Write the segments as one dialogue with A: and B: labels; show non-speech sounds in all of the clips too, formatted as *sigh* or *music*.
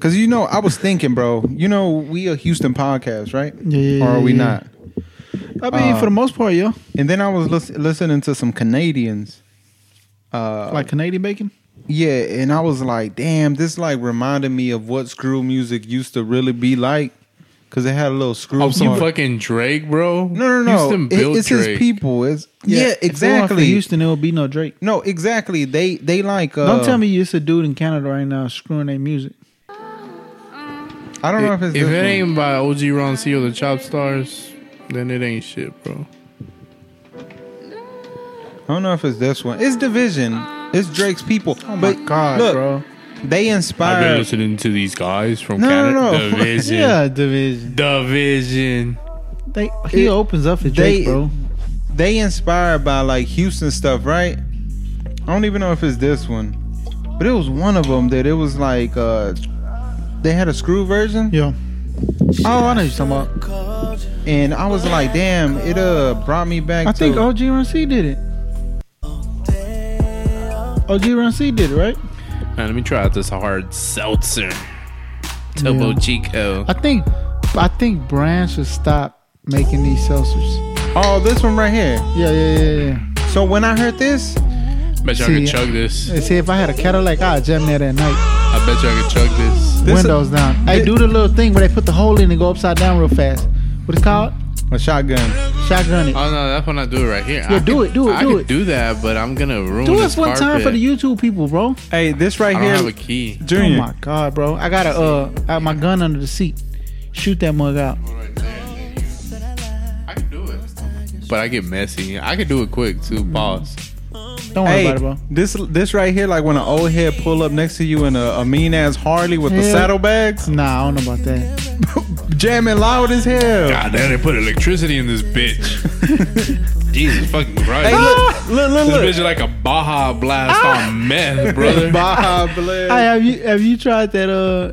A: Cause you know, I was thinking, bro. You know, we a Houston podcast, right?
B: Yeah, yeah,
A: Or are we
B: yeah.
A: not?
B: I mean,
A: Uh,
B: for the most part, yeah.
A: And then I was lis- listening to some Canadians. Uh,
B: Like Canadian bacon.
A: yeah, and I was like, damn, this like reminded me of what screw music used to really be like. Cause it had a little screw.
C: Oh, some
A: part.
C: fucking Drake, bro.
A: no, no, no.
C: Houston
A: It-
C: built
A: it's
C: Drake.
A: his people. It's yeah,
B: If it weren't for
A: exactly.
B: Houston, there would be no Drake.
A: No, exactly. They they like. Uh,
B: Don't tell me it's a dude in Canada right now screwing their music.
A: I don't know if
C: If,
A: it's
C: if
A: this
C: it
A: one.
C: ain't by OG Ron C or the Chop Stars, then it ain't shit, bro.
A: I don't know if it's this one. It's division. It's Drake's people. Oh
B: my God,
A: look,
B: bro.
A: They
C: I've been
A: inspire.
C: listening to these guys from
A: No,
C: Canada.
A: no, no.
B: *laughs*
C: Division.
B: Yeah, division.
C: Division.
B: They he
A: It-
B: opens up for
A: they-
B: Drake, bro.
A: They inspired by like Houston stuff, right? I don't even know if it's this one, but it was one of them that it was like uh they had a screw version,
B: Yeah. Oh, I know what you're talking about.
A: and I was like, damn, it uh brought me back.
B: I
A: to,
B: think OG Run C did it. OG Run C did it, right?
C: Man, let me try out this hard seltzer. Topo
B: Yeah.
C: Chico.
B: I think I think Brand should stop making these seltzers.
A: oh this one right here.
B: Yeah, yeah, yeah, yeah.
A: So when I heard this,
C: Bet y'all could
B: See,
C: chug this.
B: And see, if I had a Cadillac, I'd jam that at night.
C: I bet y'all could chug this.
A: This-
B: Windows down. Hey, do the little thing where they put the hole in and go upside down real fast. What it's called?
A: a shotgun.
B: Shotgun it.
C: Oh no, that's when I do it right here.
B: Yeah,
C: I
B: do
C: could-
B: it, do it,
C: I
B: do
C: could
B: it.
C: do that, but I'm gonna ruin
B: Do
C: this
B: us one time for the YouTube people, bro.
A: Hey, this right
C: I
A: here,
C: don't have a key.
A: Junior.
B: Oh my god, bro! I got a uh, I got my gun under the seat. Shoot that mug out.
C: I could do it, but I get messy. I could do it quick too. Pause.
B: Don't worry
A: Hey,
B: about it, bro.
A: this this right here, like when an old head pull up next to you in a, a mean ass Harley with the
B: Yeah.
A: saddlebags,
B: Nah, I don't know about that.
A: jamming loud as hell.
C: God damn, they put electricity in this bitch. *laughs* Jesus fucking Christ.
A: Hey, look, look, look,
C: this
A: look.
C: bitch is like a Baja blast
B: Ah.
C: on meth,
B: *laughs*
C: brother.
A: Baja
B: Hey,
A: Blast.
B: have you have you tried that uh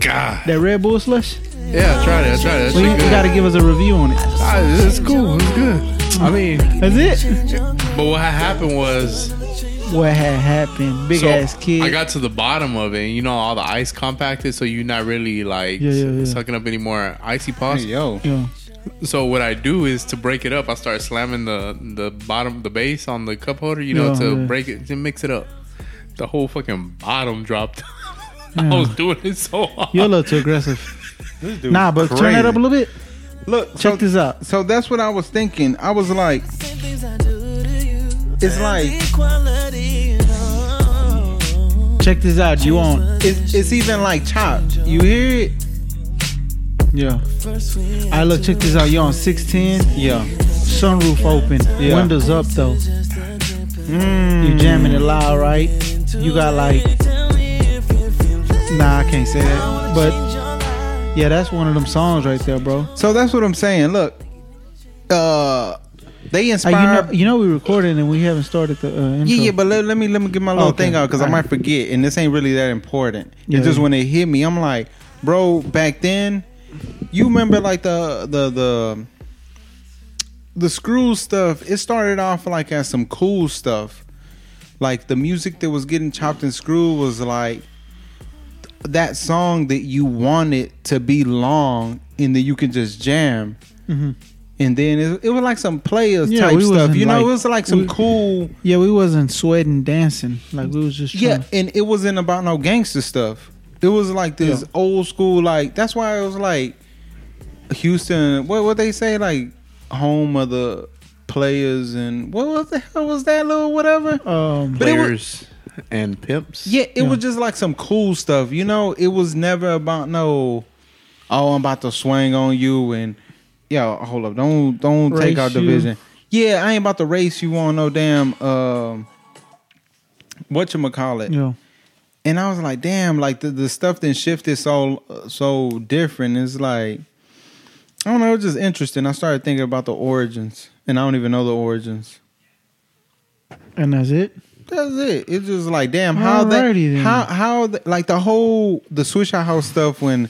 C: God.
B: that Red Bull slush?
C: Yeah, I tried it. I tried it. That
B: Well, you,
C: shit
B: you
C: good.
B: gotta give us a review on it.
C: Ah, it's cool. It's good. I mean,
B: That's it.
C: but what had happened was
B: What had happened? Big
C: So,
B: ass kid.
C: I got to the bottom of it. and You know, all the ice compacted, so you're not really like
B: Yeah, yeah, yeah.
C: sucking up any more icy pops.
A: Hey, yo.
B: yeah.
C: So what I do is to break it up. I start slamming the the bottom, the base on the cup holder. You know,
B: Yeah,
C: to
B: yeah.
C: break it, to mix it up. The whole fucking bottom dropped. *laughs*
B: Yeah.
C: I was doing it so hard.
B: You're a little too aggressive.
A: This dude
B: Nah, but turn that up a little bit.
A: Look, so,
B: Check this out.
A: So that's what I was thinking. I was like, it's like
B: Check this out. You on?
A: it's, it's even like chopped. You hear it?
B: Yeah. All right, look. Check this out. You on 610?
A: Yeah.
B: Sunroof open.
A: Yeah.
B: Windows up though.
A: Mm.
B: You jamming it loud, right? You got like. Nah, I can't say that. But yeah, that's one of them songs right there, bro.
A: So that's what I'm saying. Look, uh, they
B: Hey, you
A: inspire.
B: know, you know, we recording and we haven't started the uh, intro.
A: Yeah, yeah, but let, let me let me get my little
B: Okay.
A: thing out because I
B: All right.
A: might forget, and this ain't really that important.
B: Yeah,
A: it's just
B: yeah.
A: when it hit me, I'm like, bro, back then, you remember like the the the the screw stuff. It started off like as some cool stuff, like the music that was getting chopped and screwed was like that song that you wanted to be long and that you can just jam.
B: Mhm.
A: And then it, it was like some players
B: Yeah,
A: type
B: we
A: stuff,
B: wasn't
A: you know.
B: like-
A: it was like some
B: we-
A: cool.
B: yeah, we wasn't sweating dancing like we was just trying.
A: Yeah, and it wasn't about no gangster stuff. It was like this
B: Yeah.
A: old school, like that's why it was like Houston. What what they say like home of the players and what was the hell was that little whatever?
B: Um,
A: But it was-
C: and pimps.
A: Yeah, it
B: Yeah.
A: was just like some cool stuff, you know. It was never about no. Oh, I'm about to swing on you and yo, hold up, don't don't take
B: Race
A: out
B: you.
A: division. Yeah, I ain't about to race you on no damn um. What you call it?
B: yeah,
A: and I was like, damn, like the, the stuff then shifted so so different. It's like I don't know, it was just interesting. I started thinking about the origins, and I don't even know the origins.
B: and that's it.
A: That's it. It's just like, damn, how that,
B: Alrighty then.
A: how how the, like the whole the Swish Out House stuff when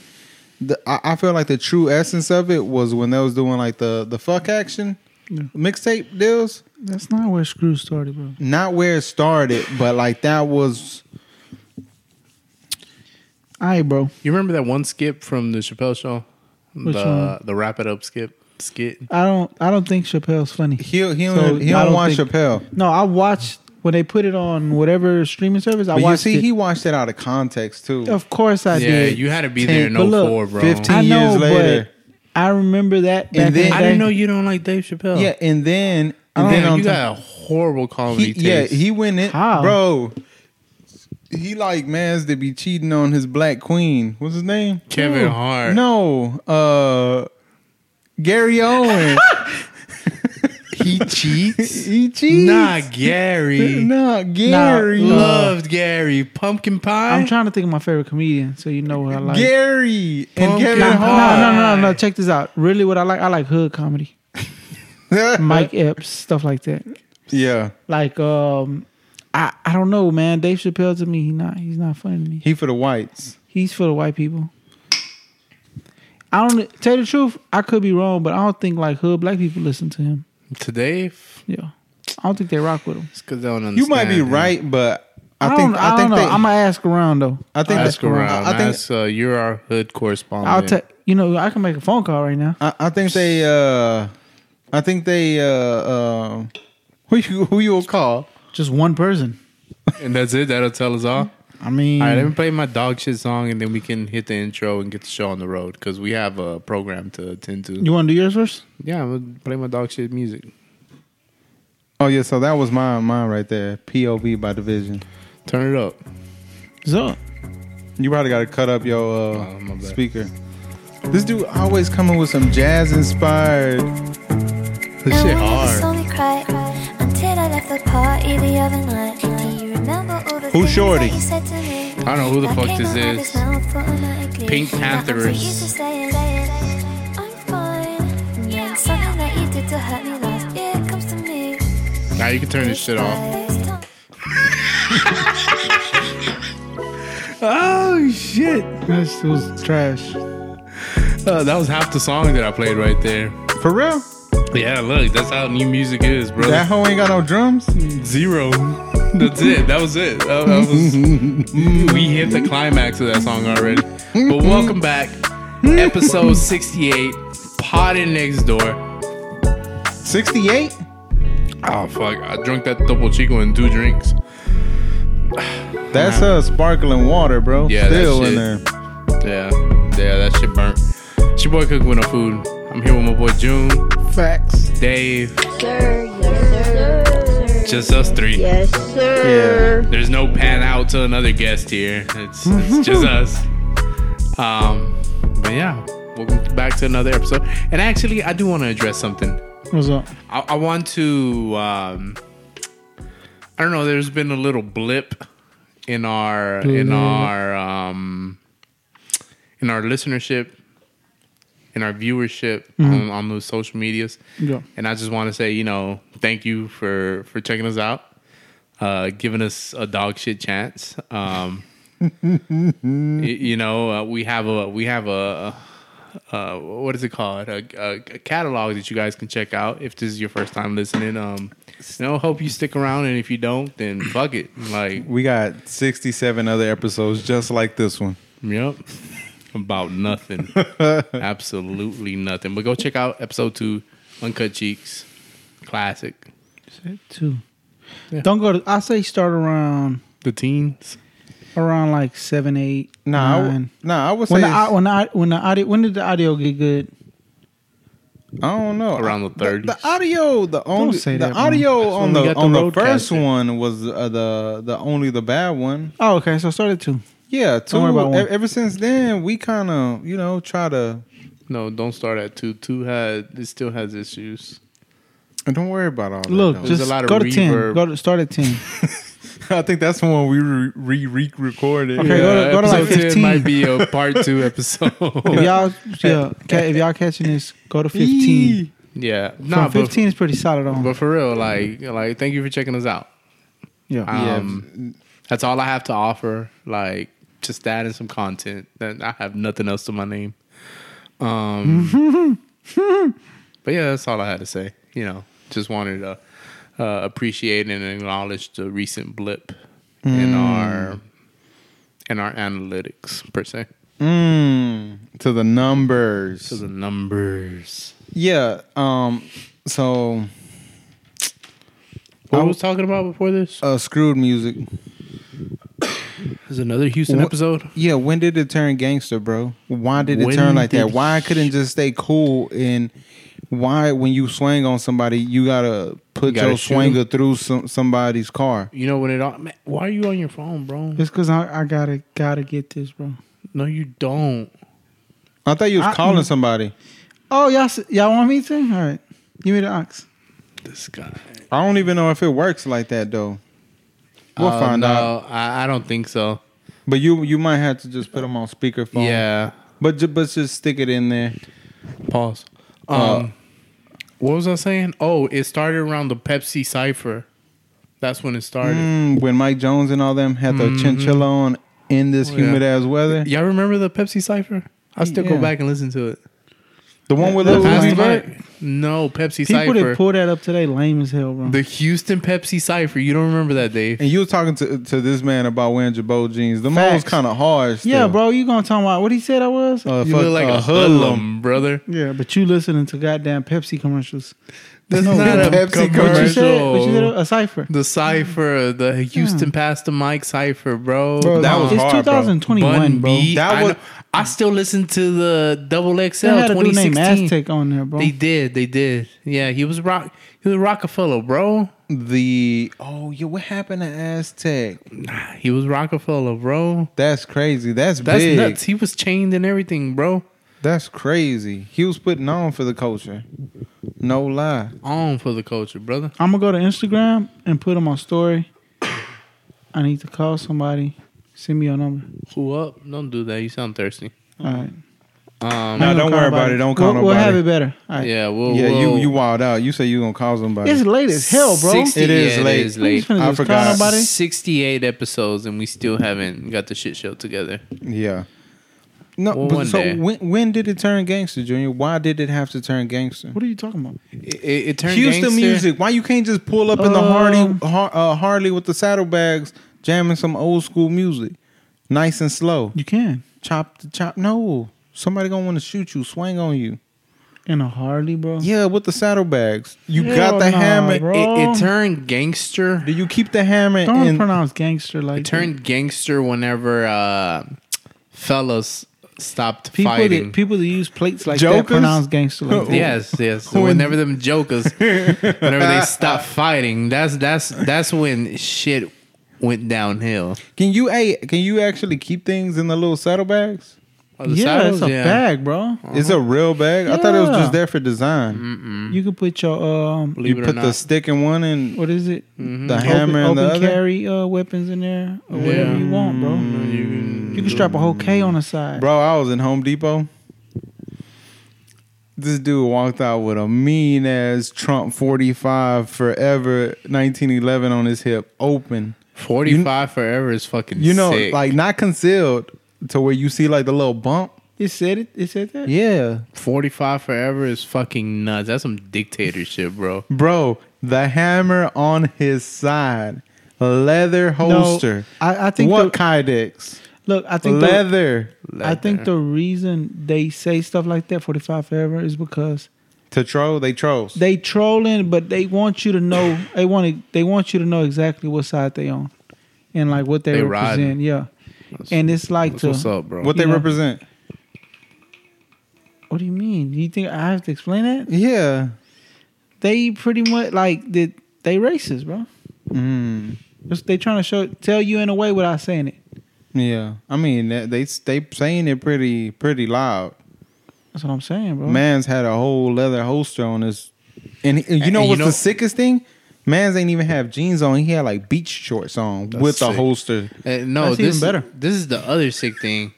A: the I, I feel like the true essence of it was when they was doing like the the fuck action
B: Yeah.
A: mixtape deals.
B: That's not where Screw started, bro.
A: Not where it started, but like that was.
B: All right, bro.
C: You remember that one skip from the Chappelle show?
B: Which
C: the
B: one?
C: the wrap it up skip skit.
B: I don't. I don't think Chappelle's funny.
A: He he
B: So,
A: don't, he
B: I
A: don't
B: don't
A: watch
B: think-
A: Chappelle.
B: No, I watched when they put it on whatever streaming service. I
A: But you
B: watched
A: see,
B: it.
A: he watched it out of context too.
B: Of course, I
C: yeah,
B: did.
C: you had to be
A: Ten-
C: there in
A: but
B: look,
C: 04, bro.
A: 15
B: I know,
A: years later.
B: but I remember that. Back
A: And then-
B: in the
C: I didn't
B: day.
C: know you don't like Dave Chappelle.
A: Yeah, and then and
C: Damn,
A: then on
C: you
A: top-
C: got a horrible comedy
A: he,
C: taste.
A: yeah, he went in,
B: How?
A: bro. He like man's to be cheating on his black queen. What's his name?
C: Kevin
A: Ooh.
C: Hart.
A: No, uh, Gary Owen. *laughs*
C: he cheats.
A: he cheats.
C: nah, Gary.
A: nah, Gary.
C: Loved Gary. Pumpkin pie.
B: I'm trying to think of my favorite comedian, so you know what I like.
A: Gary and
C: Pumpkin
A: Kevin
B: Nah,
A: Hart.
B: no, no, no, no. Check this out. Really, what I like, I like hood comedy, *laughs* Mike Epps, stuff like that.
A: Yeah,
B: Like, um, I, I don't know, man. Dave Chappelle to me, he not, he's not funny to me.
A: he for the whites.
B: He's for the white people. I don't tell you the truth. I could be wrong, but I don't think like hood black people listen to him.
C: Today, f-
B: Yeah, I don't think they rock with him.
C: it's because I don't understand.
A: You might be
C: him.
A: right, but I,
B: I,
A: think
B: don't, I,
A: I, think
B: don't know.
A: they,
B: I'm gonna ask around though.
A: I think
C: Ask around.
A: I think
C: Ask, uh, you're our hood correspondent.
B: I'll take. You know, I can make a phone call right now.
A: I, I think they uh I think they uh uh *laughs* who you who you will call?
B: Just one person.
C: and that's it. That'll tell us all.
B: I mean,
C: All right, let
A: Mm.
C: me play my dog shit song, and then we can hit the intro and get the show on the road because we have a program to attend to.
B: you want to do yours first?
C: yeah, I'm gonna play my dog shit music.
A: Oh yeah, so that was mine mine right there. POV by division.
C: Turn it up.
B: So,
A: You probably gotta cut up your uh
C: Oh, my bad.
A: speaker. This dude always coming with some jazz inspired
C: This shit hard.
D: slowly cry until I left the party the other night. Do you remember all the
A: Who
D: things
A: shorty?
D: that you said to me?
C: I don't know who the
D: That
C: fuck
D: came
C: this
D: out of
C: is.
D: his mouth, but I'm not ugly.
C: Pink
D: Now I'm so
C: Panthers.
D: used to saying, saying, I'm fine. And then something that you did to hurt me last year comes to me.
C: Now you can turn this shit off.
D: This time-
C: Oh shit!
B: this was trash.
C: Uh, that was half the song that I played right there.
A: For real?
C: Yeah, look, that's how new music is, bro.
A: That hoe ain't got no drums?
C: Zero. That's it. That was it. That, that was. we hit the climax of that song already. But welcome back, episode sixty-eight. Potted next door.
A: Sixty eight?
C: Oh fuck! I drank that double chico in two drinks.
A: That's uh sparkling water, bro.
C: Yeah, that
A: Still in
C: shit.
A: there.
C: Yeah, yeah, that shit burnt. It's your boy Cook with no food. I'm here with my boy June,
A: Facts.
C: Dave,
E: sir. Yes, sir.
C: just us three.
E: Yes, sir.
C: There's no pan out to another guest here. It's, it's just us. Um, but yeah, welcome back to another episode. And actually, I do want to address something.
B: What's up?
C: I, I want to. Um, I don't know. There's been a little blip in our in our um, in our listenership, in our viewership on, on those social medias.
B: Yeah.
C: And I just want to say, you know, thank you for for checking us out, uh, giving us a dog shit chance. Um, y- you know, uh, we have a we have a. Uh, what is it called? A, a, a catalog that you guys can check out if this is your first time listening. Um, you know, hope you stick around, and if you don't, then fuck it. Like,
A: We got sixty seven other episodes just like this one.
C: Yep.
B: *laughs*
C: About nothing. Absolutely nothing. But go check out episode two, Uncut Cheeks. Classic.
B: Two. Don't go to. I say start around
C: The teens.
B: around like seven, eight,
A: Nah, I, w-
B: nine.
A: nah, I would say
B: when the
A: it's-
B: au- when the au- when the audio when did the audio get good?
A: I don't know.
C: Around the 30s.
A: The, audio, the only
B: say
A: the
B: that, man.
A: audio
C: That's
A: on
C: when we
A: the
C: got the
A: on the
C: roadcaster.
A: first one was uh, the the only the bad one.
B: Oh, okay. So start at two.
A: Yeah, two.
B: worry about
A: e-
B: one.
A: Ever since then, we kind of you know try to
C: No, don't start at two. Two had it still has issues.
A: and don't worry about all that.
B: Look,
A: though.
C: There's
B: just
C: a lot of
B: go to ten.
C: reverb.
B: Go to start at
C: *laughs*
B: ten.
A: *laughs* I think that's the one we re re recorded.
B: Okay, go to- go to like
C: episode
B: 15.
C: might be a part two episode.
B: if y'all *laughs* yeah, ca- if y'all catching this, go to fifteen.
C: yeah.
B: Nah,
C: Nah, but,
B: fifteen is pretty solid on.
C: but for real, like, like, thank you for checking us out.
B: yeah.
C: Um, That's all I have to offer. Like, just that and some content. Then I have nothing else to my name. Um, but yeah, that's all I had to say. You know, just wanted to uh, appreciate and acknowledge the recent blip in our and our analytics per se
A: Mm, to the numbers.
C: to the numbers.
A: yeah. Um. So
C: What I was talking about before this
A: uh, screwed music.
C: is another Houston
A: Wh-
C: episode.
A: Yeah. When did it turn gangster, bro? Why did it
C: When
A: turn like that?
C: did
A: Why I couldn't just stay cool and why when you swing on somebody you gotta put
C: You gotta
A: your
C: shoot 'em.
A: swinger through some, somebody's car?
C: You know when it all? Man, why are you on your phone, bro?
B: It's because I, I gotta gotta get this, bro.
C: No, you don't.
A: I thought you was
C: mm.
B: I-
A: calling somebody.
B: Oh y'all s- y'all want me to? All right, give me the ox.
C: This guy.
A: I don't even know if it works like that though. We'll
C: Uh,
A: find
C: no,
A: out.
C: I, I don't think so.
A: But you you might have to just put them on speakerphone.
C: Yeah.
A: But ju- but just stick it in there.
C: Pause. Um,
A: Uh,
C: what was I saying? Oh, it started around the Pepsi cipher. That's when it started.
A: Mm, when Mike Jones and all them had the chinchilla on in this
C: Oh, yeah.
A: humid ass weather.
C: Y'all remember the Pepsi cipher? I still
A: Yeah.
C: go back and listen to it.
A: The one with
B: That
A: Lil
B: was
A: Wayne.
B: Pepsi
C: Past the mic. No, Pepsi
B: People
C: cipher.
B: that pull that up today, lame as hell, bro.
C: the Houston Pepsi cipher. You don't remember that, Dave?
A: And you was talking to to this man about wearing Jabot jeans. The was
B: Facts.
A: kind of hard. Still.
B: yeah, bro, you gonna talk about what he said I was?
A: Uh,
C: You
A: fuck,
C: look like
A: uh,
C: a hoodlum, brother.
B: yeah, but you listening to goddamn Pepsi commercials.
C: That's not a
A: Pepsi
B: What
C: Pepsi
B: you said?
C: commercial.
B: What you said? A cipher.
C: the cipher,
B: Mm.
C: the Houston past the mic cipher, bro.
A: Bro, that
B: Nah,
A: was
B: it's
A: hard, bro.
B: 2021, bro.
C: B.
A: That
C: I
A: was-
C: know- I still listen to the Double XL
B: They had a dude named
C: 2016.
B: Aztec on there, bro.
C: They did, they did. Yeah, he was rock. He was Rockefeller, bro.
A: The oh yeah, what happened to Aztec?
C: Nah, he was Rockefeller, bro.
A: That's crazy. That's,
C: That's
A: big.
C: nuts. He was chained and everything, bro.
A: That's crazy. He was putting on for the culture. No lie.
C: On for the culture, brother.
B: I'm gonna go to Instagram and put on my story. I need to call somebody. Send me your number.
C: Who up? Don't do that. You sound thirsty.
B: All right.
A: Nah,
C: Um,
B: I ain't gonna
A: don't
B: call
A: worry about it. Don't call
B: we'll, We'll have
A: nobody.
B: it better. All right.
C: yeah, well,
A: yeah, you
C: well,
A: you wild out. You say you gonna call somebody.
B: It's late as hell, bro.
C: 60
A: It is
C: yeah,
A: late.
C: It is
B: I'm just
C: late.
B: finna
A: I
B: just
A: forgot.
B: Call nobody.
C: 68 episodes and we still haven't got the shit show together.
A: Yeah. No,
C: Well,
A: but
C: one
A: so
C: day.
A: when when did it turn gangster, Junior? Why did it have to turn gangster?
B: What are you talking about?
C: It, it, it turned
A: Houston
C: gangster.
A: music. Why you can't just pull up in the
B: Um,
A: Hardy Har, uh, Harley with the saddlebags, jamming some old school music, nice and slow,
B: You can
A: chop to chop. No, somebody gonna want to shoot you, swing on you.
B: in a Harley, bro.
A: Yeah, with the saddlebags, you
B: Hell
A: got the
B: nah,
A: hammer.
B: bro.
C: It, it turned gangster.
A: Do you keep the hammer?
B: Don't
A: in,
B: pronounce gangster like
C: It turned gangster whenever uh, fellas stopped
B: that. people
C: fighting.
B: that people that use plates like
A: Jokers?
B: that pronounce
A: *laughs*
B: gangster like that.
C: Yes, yes. whenever them jokers, whenever they
B: *laughs*
C: stop fighting, that's that's that's when shit went downhill.
A: can you a can you actually keep things in the little saddlebags?
C: Oh, the
B: Yeah,
C: saddles?
B: it's a bag, bro.
C: Uh-huh.
A: It's a real bag. I thought it was
B: Yeah.
A: just there for design. Mm-hmm.
B: You can put your um,
C: Mm-hmm. Believe
A: you
C: it
A: put
C: or
A: the
C: not.
A: stick in one and
B: what is it?
A: the
B: Open-
A: Mm-hmm. hammer in
B: Mm-hmm. open,
A: the other.
B: carry uh, weapons in there or whatever
C: Yeah.
B: you want, bro.
A: Mm-hmm.
B: You can, strap a whole K on the side.
A: Bro, I was in Home Depot. This dude walked out with a mean ass Trump 45 forever 1911 on his hip, open.
C: Forty-five forever is fucking.
A: You know,
C: sick.
A: like not concealed to where you see like the little bump.
B: It said it. It said that.
A: Yeah.
C: 45 forever is fucking nuts. That's some dictatorship, bro.
A: Bro, the hammer on his side, leather
B: No,
A: holster.
B: I, I think.
A: what
B: the-
A: Kydex?
B: look, I think. the-
A: Leather
B: I think the reason they say stuff like that, 45 forever, is because
A: to troll. They trolls.
B: they trolling, but they want you to know they want to, they want you to know exactly what side they on, and like what they,
C: They
B: represent.
C: riding.
B: Yeah, and it's like
C: That's
B: to
C: what's up, bro.
A: what they
B: Yeah.
A: represent?
B: what do you mean? You think I have to explain that?
A: Yeah.
B: They pretty much like did they racist, bro?
A: Mm.
B: It's- They trying to show tell you in a way without saying it.
A: Yeah, I mean that- they they saying it pretty pretty loud.
B: That's what I'm saying, bro.
A: Man's had a whole leather holster on his, and, and you know
C: And you
A: what's
C: know-
A: the sickest thing? Man's ain't even have jeans on. He had like beach shorts on
C: That's
A: with the
C: sick.
A: holster.
C: Uh, no,
B: That's
C: this
B: even better.
C: This is the other sick thing.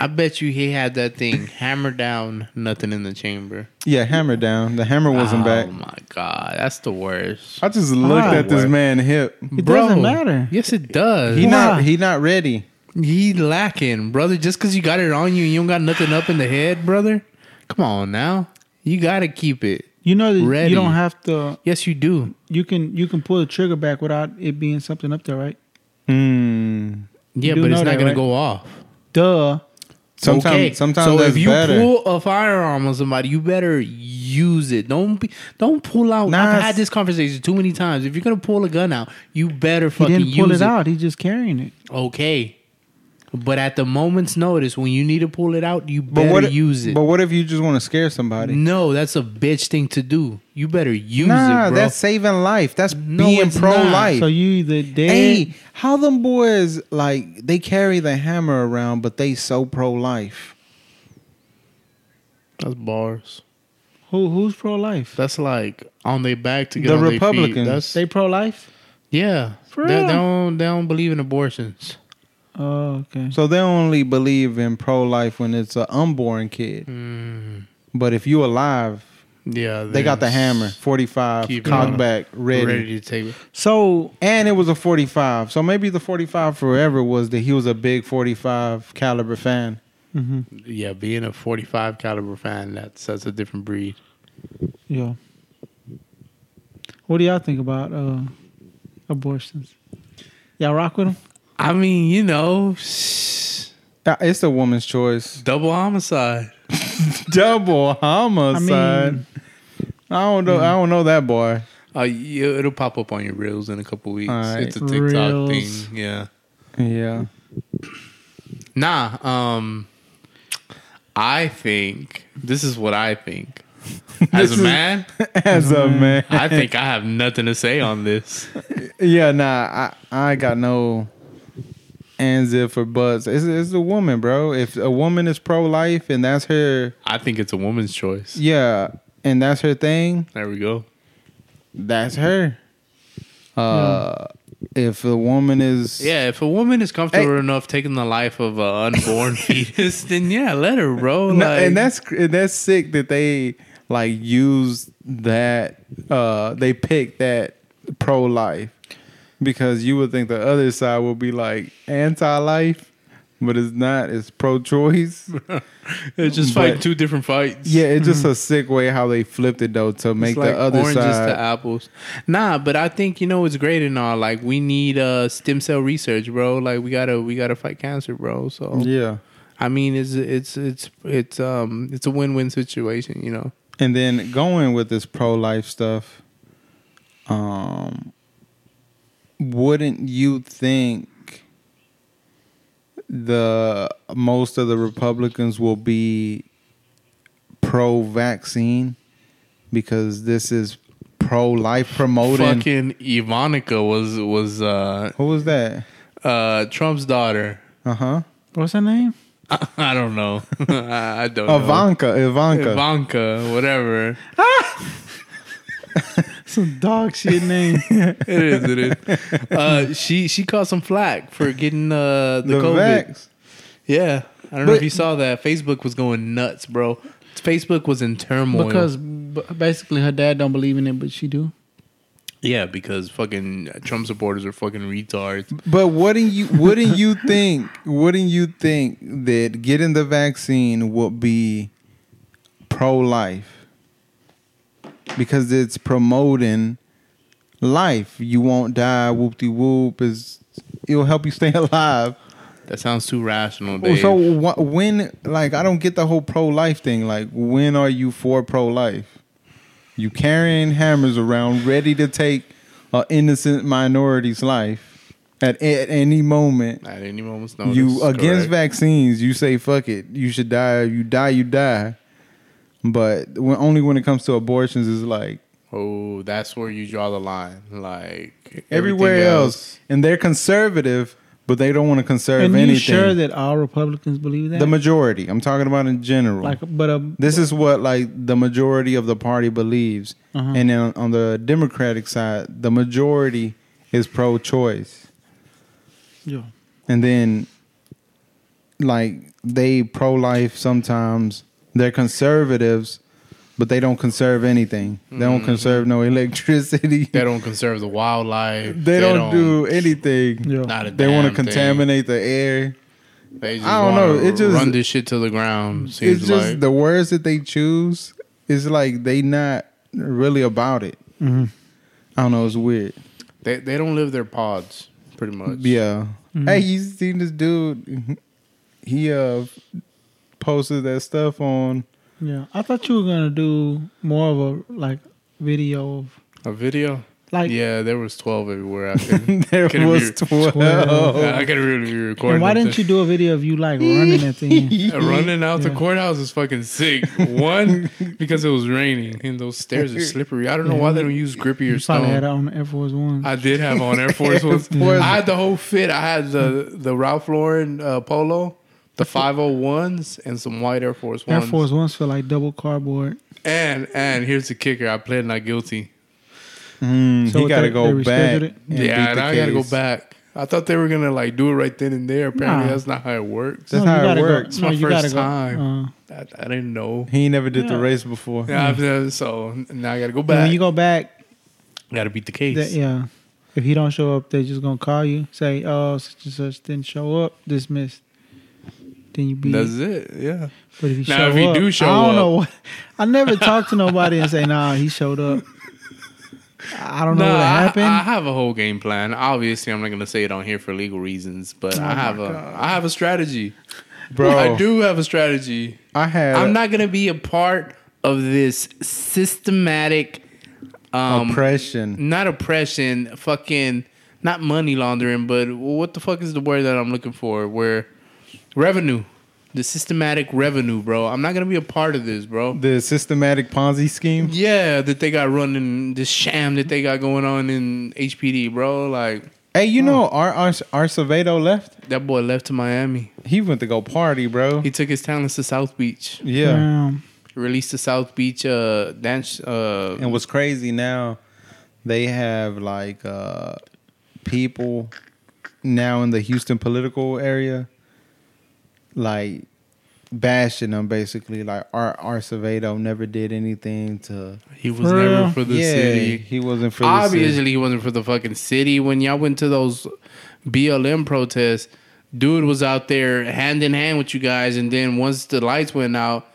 C: I bet you he had that thing hammered down, nothing in the chamber.
A: Yeah, hammer down. The hammer wasn't
C: oh
A: back.
C: my god, that's the worst.
A: I just looked
B: Ah.
A: at this man hip.
B: It doesn't matter.
C: Yes, it does.
A: He
C: He,
A: not
B: Why?
A: he not ready.
C: lacking, brother. Just because you got it on you, and you don't got nothing up in the head, brother. Come on now, you gotta keep it.
B: You know that
C: Ready.
B: you don't have to.
C: Yes, you do.
B: You can you can pull the trigger back without it being something up there, right?
A: Hmm.
C: Yeah,
B: do
C: but it's
B: know
C: not
B: that,
C: gonna
B: right?
C: go off.
B: Duh.
A: Sometimes,
C: okay.
A: sometimes
C: so
A: that's
C: if you
A: better.
C: pull a firearm on somebody, you better use it. Don't be, don't pull out.
A: Nah,
C: I've
A: it's-
C: had this conversation too many times. If you're gonna pull a gun out, you better
B: He
C: fucking
B: didn't pull it,
C: use
B: out. He's just carrying it.
C: Okay, but at the moment's notice, when you need to pull it out, you
A: but
C: better
A: what?
C: use it.
A: But what if you just want to scare somebody?
C: no, that's a bitch thing to do. You better use
A: nah,
C: it, bro.
A: that's saving life. That's
C: No,
A: being
C: it's not.
A: pro life.
B: So you either dead.
A: Hey, how them boys like they carry the hammer around, but they so pro life.
F: That's bars.
B: Who who's pro life?
F: That's like on their back to get
A: The
F: on their feet.
A: Republicans.
F: That's
B: They pro life?
F: yeah.
B: For
F: they,
B: real?
F: they don't they don't believe in abortions.
B: Oh, okay.
A: So they only believe in pro life when it's an unborn kid.
C: Mm.
A: But if you alive,
F: Mm, Yeah,
A: they got the hammer, forty five,
F: Keep it on 'em.
A: cock back, ready.
F: ready. to take it.
B: So
A: And it was a forty five. So maybe the forty five forever was that he was a big forty five caliber fan.
F: Yeah, being a forty five caliber fan, that's that's a different breed.
B: yeah. What do y'all think about uh abortions? Y'all rock with them?
C: I mean, you know, sh-
A: Uh, It's a woman's
C: *laughs*
A: choice.
C: double homicide.
A: Double homicide. I,
B: I mean-
A: don't know. I don't know that boy.
C: Uh, you, it'll pop up on your reels in a couple weeks.
A: All right.
C: It's a TikTok
B: Reels.
C: thing. Yeah.
A: Yeah.
C: Nah, um I think this is what I *laughs* think.
A: This
C: As
A: is-
C: a man,
A: As a man.
C: I think I have nothing to say on this.
A: Yeah, nah, I, I got no ands if or buts. It's, it's a woman, bro. If a woman is pro life and that's her,
C: I think it's a woman's choice.
A: yeah, and that's her thing,
C: There we go.
A: that's her. Uh, If a woman is,
C: Yeah, if a woman is comfortable
A: Hey.
C: enough taking the life of
A: *laughs*
C: an unborn fetus, then yeah, let her, bro.
A: No,
C: Like,
A: and that's cr- and that's sick that they like use that. Uh, they pick that pro life because you would think the other side would be like anti life, but it's not. It's pro choice.
C: *laughs* it's just fighting
A: but-
C: two different fights.
A: Yeah, it's just a sick way how they flipped it though to make
C: Hmm. It's like
A: the other
C: oranges
A: side.
C: to apples. Nah, but I think you know it's great and all. Like we need uh stem cell research, bro. Like we gotta we gotta fight cancer, bro. So
A: yeah,
C: I mean, it's it's it's it's um it's a win win situation, you know.
A: and then going with this pro life stuff. Um, wouldn't you think the most of the Republicans will be pro vaccine because this is pro life promoting?
C: Fucking Ivanka was was uh
A: Who was that?
C: uh Trump's daughter. *laughs*
A: Uh huh.
B: What's her name? *laughs*
C: I, I don't know. *laughs* I, I don't know.
A: Ivanka. Ivanka.
C: Uh-huh. Ivanka, whatever
B: Some dog shit name.
C: it is,
A: *laughs*
C: it is. Uh, she she caught some flack for getting uh, the,
A: the
C: COVID.
A: vax.
C: Yeah, I don't know
A: But-
C: if you saw that. Facebook was going nuts, bro. Facebook was in turmoil
B: because b- basically her dad don't believe in it, but she do.
C: yeah, because fucking Trump supporters are fucking retards.
A: But wouldn't you wouldn't you think wouldn't you think that getting the vaccine would be pro life? Because it's promoting life. You won't die, whoop de whoop is it'll help you stay *laughs* alive.
C: That sounds too rational,
A: Well,
C: babe.
A: Oh, So wh- when like I don't get the whole pro life thing. Like when are you for pro life? You carrying hammers around, ready to take an innocent minority's life at, at any moment.
C: at any moment's notice,
A: you against
C: Oh, correct.
A: vaccines. You say fuck it. You should die. You die. You die. But when, only when it comes to abortions is like
C: Oh, that's where you draw the line. Like
A: everywhere
C: everything
A: else, and they're conservative, but they don't want to conserve
B: And
A: anything.
B: you sure that all Republicans believe that?
A: the majority. I'm talking about in general.
B: like, but um,
A: This is what like the majority of the party believes,
B: Uh-huh.
A: and then on the Democratic side, the majority is pro-choice,
B: yeah.
A: and then like they pro-life sometimes. They're conservatives, but they don't conserve anything. They don't conserve no *laughs* electricity.
C: Mm-hmm. They don't conserve the wildlife.
A: They, don't, do anything.
B: Yeah.
C: Not a
A: They want to
C: damn thing.
A: contaminate the air.
C: They just
A: I don't know. It just-
C: run this shit to the ground. Seems
A: it's just
C: like
A: the words that they choose. It's like they not really about it. I don't know. It's weird.
C: they they don't live their pods. Pretty much.
A: Yeah. Hey, you seen this dude? He uh posted that stuff on.
B: Yeah, I thought you were gonna do more of a like video of
C: A video?
B: like.
C: Yeah, there was twelve everywhere. I
A: *laughs*
C: couldn't,
A: There
C: couldn't
A: was *laughs*
C: be-
A: twelve.
C: I couldn't really be recording.
B: And why didn't you do a video of you like running at
C: *laughs*
B: the end?
C: Uh, Running out the
B: Yeah.
C: courthouse is fucking sick. One, because it was raining and those stairs are slippery. I don't know why they don't use grippier
B: You probably had it
C: stone.
B: on Air Force One.
C: I did have on Air Force
A: Air
C: Ones.
A: Force.
C: I had the whole fit. I had the the Ralph Lauren uh, polo, the 501s, and some white Air Force
B: Air
C: Ones.
B: Force Ones feel like double cardboard.
C: And and here's the kicker: I pled not guilty.
A: Mm,
B: So
A: he got to
B: they- they
A: go
B: rescheduled
A: back.
B: it?
A: and
C: yeah,
A: beat
C: and
A: the
C: I gotta go
A: case.
C: back. I thought they were gonna like do it right then and there. Apparently,
B: Nah.
C: that's not how it works.
A: That's
B: No,
A: how
B: you
A: it
B: gotta go-
A: works.
C: It's my
B: you
C: first
B: gotta go.
C: time.
B: Uh,
C: I, I didn't know.
A: He ain't never did the
B: Yeah.
A: race before.
C: Yeah, I've- so now I gotta go
B: and
C: back.
B: when you go back,
C: gotta beat the case.
B: that, yeah. If he don't show up, they just gonna call you, say, "Oh, such and such didn't show up, dismissed." Then you be.
C: That's it. Yeah.
B: But if you
C: Now,
B: show
C: if you
B: up,
C: do show
B: I don't
C: up-
B: know. What, I never talked to nobody and say, "Nah, he showed
C: *laughs*
B: up." I don't know
C: No,
B: what
C: I,
B: happened.
C: I have a whole game plan. Obviously, I'm not gonna say it on here for legal reasons,
B: Oh
C: but I have a I have a strategy.
A: Bro,
C: I do have a strategy.
A: I had.
C: I'm not gonna be a part of this systematic um
A: oppression.
C: not oppression, fucking not money laundering, but what the fuck is the word that I'm looking for? Where revenue. The systematic revenue, bro. I'm not gonna be a part of this, bro.
A: The systematic Ponzi scheme.
C: Yeah, that they got running this sham that they got going on in HPD, bro. Like
A: Hey,
C: Oh.
A: you know, our our, our Cervedo left.
C: that boy left to Miami.
A: He went to go party, bro.
C: He took his talents to South Beach.
A: Yeah,
B: Damn.
C: Released the South Beach uh dance uh
A: and what's crazy now, they have like uh people now in the Houston political area, like bashing them basically. Like our our Cervedo never did anything to.
C: he was
B: For
C: never
B: real?
C: for the
A: yeah,
C: city.
A: he wasn't for the city.
C: Obviously he wasn't for the fucking city. When y'all went to those BLM protests, dude was out there hand in hand with you guys and then once the lights went out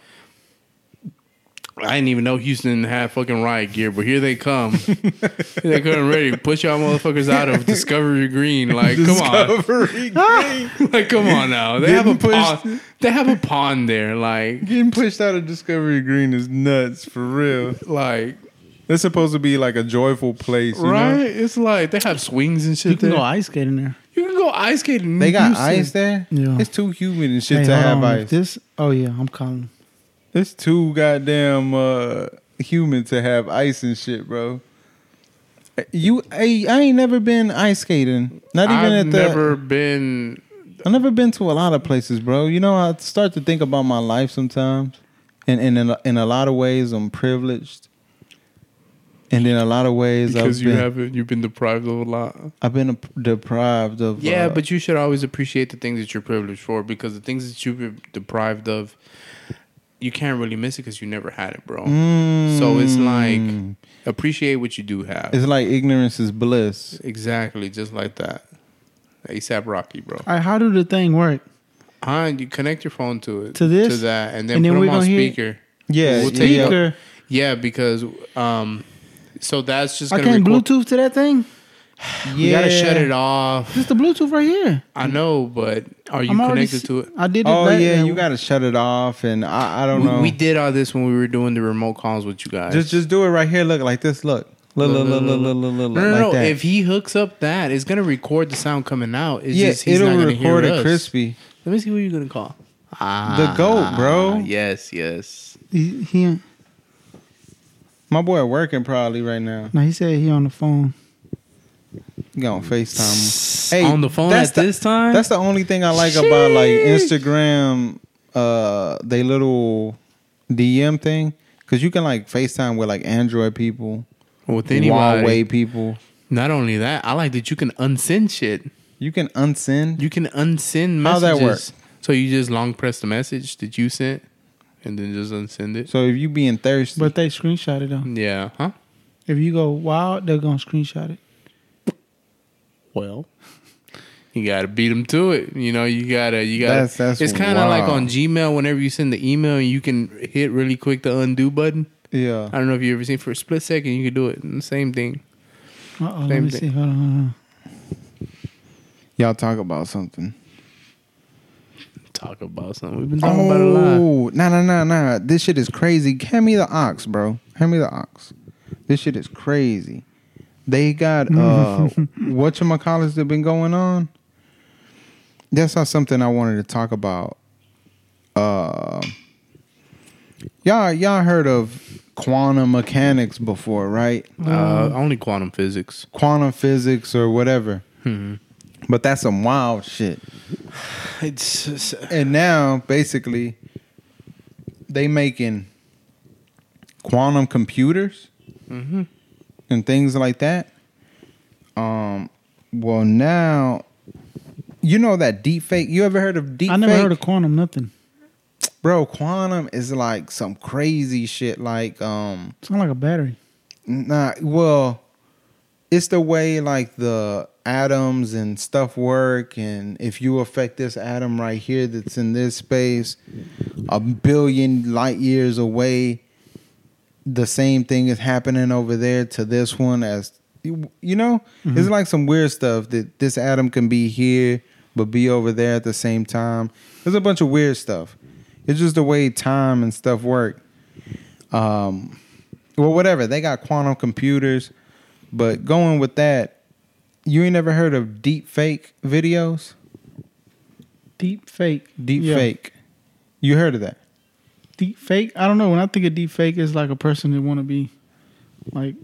C: I didn't even know Houston had fucking riot gear, but here
A: *laughs*
C: they come. they couldn't ready. Push y'all motherfuckers out of Discovery Green. Like, come *laughs*
A: Discovery Green.
C: on. Like, come on now. They have a
A: Didn't push-
C: pond. They have a pond there. Like,
A: Getting pushed out of Discovery Green is nuts for real.
C: like,
A: That's supposed to be like a joyful place, you
C: right?
A: Know?
C: It's like they have swings and shit
B: You can
C: there.
B: go ice skating there.
C: you can go ice skating. in
A: They got
C: Houston.
A: ice there.
B: Yeah.
A: It's too humid and shit
B: Hey,
A: to
B: hold
A: have
B: on. If
A: ice.
B: This. Oh yeah, I'm calling.
A: It's too goddamn uh, humid to have ice and shit, bro. You, I, I ain't never been ice skating. Not even
C: I've
A: at the.
C: never been.
A: I've never been to a lot of places, bro. You know, I start to think about my life sometimes, and and in a, in a lot of ways, I'm privileged, and in a lot of ways,
C: Because
A: I've
C: you
A: been
C: haven't, you've been deprived of a lot.
A: I've been deprived of.
C: Yeah,
A: uh,
C: but you should always appreciate the things that you're privileged for because the things that you've been deprived of, you can't really miss it because you never had it, bro. So it's like appreciate what you do have.
A: it's like ignorance is bliss.
C: exactly, just like that. ASAP Rocky, bro.
B: All right, how do the thing work?
C: Huh? You connect your phone to it
B: To this?
C: to that, and then
B: And then
C: put
B: we're
C: them on
B: gonna hear-
C: speaker.
A: Yeah,
C: We'll
A: yeah, yeah.
B: Speaker.
C: Yeah, because um, so that's just
B: I
C: gonna
B: can't
C: record-
B: Bluetooth to that thing.
C: You gotta shut
A: Yeah.
C: it off.
B: This the Bluetooth right here.
C: I know, but are you
B: I'm already
C: connected
B: s-
C: to it?
B: I did it.
A: Oh
B: back
A: yeah,
B: then.
A: you gotta shut it off, and I, I don't
C: We,
A: know.
C: we did all this when we were doing the remote calls with you guys.
A: Just just do it right here. Look like this. Look. Look, look, look, look, look, look, look,
C: no, no,
A: like
C: no.
A: that.
C: If he hooks up that, it's gonna record the sound coming out. It's
A: yeah,
C: just he's
A: it'll
C: not gonna
A: record
C: hear
A: it
C: us.
A: crispy.
C: Let me see who you're gonna call. Ah,
A: The GOAT, bro.
C: Yes, yes.
B: He, he,
A: My boy working probably right now.
B: no, he said he on the phone.
A: You gonna FaceTime him.
C: On the phone at this time?
A: That's the only thing I like about like Instagram, uh, they little DM thing. Cause you can like FaceTime with like Android people,
C: With anybody.
A: Huawei people.
C: Not only that, I like that you can unsend shit.
A: You can unsend.
C: You can unsend messages.
A: How that work?
C: So you just long press the message that you sent, and then just unsend it.
A: so if you being thirsty,
B: But they screenshot it though.
C: Yeah, huh?
B: If you go wild, they're gonna screenshot it.
C: Well, you gotta beat them to it. You know, you gotta, you gotta.
A: That's- that's
C: it's kind of like
A: wild.
C: on Gmail. Whenever you send the email, and you can hit really quick the undo button.
A: yeah.
C: I don't know if you ever seen. For a split second, you can do it. And the Same thing.
B: Uh oh, let
C: Same
B: me
C: thing.
B: see. Hold on, hold on.
A: Y'all talk about something.
G: Talk about something. We've been talking about a lot.
A: Oh, nah, nah, nah, nah. This shit is crazy. Hand me the ox, bro. Hand me the ox. This shit is crazy. They
G: *laughs*
A: got uh whatchamacallits that been going on. That's not something I wanted to talk about. Uh y'all y'all heard of quantum mechanics before, right?
G: Uh, only quantum physics.
A: Quantum physics or whatever.
G: Hmm.
A: But that's some wild shit.
G: It's, it's
A: And now, basically, they making quantum computers
B: Mm-hmm.
A: and things like that. Um, well, now you know that deep fake. You ever heard of deep?
B: I never
A: fake?
B: heard of quantum nothing.
A: bro. Quantum is like some crazy shit. Like, um,
B: Sound like a battery.
A: Nah, well, it's the way like the atoms and stuff work, and if you affect this atom right here that's in this space, a billion light years away, the same thing is happening over there to this one as you you know, it's like some weird stuff that this atom can be here but be over there at the same time. There's a bunch of weird stuff. It's just the way time and stuff work um, well, whatever. They got quantum computers, but going with that, you ain't never heard of deep fake videos?
B: Deep fake.
A: Deep
B: Yeah.
A: fake. You heard of that? *laughs*
B: Deep fake. I don't know. When I think of deep fake, it's like a person that want to be, like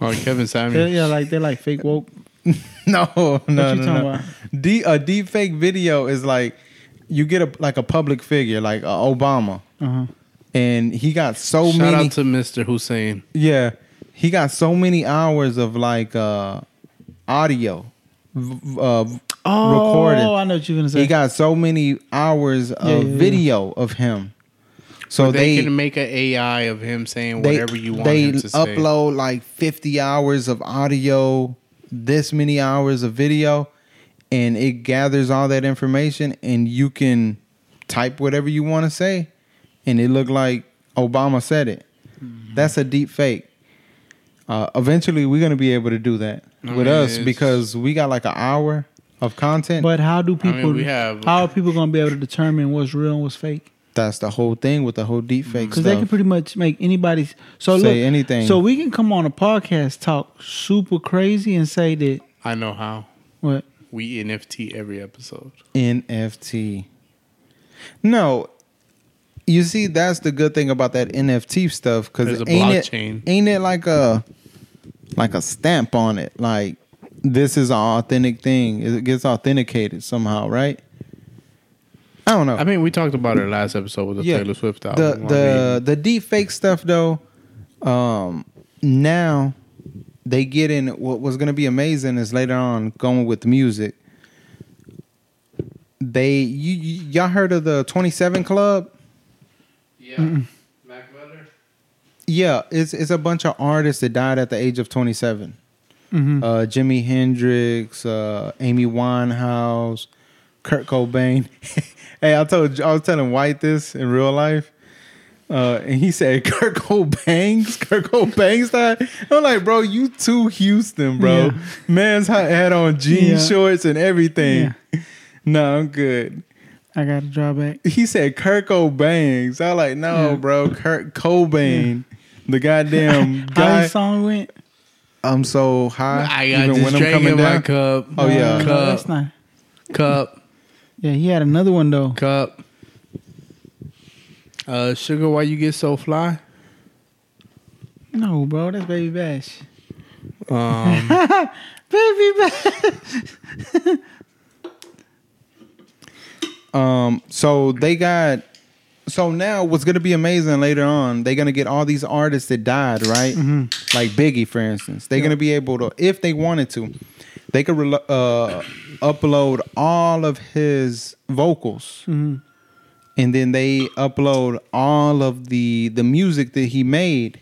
G: oh, Kevin
B: they're,
G: Simon.
B: yeah, like they're like fake woke.
A: No, no, no,
B: you talking
A: no.
B: about?
A: Deep, a deep fake video is like you get a like a public figure, like uh, Obama,
B: Uh huh.
A: and he got so
G: Shout
A: oh, many.
G: out to Mr. Hussein.
A: Yeah, he got so many hours of like uh audio v- v- uh,
B: Oh,
A: recorded.
B: I know what you're gonna say.
A: He got so many hours of
B: Yeah, yeah, yeah.
A: video of him. So
G: They,
A: they
G: can make an AI of him saying
A: they,
G: whatever you want
A: they
G: him to say.
A: upload like 50 hours of audio, this many hours of video, and it gathers all that information and you can type whatever you want to say and it looked like Obama said it.
G: Mm-hmm.
A: That's a deep fake. Uh, eventually we're going to be able to do that
G: I
A: with
G: mean,
A: us
G: it's-
A: because we got like an hour of content.
B: But how do people?
G: mean, we have-
B: how are people gonna be able to determine what's real and what's fake?
A: That's the whole thing with the whole deep fake
B: Because Mm-hmm. they
A: stuff.
B: can pretty much make anybody's so
A: Say
B: look,
A: anything.
B: So we can come on a podcast, talk super crazy, and say that
G: I know how.
B: what
G: We NFT every episode.
A: NFT. No, you see, that's the good thing about that NFT stuff because
G: There's a
A: ain't
G: blockchain.
A: it ain't it like a like a stamp on it? Like this is an authentic thing. It gets authenticated somehow, right? I don't know.
G: I mean, we talked about it last episode with the
A: Yeah.
G: Taylor Swift album. I
A: the the the deep fake stuff though. Um, now they get in. What was going to be amazing is later on going with music. They you, you y'all heard of the Twenty Seven Club?
G: mean- yeah. Mac Miller.
A: Yeah, it's it's a bunch of artists that died at the age of twenty seven.
B: Mhm.
A: Uh, Jimi Hendrix, uh, Amy Winehouse, Kurt Cobain. *laughs* hey, I told I was telling White this in real life, uh, and he said *laughs* Kurt Cobain's Kurt Cobain's died. I'm like, bro, you too Houston, bro.
B: Yeah.
A: Man's had had on jean
B: Yeah.
A: shorts and everything. *laughs* No, I'm good.
B: I got to draw back.
A: He said Kurt Cobain. So I like, no,
B: Yeah.
A: bro, Kurt Cobain. The
B: *laughs*
A: goddamn
B: How
A: guy.
B: his song went?
A: I'm so high.
G: I got this drink in my cup.
A: Oh, yeah.
B: Uh, No,
G: cup,
B: that's not.
G: cup,
B: Yeah, he had another one though.
G: cup. Uh, sugar, why you get so fly?
B: No, bro, that's Baby Bash.
G: Um,
B: *laughs* Baby Bash.
A: Um, so they got. So now, what's gonna be amazing later on? They're gonna get all these artists that died, right? Like Biggie, for instance. They're gonna be able to, if they wanted to, they could rel uh, upload all of his vocals, and then they upload all of the the music that he made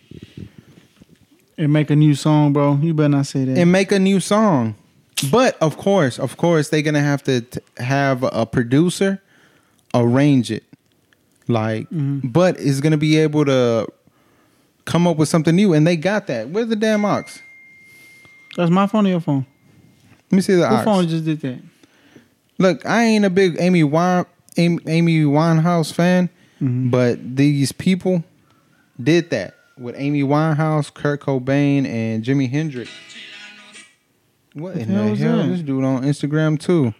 B: And make a new song, bro. You better not say that.
A: and make a new song. But of course, of course, they're gonna have to t- have a producer arrange it. Like,
B: Mm-hmm.
A: but is gonna be able to come up with something new, and they got that. Where's the damn ox?
B: that's my phone or your phone?
A: Let me see the
B: What
A: ox.
B: phone just did that?
A: Look, I ain't a big Amy Wine Amy, Amy Winehouse fan,
B: Mm-hmm.
A: but these people did that with Amy Winehouse, Kurt Cobain, and Jimi Hendrix. What in
B: hell
A: the
B: was
A: hell?
B: that?
A: This dude on Instagram too.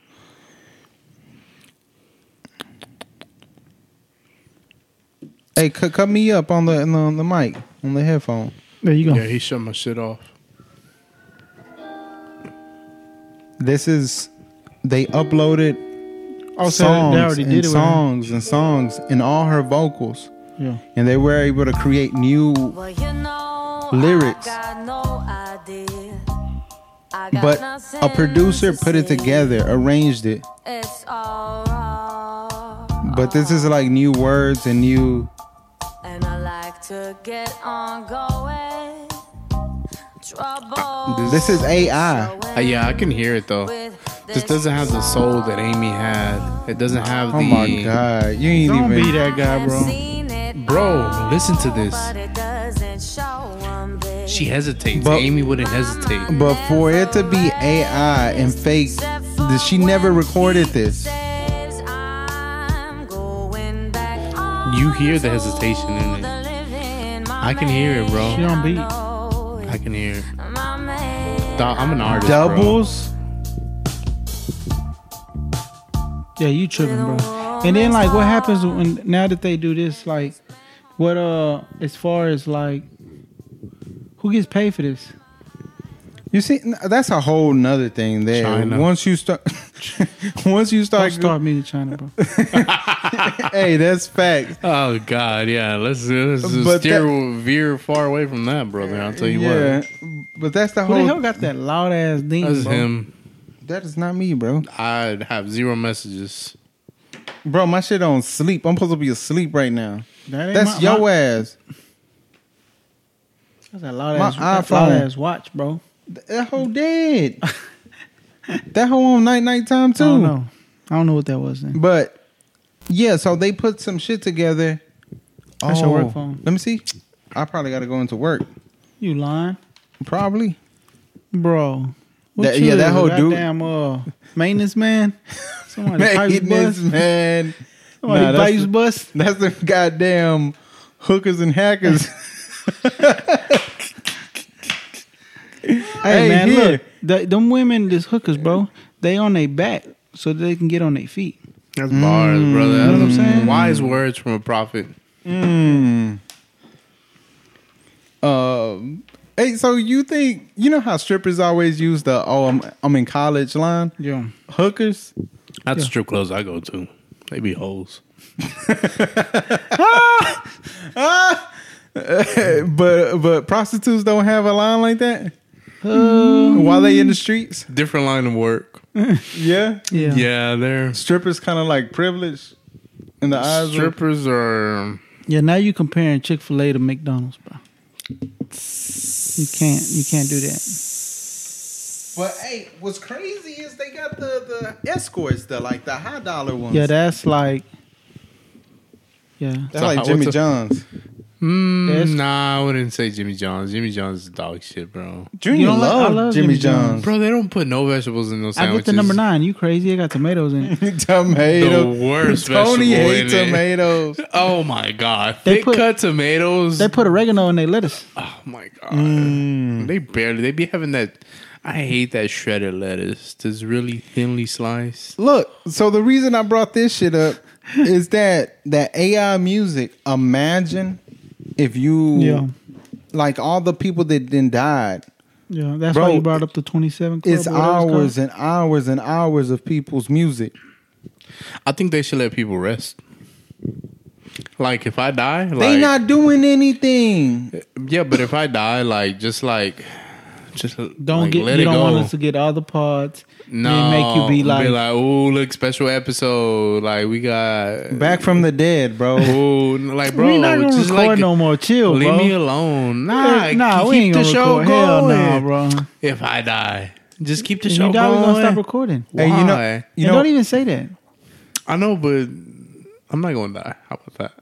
A: Hey, cut, cut me up on the on the mic on the headphone.
B: There you go.
C: Yeah, he shut my shit off.
A: This is they uploaded
B: Oh, so
A: songs
B: they already
A: and
B: did it. with him.
A: songs and songs and all her vocals,
B: Yeah.
A: and they were able to create new.
E: Well, you know,
A: Lyrics.
E: I got no idea. I got
A: But
E: nothing
A: a producer
E: to
A: put it
E: say.
A: together, arranged it.
E: It's all raw.
A: But this is like new words and new.
E: And I like to get on going. Trouble.
A: This is AI.
E: going
C: Uh, yeah, I can hear it though.
E: with
C: This doesn't have the soul that Amy had. It doesn't have the.
A: Oh my god, you ain't
B: Don't
A: even.
B: be that guy,
E: I've
B: bro.
E: seen it
C: Bro, listen to this.
E: But it doesn't show 'em this.
C: She hesitates.
A: But-
C: Amy wouldn't hesitate.
A: But for it to be AI and fake, th- she never recorded this.
E: Says I'm going back on
C: You hear the hesitation in it.
E: the living, my
C: I can hear it,
B: She
C: bro.
B: on beat.
E: know
C: I can hear it.
E: my man.
C: Dog, I'm an artist. bro.
A: Doubles.
B: Yeah, you tripping, bro. And then like, what happens when now that they do this? Like, what uh, as far as like, who gets paid for this?
A: You see, n- that's a whole nother thing there.
C: China.
A: Once you start, *laughs* once you
B: Don't
A: start,
B: start me to
A: *laughs*
B: China, bro.
A: hey, that's facts.
C: Oh God, yeah. Let's, let's just
A: But
C: steer
A: that-
C: veer far away from that, brother. I'll tell you
A: Yeah,
C: what.
A: but that's the
B: Who the hell
A: whole.
B: got that loud ass thing?
C: That's
B: bro?
C: him.
A: That is not me, bro.
C: I'd have zero messages.
A: Bro, my shit on sleep. I'm supposed to be asleep right now.
B: That ain't
A: That's
B: my-
A: your
B: my-
A: ass.
B: That's a loud
A: My
B: ass, that loud
A: iPhone.
B: ass watch, bro.
A: That whole
B: *laughs*
A: dead. that whole on night night time too.
B: I don't know. I don't know what that was. Then.
A: But yeah, so they put some shit together. Oh,
B: That's your work phone.
A: Let me see. I probably got to go into work.
B: You lying,
A: Probably.
B: bro? What
A: That-
B: you
A: yeah, that
B: is,
A: whole
B: a
A: dude-
B: goddamn uh,
A: *laughs*
B: maintenance man. Somebody pipes
A: Maintenance
B: bust.
A: man.
B: *laughs* Somebody
A: Nah, that's,
B: pipes
A: the,
B: bust.
A: *laughs* that's the goddamn hookers and hackers.
B: *laughs*
A: *laughs*
B: Hey, man,
A: here.
B: look, th- them women, these hookers, bro, they on their back so that they can get on their feet.
C: That's bars, brother. That's
B: Mm. what I'm saying?
C: Wise words from a prophet.
A: Um, hey, so you think you know how strippers always use the "oh, I'm I'm in college" line?
B: Yeah.
A: Hookers,
C: That's the strip clubs I go to. They be hoes.
A: but but prostitutes don't have a line like that. While they in the streets,
C: Different line of work.
A: yeah,
B: Yeah.
C: Yeah, they're
A: strippers kind of like privileged in the eyes. of-
C: strippers are.
B: Yeah, now you comparing Chick fil A to McDonald's, bro. You can't you can't do that.
A: but hey, what's crazy is they got the the escorts, the like the high dollar ones.
B: Yeah, that's like Yeah.
A: that's
C: So
A: like
C: how-
A: Jimmy
C: what's a-
A: John's.
C: Mm,
B: That's-
C: nah, I wouldn't say Jimmy John's. Jimmy John's is dog shit, bro.
A: Junior
B: don't like- I
A: love,
B: love
A: Jimmy,
B: Jimmy John's.
A: John's.
C: Bro, they don't put no vegetables in those
B: I
C: sandwiches.
B: get the number nine. You crazy? I got tomatoes in
A: *laughs*
B: it.
A: Tomato.
C: The worst
A: Tony
C: vegetable
A: hate
C: in it.
A: tomatoes.
C: Oh my god,
B: They
C: they,
B: put-
C: cut tomatoes.
B: They Mm. put oregano in their lettuce.
C: oh my god, they barely. They be having that. I hate that shredded lettuce. That's really thinly sliced.
A: Look, so the reason I brought this shit up is that that AI music. Imagine if you,
B: Yeah.
A: like all the people that then died.
B: Yeah. That's
A: Bro,
B: why you brought up the twenty seven club.
A: It's
B: or whatever called.
A: hours and hours and hours of people's music.
C: I think they should let people rest. Like if I die, like,
A: they not doing anything.
C: Yeah, but if I die, like just like, just
B: Don't
C: like,
B: get
C: let
B: you
C: it
B: don't
C: go.
B: want us to get all the parts.
C: no,
B: They make you be like,
C: oh, look, special episode. Like we got
A: Back from the dead, bro.
C: Oh, like bro,
B: we not gonna
C: just
B: record
C: like
B: no more. Chill,
C: leave
B: bro.
C: me alone. Nah,
B: Nah, nah,
C: keep
B: we ain't
C: the
B: gonna
C: show
B: record.
C: going.
B: Hell nah, bro.
C: If I die, just keep the
B: If
C: show
B: you die, we
C: going.
B: gonna stop recording.
A: Hey, you know,
C: Why?
A: you
B: and
A: know,
B: don't even say that.
C: I know, but I'm not gonna die. How about that?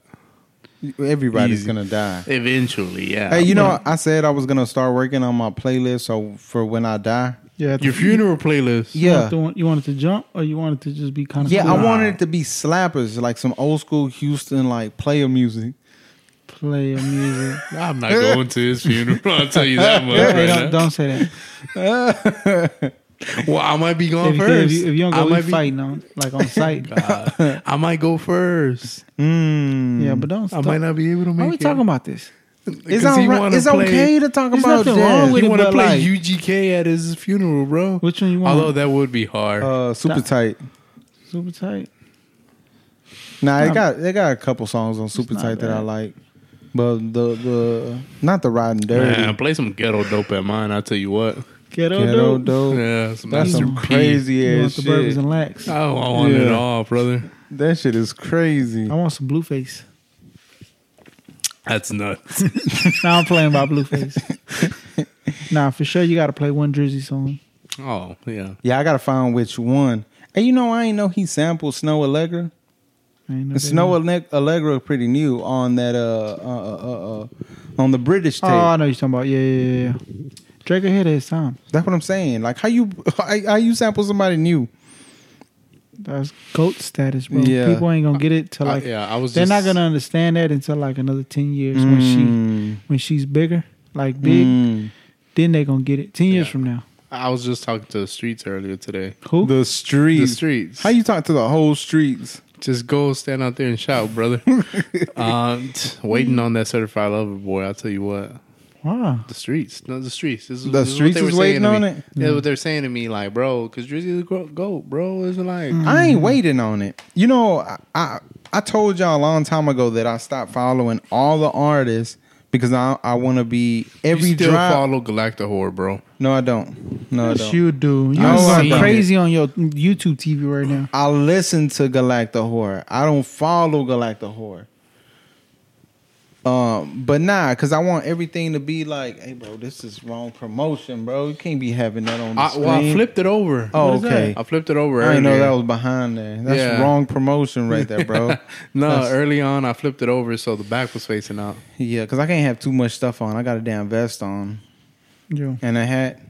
A: everybody's
C: Easy.
A: gonna die.
C: Eventually, yeah.
A: Hey, you know,
B: gonna-
A: I said I was gonna start working on my playlist. So for when I die,
B: Yeah.
H: Your funeral playlist.
B: You,
A: Yeah.
B: want to, you want it to jump or you want it to just be kind of
A: Yeah, I wanted it to be slappers, like some old school Houston like player music.
B: play of
H: *laughs*
B: music.
C: I'm not going to his funeral. *laughs* I'll tell
B: *laughs*
C: you that much.
B: Hey,
C: Right
B: don't,
C: now.
B: don't say that.
H: Well, I might be
B: If
H: going
B: you, if
H: first.
B: you, if you don't
H: I
B: go, we
H: might be- Mm.
B: fighting on like
H: *laughs*
B: on site.
H: I might go first.
A: Mm.
B: yeah, but don't.
H: I
B: Stop.
H: might not be able to
B: Why
H: make
B: are we
H: it.
B: talking about this?
A: it's,
H: 'Cause he
A: alright-
H: wanna
A: it's
H: play-
A: okay to talk
B: There's
A: about
B: nothing wrong
A: jazz.
B: with
H: He
B: it,
H: want to
B: but,
H: play
B: like-
H: UGK at his funeral, bro.
B: Which one you want? Oh,
C: Although that would be hard.
A: Uh, super
B: Nah.
A: tight.
B: Super tight.
A: Nah,
B: Nah.
A: it got they got a couple songs on super
B: not
A: tight that I
B: bad.
A: like, but the the not the riding dirty.
C: Man, play some ghetto dope at mine. I'll tell you what.
B: Ghetto,
A: Ghetto
B: dope.
A: dope.
C: Yeah, some
A: That's
C: Mr.
A: some
C: P.
A: crazy
B: You
A: ass
B: want the burgers
A: shit.
B: and lax. I
C: Oh, I want it
A: Yeah.
C: all, brother.
A: that shit is crazy.
B: want some blueface. *laughs*
C: That's nuts. *laughs*
B: Now I'm playing by blueface. *laughs* nah, for sure you got to play one Drizzy song.
C: Oh, yeah.
A: *laughs* Yeah, I gotta find which one. And you know, I ain't know he sampled Snow Allegra.
B: I ain't know
A: And
B: that
A: Snow
B: one.
A: Alle- Allegra pretty new on that uh uh uh, uh, uh on the British tape.
B: Oh, I know you're talking about. Yeah, yeah, yeah, yeah. Drake ahead of his time.
A: That's what I'm saying. Like how you *laughs* how, how you sample somebody new?
B: That's goat status, bro.
A: Yeah.
B: People ain't gonna get it till
C: I-
B: like
C: Uh, yeah, I was
B: they're not
C: just-
B: gonna understand that until like another ten years when she when she's bigger, like big.
A: Mm.
B: Then they gonna get it ten years from now.
C: I was just talking to the streets earlier today.
B: Who?
A: The
C: The
A: streets.
C: streets.
A: How you talk to the whole streets?
C: Just go stand out there and shout,
A: *laughs*
C: brother. um, t- waiting on that certified lover boy. I'll tell you what.
B: wow.
C: The streets, no, the streets. This is,
A: The
C: this is
A: streets
C: what they were
A: is waiting
C: saying to
A: on
C: me.
A: it? Mm.
C: That's what they're saying to me, like, bro, because Drizzy's a goat, bro. It's like,
A: I ain't waiting on it. You know, I, I I told y'all a long time ago that I stopped following all the artists because I I want to be every
C: you still
A: drop.
C: follow Galactahor, bro.
A: No, I don't. No, I
B: Yes,
A: don't.
B: you do. You
A: I
B: are
A: seen it.
B: crazy on your YouTube TV right now.
A: I listen to Galacta Horror. I don't follow Galacta Horror. Um, but nah, cause I want everything to be like, hey, bro, this is wrong promotion, bro. You can't be having that on the
C: I,
A: screen.
C: well, I flipped it over.
A: Oh,
B: What is
A: okay.
C: I flipped it over.
A: I didn't know
C: earlier.
A: that was behind there. That's
C: Yeah.
A: wrong promotion right there, *laughs* bro.
C: No,
A: That's-
C: early on, I flipped it over so the back was facing out.
A: yeah, cause I can't have too much stuff on. I got a damn vest on
B: Yo,
A: and a hat.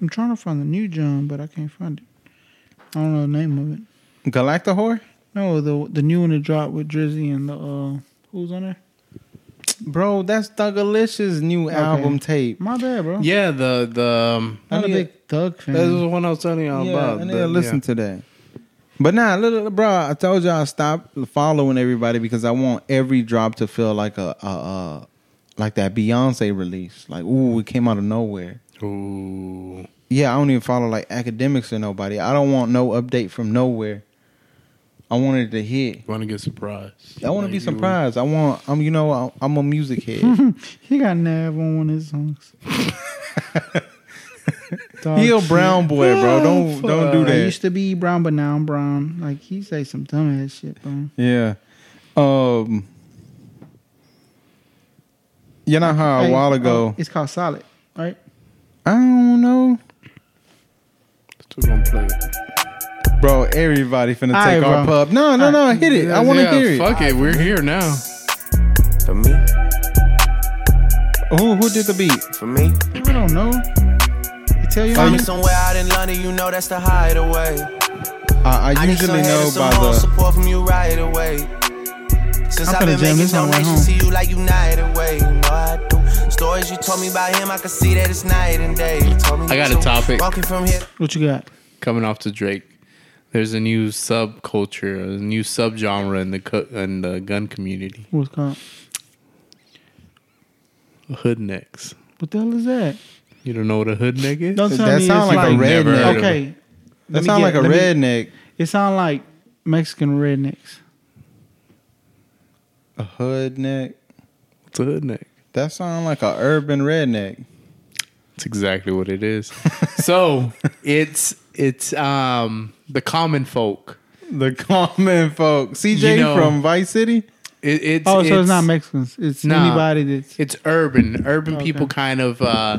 B: I'm trying to find the new John, but I can't find it. I don't know the name of it.
A: Galacta Horror,
B: No, the the new one that dropped with Drizzy and the uh who's on there?
A: bro. That's Thugalicious' new album tape.
B: My bad, bro.
C: Yeah, the the um,
B: I'm a
A: I need-
B: big thug fan.
C: this is the one I was telling y'all
A: yeah,
C: about.
A: I need
C: the-
A: to listen
C: yeah.
A: to that. But nah, little bro, I told y'all I stopped following everybody because I want every drop to feel like a, a, a like that Beyonce release. Like, ooh, it came out of nowhere.
C: Ooh,
A: Yeah, I don't even follow like academics or nobody. I don't want no update from nowhere. I wanted to hit.
C: want to get surprised?
A: I want to
C: Like,
A: be
C: you-
A: surprised. I want. I'm. You know. I- I'm a music
B: *laughs*
A: head.
B: Hmm, He got nav on one of his
A: *laughs*
B: songs. Dog
A: he a
B: shit.
A: brown boy, bro. Don't
B: Fuck.
A: don't do
B: I
A: that.
B: used to be brown, but now I'm brown. Like he say some dumb ass shit, bro.
A: Yeah. Um. You know how a
B: Hey,
A: while
B: oh,
A: ago.
B: it's called solid, right?
A: I don't know,
C: Still gonna play it.
A: bro. Everybody finna
B: Aight,
A: take our
B: bro.
A: pub. No, no, no. Hit it. I want to
C: Yeah,
A: hear it.
C: Fuck it, we're here now.
I: For me,
A: Who who did the beat?
I: for me.
B: I don't know.
I: Find me somewhere out in London, you know that's the hideaway.
A: I, I
I: I need some
A: usually
I: hate
A: know
I: and some
A: by
I: home
A: the.
I: support from you right away. Since
B: I'm
I: I've
B: finna
I: been
B: jam
I: making
B: this on the way
I: donations to you like United Way, you know I do. Stories you told me about him, I could see that it's night and day. You told me
C: I got
I: you
C: a topic.
I: Walking from here.
B: What you got?
C: Coming off to Drake, there's a new subculture, a new subgenre in the co- in the gun community.
B: What's called?
C: Hoodnecks.
B: What the hell is that
C: You don't know what a hoodneck is?
B: Don't tell
A: That
B: me
A: sound
B: it's
A: like a
C: Never heard
A: redneck.
C: of it.
B: Okay,
A: That
B: me
A: sound
B: get-
A: like a
B: let me-
A: redneck.
B: it sound like Mexican rednecks.
A: A hoodneck.
C: It's a hoodneck.
A: That sound like a urban redneck.
C: That's exactly what
B: *laughs*
C: it is. so it's it's um the common folk.
A: The common folk. CJ
C: You know-
A: from Vice City.
C: It, it's
B: Oh, so it's not Mexicans. It's
C: Nah.
B: anybody that's
C: It's urban. Urban
B: Okay.
C: people kind of uh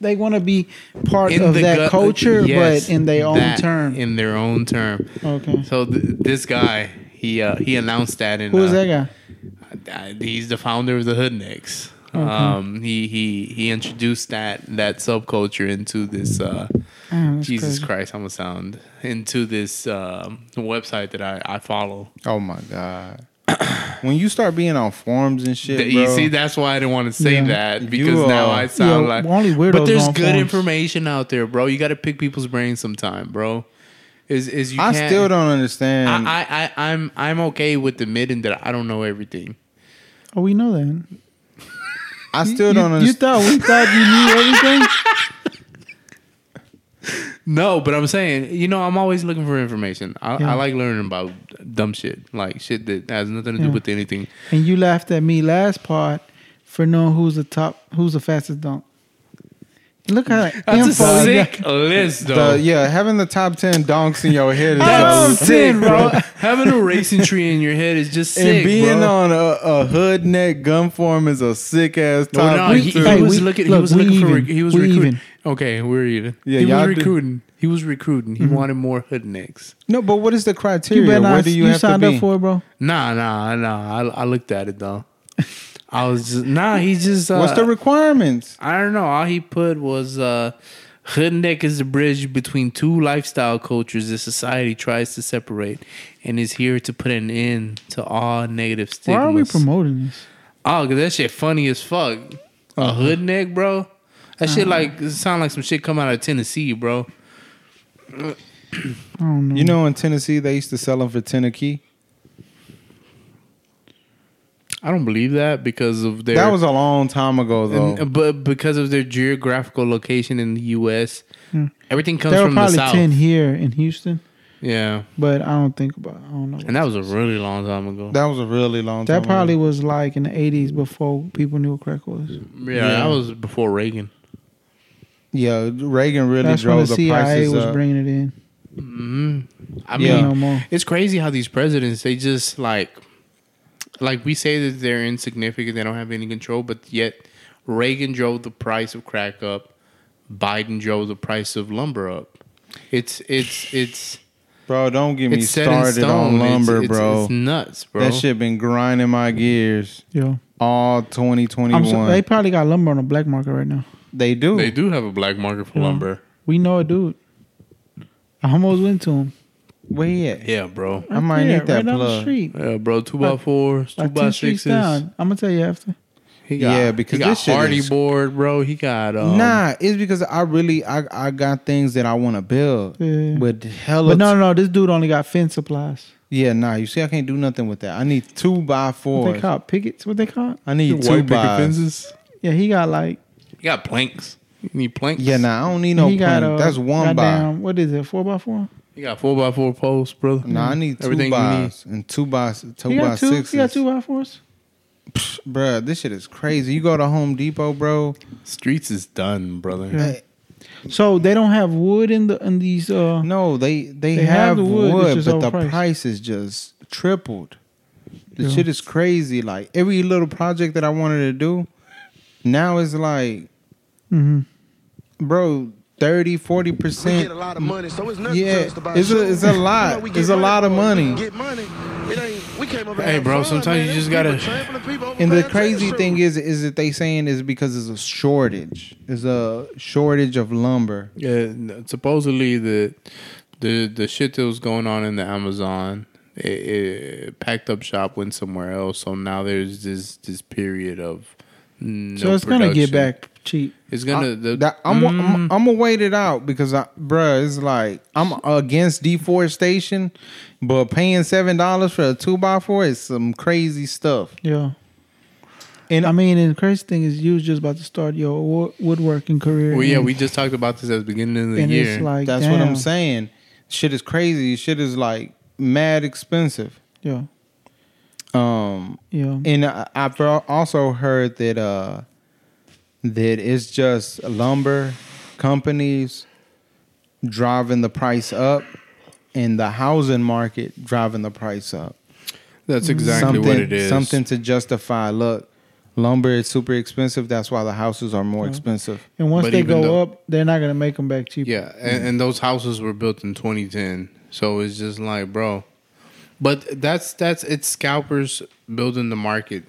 B: they want to be part
C: in
B: of
C: the
B: that
C: gu-
B: culture,
C: yes,
B: but in their own
C: that,
B: term.
C: In their own term.
B: okay.
C: So th- this guy, he uh, he announced that in
B: Who is
C: uh,
B: that guy?
C: Uh, he's the founder of the Hoodnicks. Um, he he he introduced that that subculture into this. Uh,
B: Damn, Ah, that's
C: Jesus
B: crazy.
C: Christ, I'm gonna sound into this um, website that I, I follow.
A: Oh my god. *coughs* when you start being on forums and shit,
C: That- you
A: bro,
C: see, that's why I didn't want to say
B: Yeah.
C: that because
A: You,
C: now
A: uh,
C: I sound
B: yeah,
C: like
B: only weirdos
C: But there's
B: on
C: good
B: forums.
C: information out there, bro. You got to pick people's brains sometime, bro. Is is you?
A: I
C: can't-
A: still don't understand.
C: I, I, I I'm I'm okay with admitting that I don't know everything.
B: Oh, we know that.
A: I still
B: you,
A: don't
B: You
A: understand.
B: thought we thought you knew everything?
C: No, but I'm saying, you know, I'm always looking for information. I,
B: Yeah.
C: I like learning about dumb shit, like shit that has nothing to do
B: Yeah.
C: with anything.
B: *laughs* and you laughed at me last part for knowing who's the top, who's the fastest dunk. Look how that
C: That's
B: info
C: a
B: you
C: sick list, though.
A: The- yeah, having the top ten donks in your
C: *laughs*
A: head is
B: got.
A: a-
B: I'm saying, bro.
C: Having a racing tree in your head is just sick,
A: and being
C: bro.
A: on a, a hood neck gun form is a sick ass
C: No,
A: topic.
C: no, he, he
B: Hey,
C: was
B: we-
C: looking.
B: look,
C: he was
B: we
C: looking for.
B: even.
C: rec- He was
B: We
C: recruiting.
B: even.
C: Okay, we're even.
A: Yeah,
C: he
A: y'all
C: was
A: did-
C: recruiting. He was recruiting.
B: Mm-hmm.
C: He wanted more hoodnicks.
A: No, but what is the
B: You
A: criteria?
B: better
A: Where
B: not.
A: do
B: You,
A: you, have to
B: signed
A: be?
B: up for it, bro.
C: Nah, nah, nah. I, I looked at it though. I was just nah. He just uh,
A: What's the requirements?
C: I don't know. All he put was uh, Hoodneck is the bridge between two lifestyle cultures that society tries to separate and is here to put an end to all negative
B: Why
C: stigmas.
B: are we promoting this?
C: Oh, 'cause that shit funny as fuck. A Hoodneck, bro? That shit like sound like some shit come out of Tennessee, bro.
B: I don't know.
A: You know, in Tennessee, they used to sell them for ten a key.
C: I don't believe that because of their
A: That was a long time ago, though.
C: and- uh, but because of their geographical location in the U.S., everything comes
B: there Hmm. were
C: from the
B: probably
C: south.
B: ten here in Houston,
C: Yeah,
B: but I don't think about. I don't know.
C: and that was a really long time ago.
A: that was a really long time.
B: That probably
A: ago.
B: was like in the '80s before people knew what crack
C: Mm.
B: was.
C: yeah, that was before Reagan.
A: yeah. Reagan really
B: That's when the
A: drove the,
B: CIA
A: prices
B: was
A: up.
B: bringing it in.
C: I
A: Yeah.
C: mean,
B: No more.
C: it's crazy how these presidents they just like, like we say that they're insignificant, they don't have any control, but yet Reagan drove the price of crack up, Biden drove the price of lumber up. It's it's it's
A: bro, don't get me
C: it's set in
A: started
C: stone.
A: on
C: It's-
A: lumber,
C: it's,
A: bro.
C: It's nuts, bro.
A: That shit been grinding my gears
B: Yo,
A: all
B: I'm
A: 2021.
B: so, they probably got lumber on the black market right now.
A: they do.
J: They do have a black market for
B: Yeah.
J: lumber.
B: We know a dude. I almost went to him.
A: Where he at?
J: Yeah, bro.
A: I might
B: Yeah,
A: need that
B: right down the
A: plug.
B: street.
J: Yeah, bro. Two by
B: Like-
J: fours, two
B: Like
J: by
B: two streets
J: sixes.
B: down. I'm gonna tell you after.
J: He got,
A: Yeah, because
J: he got
A: this shit
J: hardy
A: is-
J: board, bro. He got um,
A: nah, it's because I really I I got things that I want to build
B: Yeah.
A: with hella.
B: But no, no, no, this dude only got fence supplies.
A: Yeah, nah. You see, I can't do nothing with that. I need two by
B: What they
A: fours.
B: call it? pickets? What they call? it?
A: I need two
J: white picket
A: by.
J: fences.
B: Yeah, he got like
J: He got planks. You need planks.
A: Yeah, nah. I don't need no.
B: he got
A: plank.
B: uh,
A: That's one by.
B: goddamn- What is it? Four by four?
J: He got four by four posts, brother.
A: Nah,
B: mm,
A: I need two
J: Everything you
A: bys and two by two
B: He
A: by
B: got two.
A: sixes.
B: He got two by fours.
A: Bruh, this shit is crazy. You go to Home Depot, bro.
J: Streets is done, brother.
B: Yeah. So they don't have wood in the in these. Uh,
A: No, they they,
B: They
A: have,
B: have the wood,
A: wood,
B: it's just
A: but the
B: overpriced.
A: price is just tripled. The
B: Yeah.
A: shit is crazy. Like every little project that I wanted to do, now it's like,
B: mhm.
A: bro, 30, 40 percent.
K: a lot of money, so it's nothing
A: Yeah,
K: for us to buy
A: it's a
K: shoes.
A: it's a
K: You know,
A: lot.
K: we
A: It's
K: get
A: a lot of
K: for it. We
A: money.
K: Get money. It ain't. We came up.
J: Hey, bro, sometimes you just gotta-
A: And the crazy thing is, is that they saying is because it's a shortage. It's a shortage of lumber.
J: Yeah, n- supposedly the the the shit that was going on in the Amazon it, it packed up shop went somewhere else. So now there's this this period of no
B: so it's gonna
J: production.
B: get back cheap.
J: It's gonna the, mm,
A: That- I'm, I'm I'm gonna wait it out because I, bruh, it's like I'm against deforestation, but paying seven dollars for a two by four is some crazy stuff.
B: Yeah.
A: And-
B: And I mean, and the crazy thing is, you was just about to start your wo- woodworking career.
J: well, yeah,
B: and-
J: we just talked about this at the beginning of the
B: and
J: year.
B: it's like
A: That's what I'm
B: damn.
A: saying. Shit is crazy. Shit is like mad expensive.
B: Yeah,
A: Um,
B: yeah.
A: and I, I've al- also heard that uh, that it's just lumber companies driving the price up, and the housing market driving the price up.
J: That's exactly
A: something,
J: what it is.
A: Something to justify. Look, lumber is super expensive. That's why the houses are more expensive.
B: and once
J: but
B: they
J: even
B: go
J: though-
B: up, they're not gonna make them back cheap.
J: Yeah, and, and those houses were built in 2010. So it's just like, bro,
C: But that's that's it's scalpers building the market.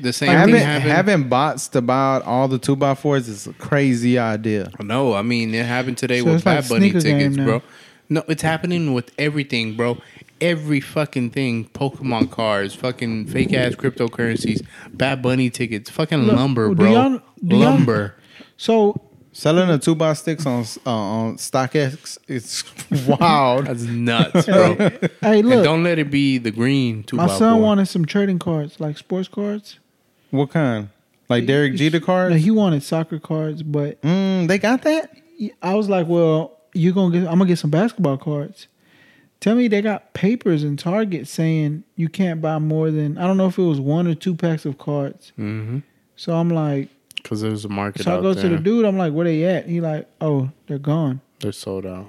C: The same
A: having,
C: thing
A: having,
C: happened.
A: bots to buy out all the two by fours is a crazy idea.
C: Oh, No, I mean it happened today
B: So
C: with
B: it's like
C: Bad Bunny
B: sneaker game
C: tickets,
B: now.
C: bro. No, it's happening with everything, bro. Every fucking thing: Pokemon cards, fucking fake ass cryptocurrencies, Bad Bunny tickets, fucking
B: Look,
C: lumber,
B: do
C: bro.
B: y'all- do y'all-
C: lumber.
B: So
A: Selling a two by sticks on uh, on StockX, it's *laughs* wild.
C: That's nuts,
B: *laughs*
C: bro.
B: hey,
C: and
B: look,
C: don't let it be the green two
B: my
C: by
B: son
C: four.
B: wanted some trading cards, like sports cards.
A: what kind? Like Derek Jeter
B: No,
A: cards?
B: he wanted soccer cards, but
A: Mm, they got that?
B: I was like, well, you gonna get? I'm gonna get some basketball cards. Tell me they got papers in Target saying you can't buy more than I don't know if it was one or two packs of cards.
C: Mhm.
B: So I'm like,
C: Because there's a market
B: so I
C: out
B: go
C: there.
B: to the dude. I'm like, where they at? He like, oh, they're gone.
C: They're sold out.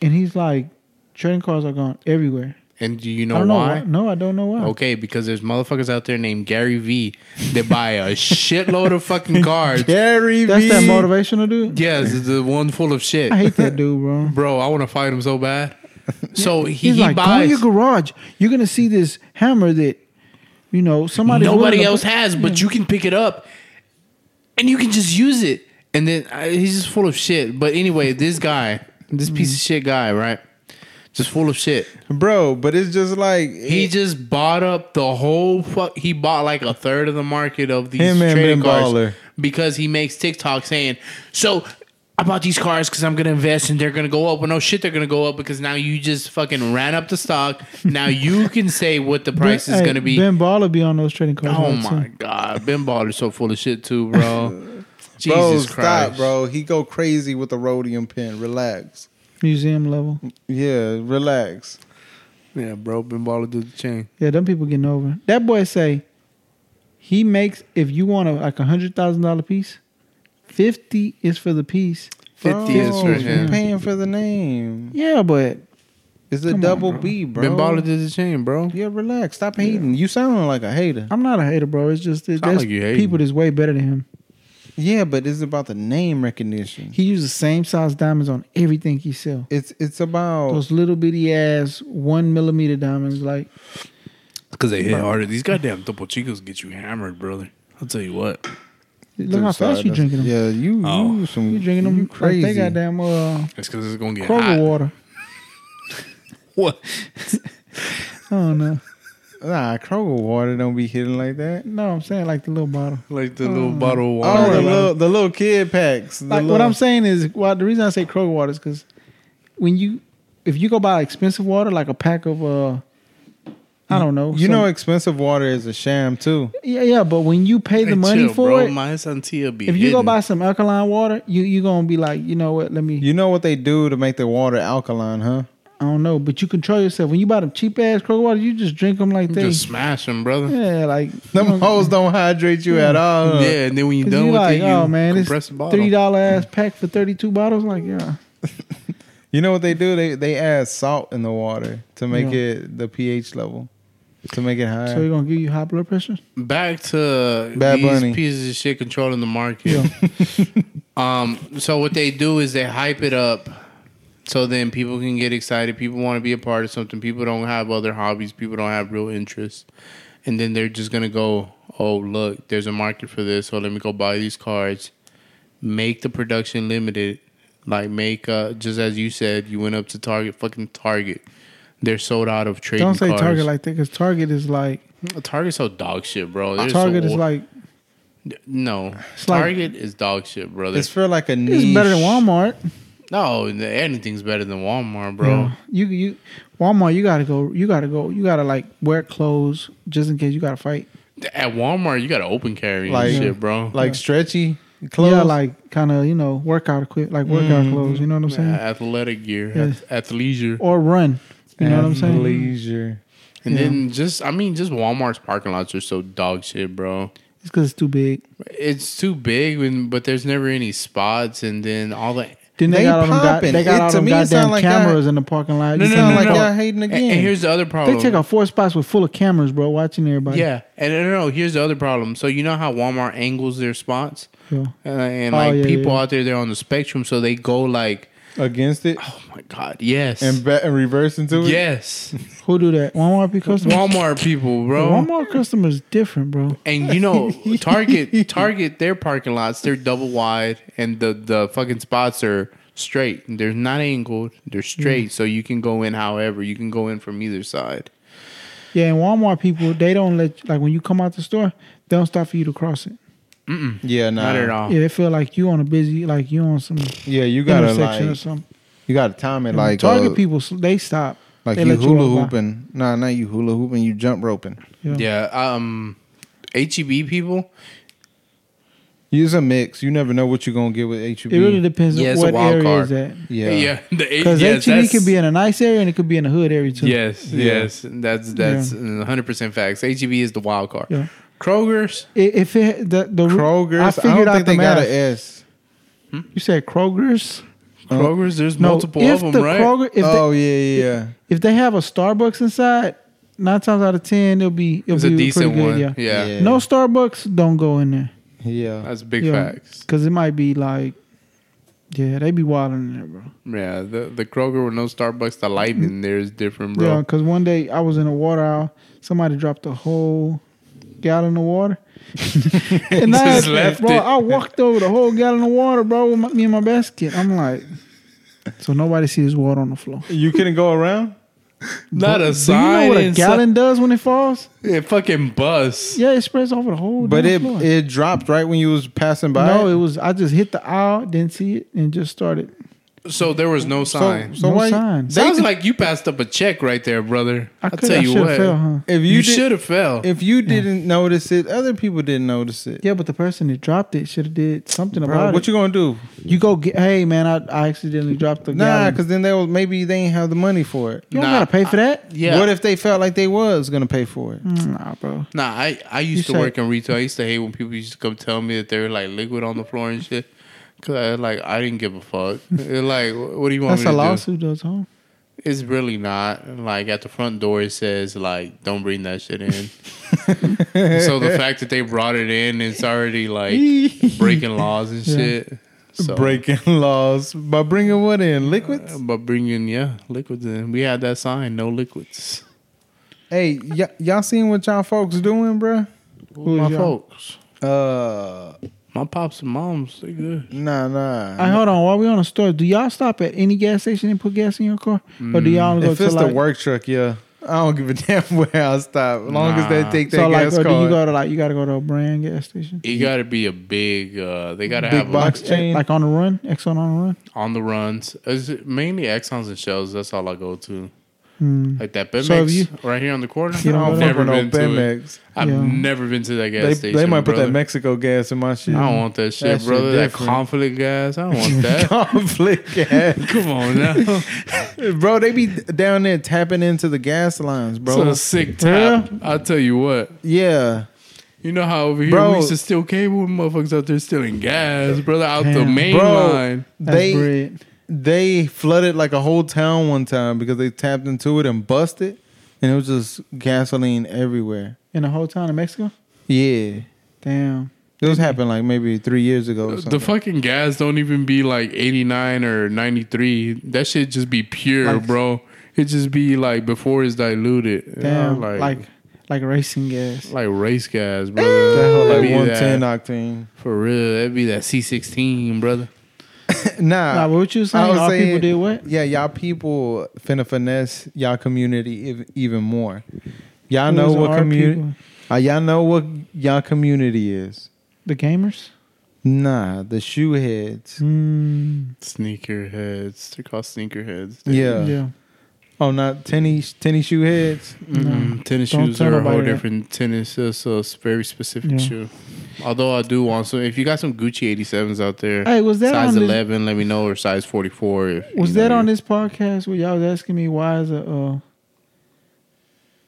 B: And he's like, trading cards are gone everywhere.
C: And do you
B: I
C: know
B: don't know
C: why?
B: why. No, I don't know why.
C: Okay, because there's motherfuckers out there named Gary V that
B: *laughs*
C: buy a shitload of fucking cards.
A: Gary
B: That's
A: V.
B: that motivational dude.
C: Yes, the one full of shit.
B: I hate that dude, bro.
C: Bro, I want to fight him
B: *laughs*
C: so bad. So he,
B: He's
C: he
B: like, go in
C: buys.
B: your garage. You're gonna see this hammer that, you know, somebody. willing
C: Nobody
B: to
C: else
B: put-
C: has, but you can pick it up, and you can just use it. And then uh, he's just full of shit. But anyway, this guy, this piece
B: Mm.
C: of shit guy, right? Just full of shit.
A: Bro, but it's just like
C: He just bought up the whole fuck. He bought like a third of the market of these
A: Him and
C: trading
A: Ben
C: cards
A: Baller.
C: because he makes TikTok saying, "So I bought these cars because I'm gonna invest and they're gonna go up." Well, no shit, they're gonna go up because now you just fucking ran up the stock.
A: *laughs*
C: Now you can say what the price is
B: Hey,
C: gonna be.
B: Ben Baller be on those trading cards. all
C: oh
B: the
C: my
B: time.
C: god, Ben Baller's so full of shit too,
A: *laughs*
C: bro. Jesus
A: bro,
C: Christ,
A: stop, bro. He go crazy with the rhodium pin. Relax.
B: Museum level.
A: Yeah, relax.
C: Yeah, bro, Ben Baller did the chain.
B: Yeah, them people getting over. That boy say he makes if you want a like a hundred thousand dollar piece, fifty is for the piece.
C: Fifty is for
A: Bro,
C: him.
A: Oh, You paying for the name?
B: Yeah, but
A: It's a
B: Come on,
A: double
B: bro.
A: B, bro.
C: Ben Baller did the chain, bro.
A: Yeah, relax. Stop hating. You sound like a hater.
B: I'm not a hater, bro. It's just that
C: Sound
B: there's
C: like you hating.
B: people that's way better than him.
A: Yeah, but it's about the name recognition.
B: He uses the same size diamonds on everything he sell.
A: It's it's about
B: Those little bitty ass one millimeter diamonds, like
C: Because they hit harder. These goddamn double chicos get you hammered, brother. I'll tell you what.
B: look how fast you drinking them.
A: Yeah, you
C: Oh.
A: you some
B: You drinking them
A: you
B: crazy.
A: crazy.
B: Like they got damn uh,
C: It's because it's gonna get
B: Kroger
C: hot.
B: water.
C: *laughs* What?
B: I don't know.
A: nah, Kroger water don't be hitting like that.
B: No, I'm saying like the little bottle.
C: Like the
B: Uh,
C: little bottle of
A: Oh,
C: water.
A: the little the little kid packs. The
B: like what
A: little-
B: I'm saying is, well, the reason I say Kroger water is because when you, if you go buy expensive water, like a pack of, uh, I don't know,
A: You
B: some-
A: know, expensive water is a sham too.
B: yeah, yeah, but when you pay the
C: Hey,
B: money
C: chill,
B: for
C: bro.
B: it,
C: My Santia be
B: if you go
C: hidden.
B: buy some alkaline water, you you gonna be like, you know what? Let me,
A: You know what they do to make their water alkaline, huh?
B: I don't know, but you control yourself. When you buy them cheap ass Kroger water, you just drink them like
C: You
B: they,
C: just smash them, brother. Yeah.
B: yeah, like you
A: Them
B: know,
A: hoes don't hydrate you at all. huh?
C: and then when you're
B: 'cause
C: done
B: you
C: with
B: like,
C: it, you
B: oh man,
C: compress
B: it's
C: the bottle.
B: three dollar ass pack for thirty two bottles. Like, yeah,
A: You know what they do? They they add salt in the water to make
B: Yeah.
A: it the pH level, to make it higher.
B: so they gonna give you high blood pressure.
C: Back to
A: Bad
C: these
A: Bunny.
C: pieces of shit controlling the market. *laughs* um, so what they do is they hype it up, so then people can get excited. People want to be a part of something. People don't have other hobbies. People don't have real interests, and then they're just gonna go, "Oh, look, there's a market for this. So let me go buy these cards." Make the production limited, like make uh, just as you said, you went up to Target, fucking Target. They're sold out of trading.
B: Don't say
C: cards.
B: Target like that because Target is like. Uh,
C: Target's so dog shit, bro. They're so
B: Target is
C: old.
B: like
C: No,
B: like-
C: Target is dog shit, brother.
A: It's for like a niche.
B: it's better than Walmart,
C: no, anything's better than Walmart, bro.
B: Yeah. You you Walmart, you gotta go. You gotta go. You gotta like wear clothes just in case you gotta fight.
C: At Walmart, you got to open carry
A: Like-
C: and shit, bro.
A: Like stretchy clothes.
B: Yeah, like kind of you know workout equip, like workout clothes. You know what I'm saying? Oh,
C: athletic gear,
B: Yes.
C: ath- athleisure,
B: Or run. You know what I'm saying?
A: Leisure.
C: and then just I mean, just Walmart's parking lots are so dog shit, bro.
B: It's because it's too big.
C: It's too big, and, but there's never any spots, and then all the
B: Then they,
A: They
B: got all them, god-
A: popping.
B: they got
A: It-
B: all
A: to
B: them
A: me, it
B: goddamn
A: sound like
B: cameras in the parking lot.
C: no,
B: You
C: no,
B: can't
A: sound
C: no,
B: even
A: like
C: no.
B: go-
A: y'all hating
C: And-
A: again.
C: and here's the other problem:
B: They take out four spots with full of cameras, bro, watching everybody.
C: Yeah, and I don't know. Here's the other problem. So you know how Walmart angles their spots,
B: Yeah.
C: uh, and
B: Oh,
C: like
B: yeah,
C: people
B: yeah.
C: out there, they're on the spectrum, so they go like
A: against it
C: Oh my god, yes.
A: and, ba- and reverse into it.
B: *laughs*
C: yes.
B: Who do that? Walmart be customers.
C: Walmart people, bro.
B: Walmart customers different, bro.
C: And
B: *laughs*
C: you know, Target, Target, their parking lots, they're double wide, and the the fucking spots are straight. They're not angled. They're straight, so you can go in however you can go in from either side.
B: Yeah, and Walmart people, they don't let like when you come out the store, they don't stop for you to cross it.
A: Yeah, nah.
C: Not at all.
B: Yeah, they feel like you on a busy, like you on some
A: Yeah, you gotta
B: intersection or
A: like
B: something.
A: you gotta time it like
B: Like Target
A: uh,
B: people, so they stop.
A: like
B: they
A: you
B: let you
A: hula
B: walk by.
A: hooping. Nah, not you hula hooping. You jump roping.
C: Yeah. Um, HEB people.
A: Use a mix. You never know what you're gonna get with HEB.
B: It really depends
C: Yeah,
B: on
C: it's a
B: what
C: wild
B: area
C: card.
B: is that.
C: *laughs*
A: yeah.
C: The H- E
B: Because
C: yes,
B: HEB
C: that's-
B: E could be in a nice area and it could be in a hood area too.
C: *laughs* Yes, yes, that's that's one hundred percent facts. HEB is the wild card.
B: Yeah.
C: Kroger's,
B: I- If it the the
A: Kroger's.
B: I
A: I,
B: figured
A: don't
B: out
A: think
B: the
A: they
B: math.
A: got an S.
B: You said Kroger's.
C: Kroger's. There's multiple
B: Oh. if
C: of them,
B: the
C: right?
B: Kroger, if,
A: Oh
B: they,
A: yeah, yeah, yeah.
B: if they have a Starbucks inside, nine times out of ten it'll be it'll
C: it's
B: be
C: a
B: pretty
C: decent
B: good.
C: one.
B: Yeah.
C: Yeah.
A: Yeah.
B: No Starbucks, don't go in there.
A: Yeah.
C: that's big
B: Yeah.
C: facts.
B: Cause it might be like, yeah, they be wilding in there, bro.
C: Yeah, the the Kroger with no Starbucks, the lightning there is different, bro.
B: Yeah, because one day I was in a water aisle, somebody dropped a whole gallon of
C: *laughs*
B: water. and I,
C: Just left
B: bro,
C: it.
B: I walked over the whole gallon of water, bro, with my, me and my basket. I'm like, so nobody sees water on the floor.
A: You couldn't go around.
C: Not a
B: Do you know
C: sign.
B: what a
C: in
B: gallon does when it falls?
C: some- It fucking busts.
B: Yeah, it spreads over the whole
A: But
B: damn
A: it
B: floor.
A: it dropped right when you was passing by.
B: no, it was I just hit the aisle, didn't see it, and just started.
C: So there was no sign.
A: So
B: no
A: why-
B: sign.
C: Sounds like you passed up a check right there, brother.
B: I
C: I
B: could-
C: will tell
B: I
C: you
B: should've
C: what.
B: fell, huh?
A: If you,
C: You
A: did-
C: should have fell.
A: if you didn't notice it, other people didn't notice it.
B: yeah, but the person that dropped it should have did something
A: Bro,
B: about
A: what
B: it.
A: you gonna do?
B: You, go get, hey man, I, I accidentally dropped the
A: Nah,
B: gallon.
A: because then they will maybe they ain't have the money for it.
B: you don't
C: Nah,
B: gotta pay for that. Mm,
C: yeah.
A: What if they felt like they was gonna pay for it?
B: Nah, bro.
C: Nah, I, I used to
B: said-
C: work in retail. I used to hate when people used to come tell me that they were like liquid on the floor and shit. Cause I like I didn't give a fuck. *laughs* It, like, wh- what do you want
B: That's
C: me
B: a
C: to
B: lawsuit, though, Tom.
C: do? It's really not. Like at the front door, it says like, "Don't bring that shit in." so the fact that they brought it in, it's already like breaking laws and shit. So,
A: Breaking *laughs* laws by bringing what in liquids.
C: But bringing yeah liquids in. We had that sign, no liquids.
A: hey, y- y'all seen what y'all folks doing, bruh?
B: Who
C: my
B: is y'all?
C: folks,
A: Uh,
C: my pops and moms, they good.
A: nah, nah.
B: Hey, hold on. While we on the store, do y'all stop at any gas station and put gas in your car, or do y'all go
A: Mm, if
B: to
A: it's
B: like
A: the work truck, yeah, I don't give a *laughs* damn where I stop. As long as they
C: Nah.
A: take that
B: so like,
A: gas
B: or do you
A: card.
B: go to like you gotta go to a brand gas station,
C: It got to be a big. uh They got to
A: Big
C: have a,
A: box chain.
B: like on the run, Exxon on the run?
C: on the runs. Is it mainly Exxons and Shells. That's all I go to. Like that Pemex
B: So have you-
C: right here on the corner.
B: You don't
A: I don't
B: I've
A: fuck
C: never
A: with no
C: been to it.
A: Pemex.
C: I've
B: Yeah.
C: never been to that gas
A: They,
C: station.
A: they might put that
C: brother.
A: Mexico gas in my shit.
C: I don't want that shit,
A: That shit
C: brother. that
A: different.
C: conflict gas. I
A: *laughs*
C: don't want that.
A: conflict gas.
C: Come on now.
A: bro, they be down there tapping into the gas lines, bro.
C: So sick tap. I'll tell you what.
A: yeah.
C: You know how over here
A: Bro.
C: we used to steal cable, motherfuckers out there stealing gas, brother, out the
B: Damn.
C: main
A: Bro,
C: line.
B: That's
A: they
B: bread.
A: they flooded like a whole town one time because they tapped into it and busted, and it was just gasoline everywhere.
B: in the whole town of Mexico.
A: Yeah,
B: Damn.
A: it was happened like maybe three years ago. Or
C: The
A: something.
C: fucking gas don't even be like 89 or 93. That shit just be pure,
B: Like-
C: bro. It just be like before it's diluted. you know,
B: Damn.
C: like,
B: like,
C: like
B: like racing gas.
C: race gas, brother.
A: that whole
C: That'd
A: like
C: be
A: one ten uh,
C: that-
A: octane.
C: For real, that'd be that C16, brother.
A: Nah,
B: Nah, but what you saying?
A: was
B: All people did what?
A: Yeah, y'all people finna finesse y'all community ev- even more. Y'all
B: Who's
A: know what
B: our
A: community?
B: people?
A: Uh, y'all know what y'all community is.
B: The gamers.
A: Nah, the shoe heads.
B: Mm,
C: Sneakerheads. They're called sneakerheads.
A: Yeah.
B: yeah.
A: Oh, not tennis tennis shoe heads.
C: Mm, tennis
B: Don't
C: shoes
B: tell
C: are a whole
B: nobody that.
C: different tennis. That's a very specific
B: Yeah.
C: shoe. Although I do want some. If you got some Gucci 87s out there,
B: Hey, was that
C: size
B: on this-
C: 11, let me know, or size 44. if you
B: Was
C: know
B: that on
C: you-
B: this podcast where y'all was asking me why is a uh,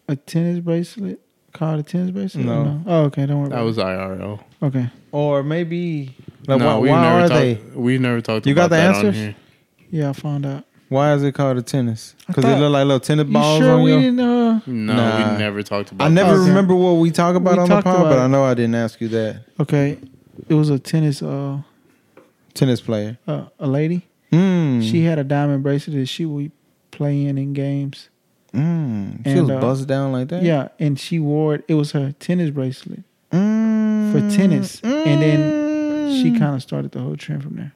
B: a tennis bracelet called a tennis bracelet? or
A: No.
B: Oh, okay. Don't worry.
C: That
B: about
C: was IRL.
B: it. okay.
A: Or maybe like
C: no,
A: why,
C: we've
A: why
C: never
A: are
C: talked,
A: they?
C: We never talked.
A: You got
C: about
A: the
C: that on
A: answers?
C: here.
B: Yeah, I found out.
A: Why is it called a tennis? Because
B: thought-
A: it look like little tennis
B: You
A: balls
B: sure
A: on
B: we
A: you.
B: didn't? Uh,
C: No,
A: Nah.
C: we never talked about.
A: I never
B: Okay.
A: remember what we talk about
B: We
A: on the
B: talked
A: pod,
B: about
A: but
B: it.
A: I know I didn't ask you that.
B: okay, it was a tennis. Uh,
A: Tennis player.
B: uh, a lady,
A: Mm.
B: She had a diamond bracelet that she would play in in games.
A: Mm. She
B: And,
A: was
B: uh,
A: busted down like that.
B: Yeah, and she wore it. It was her tennis bracelet
A: Mm.
B: for tennis, and then
C: Mm.
B: she kind of started the whole trend from there.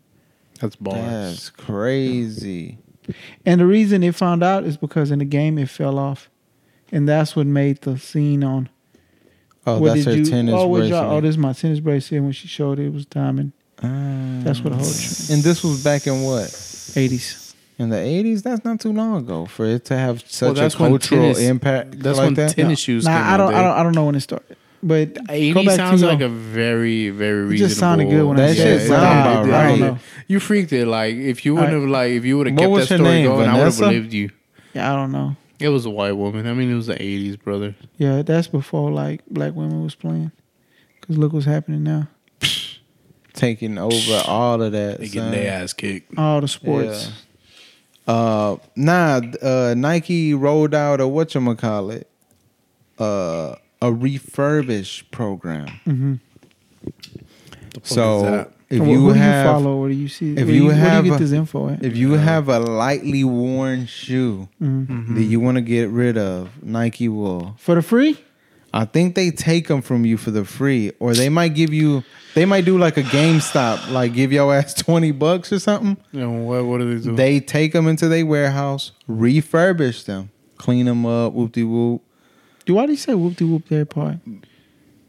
C: That's bars.
A: That's crazy.
B: And the reason it found out is because in the game it fell off, and that's what made the scene on.
A: Oh,
B: what
A: that's her
B: did you-
A: tennis
B: oh, what'd
A: bracelet.
B: y'all- oh, this is my tennis bracelet. And when she showed it, it was diamond.
A: Mm.
B: That's what the whole trend.
A: And this was back in what?
B: 80s.
A: In the eighties? That's not too long ago for it to have such a
C: that's when
A: cultural
C: tennis-
A: impact.
C: That's
A: like
C: when
A: that.
C: tennis shoes came
B: Nah, I
C: out.
B: don't, I
C: dude.
B: don't, I don't know when it started, but go
C: 80
B: back
C: sounds
B: to your-
C: like a very, very reasonable.
B: It just sounded good when I
A: That
B: said
A: shit
B: it.
A: sound
B: I-
A: about
B: I don't
A: right.
B: know.
C: You freaked it. Like if you wouldn't
B: Alright.
C: have, like if you would have
A: What
C: kept
A: was
C: that
A: her
C: story
A: name,
C: going, I would have
A: Vanessa?
C: believed you.
B: Yeah, I don't know.
C: It was a white woman. I mean, it was the '80s, brother.
B: Yeah, that's before like black women was playing. Cause look what's happening now.
A: Taking over all of that.
C: They
A: son.
C: getting their ass kicked.
B: All the sports.
A: Uh, nah, uh, Nike rolled out a whatchamacallit, uh, a refurbish program.
B: Mhm.
A: So
C: Mm-hmm. is that?
A: if
B: Wh-
A: you
B: who
A: have
B: do you follow? Where do you see?
A: if
B: where
A: you
B: you, where
A: have
B: do you
A: a-
B: get this info at?
A: if you have a lightly worn shoe
B: Mhm.
A: that you want to get rid of, Nike will.
B: For the free?
A: I think they take them from you for the free, or they might give you. They might do like a GameStop, like give your ass *laughs* twenty bucks or something.
C: And what, what do they do?
A: They take them into their warehouse, refurbish them, clean them up, whoop de whoop.
B: Do why do you say whoop de whoop that part?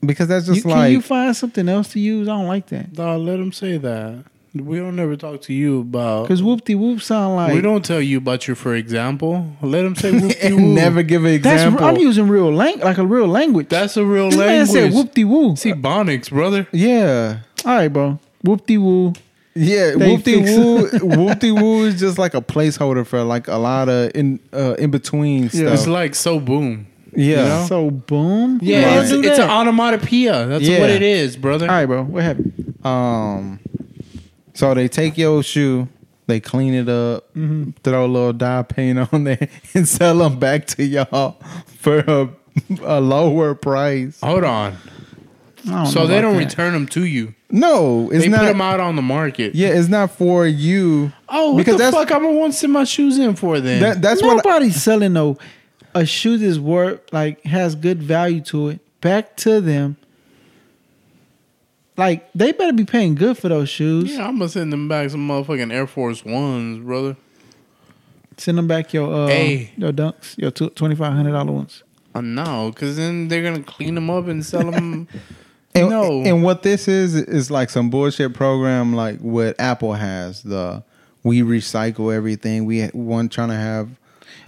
A: Because that's
B: You,
A: just
B: can
A: like
B: you find something else to use? I don't like that.
C: Dawg, let them say that. We don't never talk to you about.
B: Cause whoop de whoop sound like
C: we don't tell you about your, for example. Let
B: *laughs*
C: them say whoop de
A: *laughs* and never give an
B: That's
A: example.
B: I'm using real lang like a real language.
C: That's a real
B: this
C: language.
B: man said whoop de whoop.
C: See, Bonics, brother.
A: yeah,
B: All right, bro. Whoop de whoop.
A: yeah.
B: They
A: Whoop de
C: *laughs*
A: woo, whoop de woo is just like a placeholder for like a lot of in uh, in between
B: Yeah.
A: stuff.
C: It's like so boom.
A: yeah,
B: So boom.
C: Yeah,
B: Why
C: it's,
B: do
C: it's an
B: that?
C: onomatopoeia. That's
A: Yeah.
C: what it is, brother.
B: All right, bro. What happened?
A: Um, so they take your shoe, they clean it up,
C: Mm-hmm.
A: throw a little dye paint *laughs* on there, and sell them back to y'all *laughs* for a, a lower price.
C: Hold on.
B: I don't
C: So
B: know
C: they
B: about
C: don't
B: that.
C: return them to you.
A: No, it's
C: they put
A: not.
C: them out on the market.
A: yeah, it's not for you.
C: Oh, what
A: Because
C: the
A: that's-
C: fuck? I'm gonna want to send my shoes in for then.
A: That, that's what. I-
B: Nobody's selling no a shoe that's worth like has good value to it back to them. Like they better be paying good for those shoes.
C: yeah, I'm gonna send them back some motherfucking Air Force Ones, brother.
B: Send them back your uh,
C: Hey.
B: your dunks, your twenty five hundred dollar ones.
C: I know, because Uh, then they're gonna clean them up and sell
B: *laughs*
C: them.
A: and,
C: no,
A: and what this is is like some bullshit program, like what Apple has. The we recycle everything. We one trying to have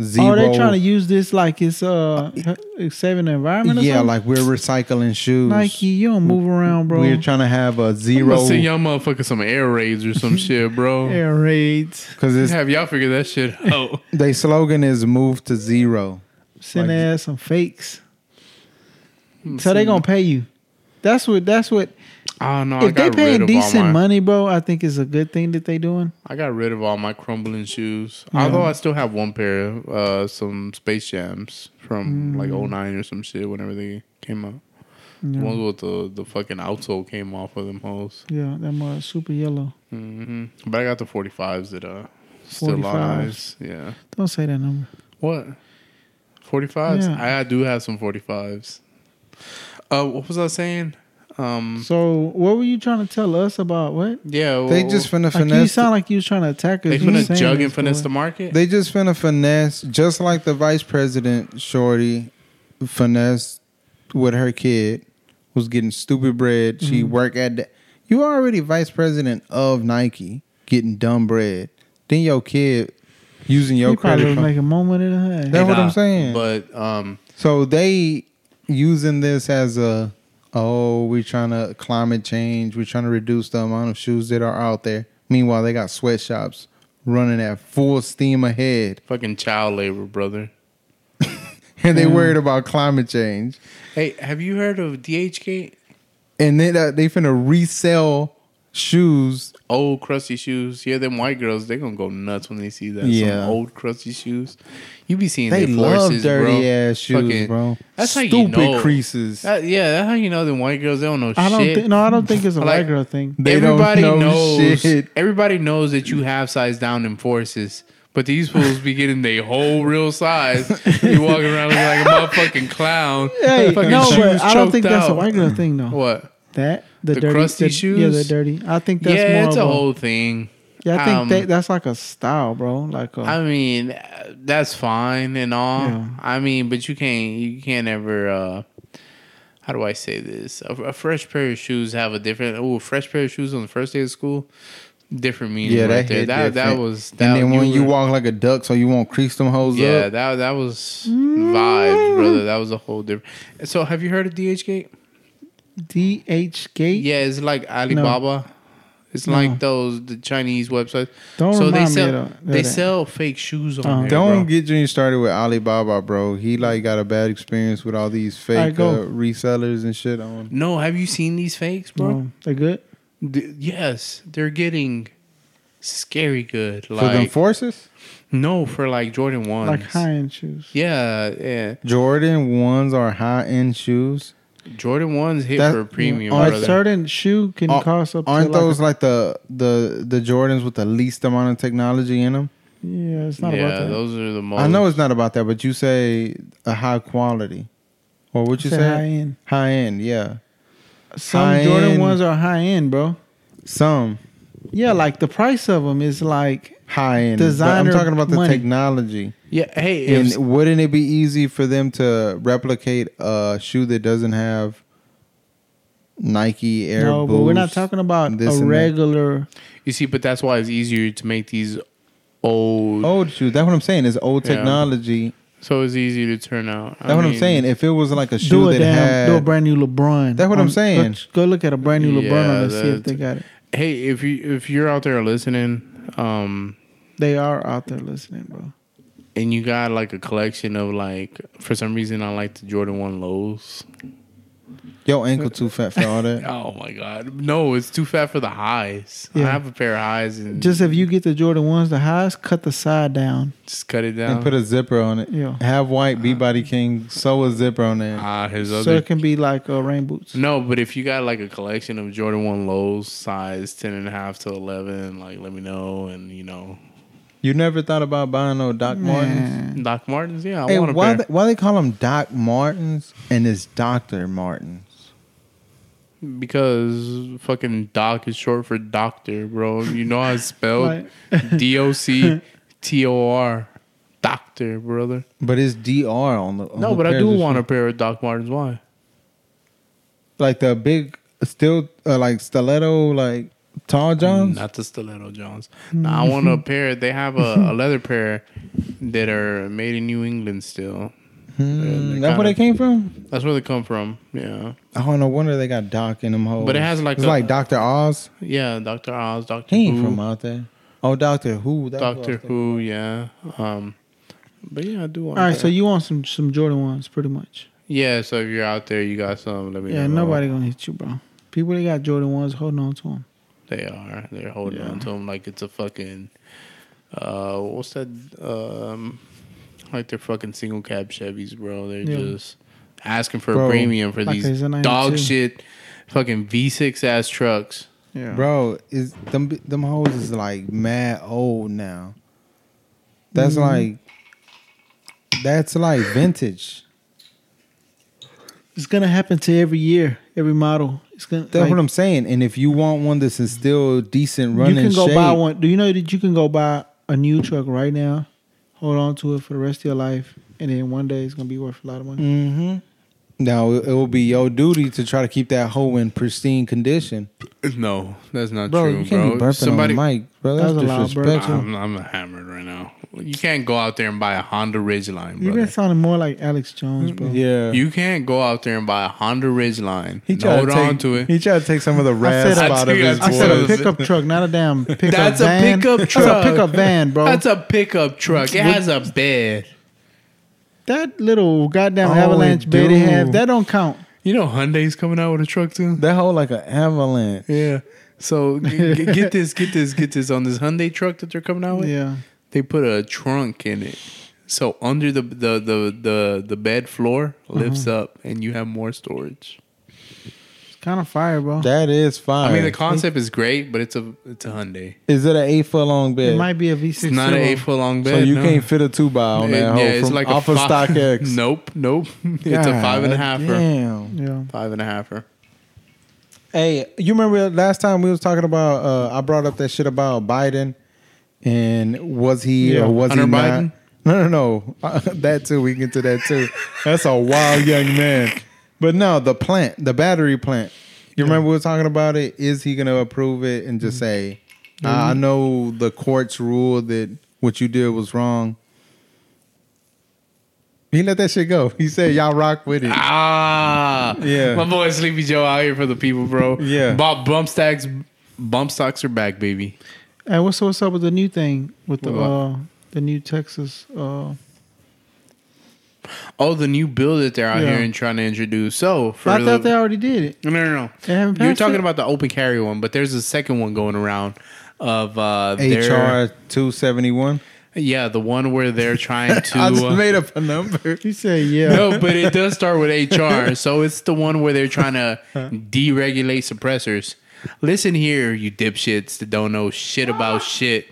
A: zero.
B: Oh, they trying to use this like it's uh it's saving the environment. Or
A: yeah,
B: something?
A: like we're recycling shoes.
B: Nike, you don't move around, bro.
A: We're trying to have a
C: I'm
A: zero
C: gonna send y'all motherfuckers some air raids
B: *laughs*
C: or some shit, bro.
B: Air raids.
A: because it's
C: Have y'all figure that shit
B: *laughs*
C: out?
A: They slogan is move to zero.
B: Send
A: Like-
B: their ass some fakes.
C: Hmm,
B: So they gonna pay you. That's what. That's what.
C: Oh no,
B: if
C: I
B: they
C: got rid
B: paying
C: of all
B: decent
C: my-
B: money, bro, I think it's a good thing that they doing.
C: I got rid of all my crumbling shoes. Although I still have one pair, uh, some Space Jams from like 09 or some shit whenever they came out. The ones with the, the fucking outsole came off of them hoes.
B: Yeah, them uh, super yellow.
C: hmm But I got the 45s that uh still on
B: 45s.
C: ice. Yeah.
B: Don't say that number.
C: What? 45s?
B: Yeah.
C: I, I do have some 45s. Uh, what was I saying? Um,
B: So what were you trying to tell us about? What?
C: yeah.
A: They
C: well,
A: just finna
B: Like, you
A: finesse.
B: sound like you was trying to attack us.
C: they
B: You was
C: finna
B: saying
C: jug
B: this,
C: and finesse
B: boy.
C: the
A: *laughs*
C: market.
A: they just finna finesse, just like the vice president Shorty finesse with her kid, who's getting stupid bread. She
C: Mm-hmm.
A: work at the, you already vice president of Nike, getting dumb bread. Then your kid using your
B: He probably
A: credit
B: was
A: card.
B: making moment in the head.
A: That- that's what I'm
C: Nah,
A: saying.
C: But um,
A: So they using this as a oh, we trying to climate change, we trying to reduce the amount of shoes that are out there. Meanwhile, they got sweatshops running at full steam ahead.
C: fucking child labor, brother.
A: And they worried about climate change.
C: Hey, have you heard of DHgate?
A: And then uh, they finna resell shoes.
C: old crusty shoes. Yeah, them white girls, they gonna go nuts when they see that.
A: Yeah.
C: Some old crusty shoes. You be seeing
A: They
C: they
A: love
C: forces,
A: dirty
C: bro.
A: ass shoes,
C: Fucking-
A: bro.
C: That's how
A: Stupid
C: you know.
A: creases.
C: That- yeah, that's how you know them white girls. They don't know
B: I don't
C: shit.
B: think. No, I don't think it's a
C: Like-
B: white girl thing.
A: They don't
C: everybody
A: know
C: knows.
A: shit.
C: Everybody knows that you have size down in forces. But these fools be getting their whole real size. You walking around looking like a motherfucking clown.
B: Hey,
C: Fucking
B: no,
C: shoes
B: but I don't
C: choked
B: think that's a
C: out.
B: white girl thing though.
C: What?
B: That the,
C: The
B: dirty
C: crusty
B: the- Yeah, the
C: shoes?
B: dirty. I think that's
C: yeah,
B: more
C: it's
B: of
C: a
B: a
C: whole thing.
B: Yeah, I think
C: um,
B: that, that's like a style, bro. Like a,
C: I mean, uh, that's fine and all.
B: Yeah.
C: I mean, but you can't you can't ever. Uh, how do I say this? A, a fresh pair of shoes have a different. Oh, a fresh pair of shoes on the first day of school, different meaning.
A: Yeah,
C: right
A: that
C: there.
A: hit
C: That that
A: different.
C: was.
A: and
C: That,
A: then when you
C: were-
A: walk like a duck, so you won't crease them hoes
C: yeah,
A: up.
C: that that was vibe, brother. That was a whole different. So, have you heard of DH Gate?
B: DH Gate.
C: Yeah, it's like Alibaba. It's like those the Chinese websites.
B: Don't
C: so they
B: remind me
C: sell
B: of that- of
C: they
B: that.
C: sell fake shoes on
B: Uh-huh.
C: there.
A: Uh, Don't
C: bro.
A: get Junior started with Alibaba, bro. He like got a bad experience with all these fake
B: Alright, go.
A: uh, resellers and shit on.
C: No, have you seen these fakes, bro?
B: No, they good.
C: D- yes, they're getting scary good.
A: For them
C: Like
A: forces,
C: no, for like Jordan ones.
B: Like high end shoes.
C: Yeah, yeah.
A: Jordan ones are high end shoes.
C: Jordan ones hit
A: That-
C: for a premium,
A: on
B: A
C: brother.
B: certain shoe can
A: Ar-
B: cost up.
A: Aren't
B: to
A: those
B: Like,
A: like the the the Jordans with the least amount of technology in them?
B: a- yeah, it's not
C: yeah,
B: about that.
C: those are the most.
A: I know
B: Um,
A: it's not about that, but you say a high quality, or what you
B: Say
A: say?
B: high end.
A: High end, yeah.
B: Some
A: high
B: Jordan
A: end.
B: ones are high end, bro.
A: Some
B: Yeah, like the price of them is like
A: high end.
B: Designer
A: Designer. I'm talking about the
B: money.
A: technology.
C: Yeah, hey,
A: And
C: if,
A: wouldn't it be easy for them to replicate a shoe that doesn't have Nike Air?
B: no, but we're not
A: Boost?
B: talking about
A: this and
B: a
A: that.
B: regular.
C: you see, but that's why it's easier to make these old.
A: old shoes. That's what I'm saying. It's old
C: Yeah.
A: technology.
C: So it's easy to turn out.
A: That's what I'm saying. If it was like a shoe
B: Do a
A: that
B: damn,
A: had
B: do a brand new LeBron.
A: That's what I'm
B: Um,
A: saying.
B: Go, go look at a brand new LeBron
C: Yeah,
B: and see if
C: that's-
B: they got it.
C: Hey, if you if you're out there listening, um,
B: They are out there listening,
A: Mm.
B: bro.
C: and you got like a collection of like for some reason I like the Jordan One lows.
A: your ankle too fat for all
B: *laughs*
A: that.
C: Oh my god, no! It's too fat for the highs.
B: Yeah.
C: I have a pair of highs and just,
B: Just if you get the Jordan ones, the highest, cut the side down.
C: cut it down.
A: And put a zipper on it.
B: Yeah.
A: Have white be body king. Sew a zipper on there.
C: Ah, his
B: so
C: other
B: it can be like uh, rain boots.
C: no, but if you got like a collection of Jordan One lows, size ten and a half to eleven, like let me know. And you know,
A: You never thought about buying no Doc Martens?
B: Man.
C: Doc Martens, yeah, I
A: Hey,
C: want a
A: why
C: pair.
A: they, why they call them Doc Martens and it's Doctor Martens?
C: because fucking Doc is short for doctor, bro. You know how it's spelled?
B: Right.
C: D O C T O R, doctor, brother.
A: But it's Dr on the. on
C: No,
A: the
C: but I
A: pair
C: do
A: of
C: want
A: shoes.
C: a pair of Doc Martens. Why?
A: like the big still uh, like stiletto like tall johns.
C: Not the stiletto Johns. No, I want
A: Mm-hmm.
C: a pair. They have a,
A: *laughs*
C: a leather pair that are made in New England still.
A: Hmm,
C: they're
A: that's where
C: kinda-
A: they came from.
C: That's where they come from. Yeah.
A: Oh no wonder they got Doc in them hoes.
C: But it has, like,
A: it's
C: a-
A: like Doctor Oz.
C: Yeah, Dr. Oz, Dr.
A: He ain't
C: Who,
A: from out there. Oh Doctor Who. That's what I
C: Doctor
A: was thinking.
C: Who, yeah. Um, but yeah, I do want
B: All right,
C: that.
B: so you want some some Jordan ones, pretty much.
C: Yeah, so if you're out there, you got some. Let me
B: Yeah,
C: know.
B: nobody gonna hit you, bro. People that got Jordan ones, holding on to them.
C: They are. They're holding on to them like it's a fucking. Uh, what's that? Um, like they're fucking single cab Chevys, bro. They're
B: Yeah.
C: just asking for
A: Bro,
C: a premium for
B: like
C: these
B: it's a 92.
C: dog shit, fucking V6 ass trucks.
B: Yeah,
A: Bro, is them them hoes is like mad old now. That's like that's like vintage.
B: it's gonna happen to every year, every model. It's gonna.
A: That's
B: like,
A: what I'm saying. And if you want one that's in still decent
B: you
A: running,
B: can go buy
A: shape,
B: one. Do you know that you can go buy a new truck right now, hold on to it for the rest of your life, and then one day it's gonna be worth a lot of money.
A: Mm-hmm. Now it it will be your duty to try to keep that hoe in pristine condition,
C: No, that's not
A: bro.
C: true,
A: you can't be
C: bro.
A: burping
C: Somebody,
A: on the mic, bro. That's
B: That was a loud burp.
A: disrespectful.
C: I'm, I'm hammered right now. You can't go out there and buy a Honda Ridgeline,
B: You've been
C: brother.
B: sounding more like Alex Jones, bro.
A: Yeah,
C: You can't go out there and buy a Honda Ridgeline.
A: he
C: He
A: tried
C: hold
A: to take,
C: on to it.
A: He tried to take some of the
B: I
A: rasp
B: said a-
A: out
C: *laughs* I
A: of his
C: said- I
B: I said a
A: voice.
C: was-
B: pickup truck, not a
C: *laughs*
B: damn pickup
C: That's a
B: van.
C: pickup truck.
B: That's a pickup van, bro.
C: That's a pickup truck. It has a bed.
B: that little goddamn
A: Oh,
B: avalanche
A: it
B: bed they
A: do.
B: have, that don't count.
C: You know Hyundai's coming out with a truck too.
A: That hoe like an avalanche.
C: Yeah. So g- g-
A: *laughs*
C: get this, get this, get this on this Hyundai truck that they're coming out with.
B: Yeah.
C: They put a trunk in it. So under the the the the, the bed floor lifts
A: Uh-huh.
C: up and you have more storage.
B: It's kind of fire, bro.
A: That is fine.
C: I mean the concept is great, but it's a it's a Hyundai.
A: is it an eight foot long bed?
B: it might be a V6.
C: It's not an eight foot long bed.
A: so you
C: no.
A: can't fit a two by on
C: It-
A: that hole from off of
C: fi-
A: stock X.
C: *laughs* Nope, nope. it's a five and a halfer.
A: Damn.
B: Yeah.
C: Five and a halfer.
A: Hey, you remember last time we was talking about? Uh, I brought up that shit about Biden, and was he
B: Yeah.
A: or was he
C: Hunter
A: not?
C: Biden?
A: No, no, no. *laughs* Uh, that too. We can get to that too. That's a wild young man. But no, the plant, the battery plant. You remember we were talking about it? Is he gonna approve it and just say, "I I
C: Mm-hmm.
A: know the courts ruled that what you did was wrong." He let that shit go. He said, "Y'all rock with it."
C: Ah,
A: Yeah.
C: My boy Sleepy Joe out here for the people, bro.
A: Yeah.
C: Bob bump stacks, bump stocks are back, baby.
B: Hey, what's what's up with the new thing with the
C: What?
B: uh, the new Texas? Uh,
C: Oh, the new bill that they're out
B: Yeah.
C: here and trying to introduce. So for
B: I thought
C: the-
B: they already did it.
C: no, no, no,
B: They haven't
C: You're
B: passed
C: talking
B: it?
C: about the open carry one, but there's a second one going around of uh, their-
A: HR two seventy one.
C: yeah, the one where
B: *laughs*
C: they're trying to.
A: I just
C: uh,
A: made up a number.
B: He said, "Yeah,
C: no, but it does start with HR. So it's the one where they're trying to deregulate suppressors. Listen here, you dipshits that don't know shit about shit.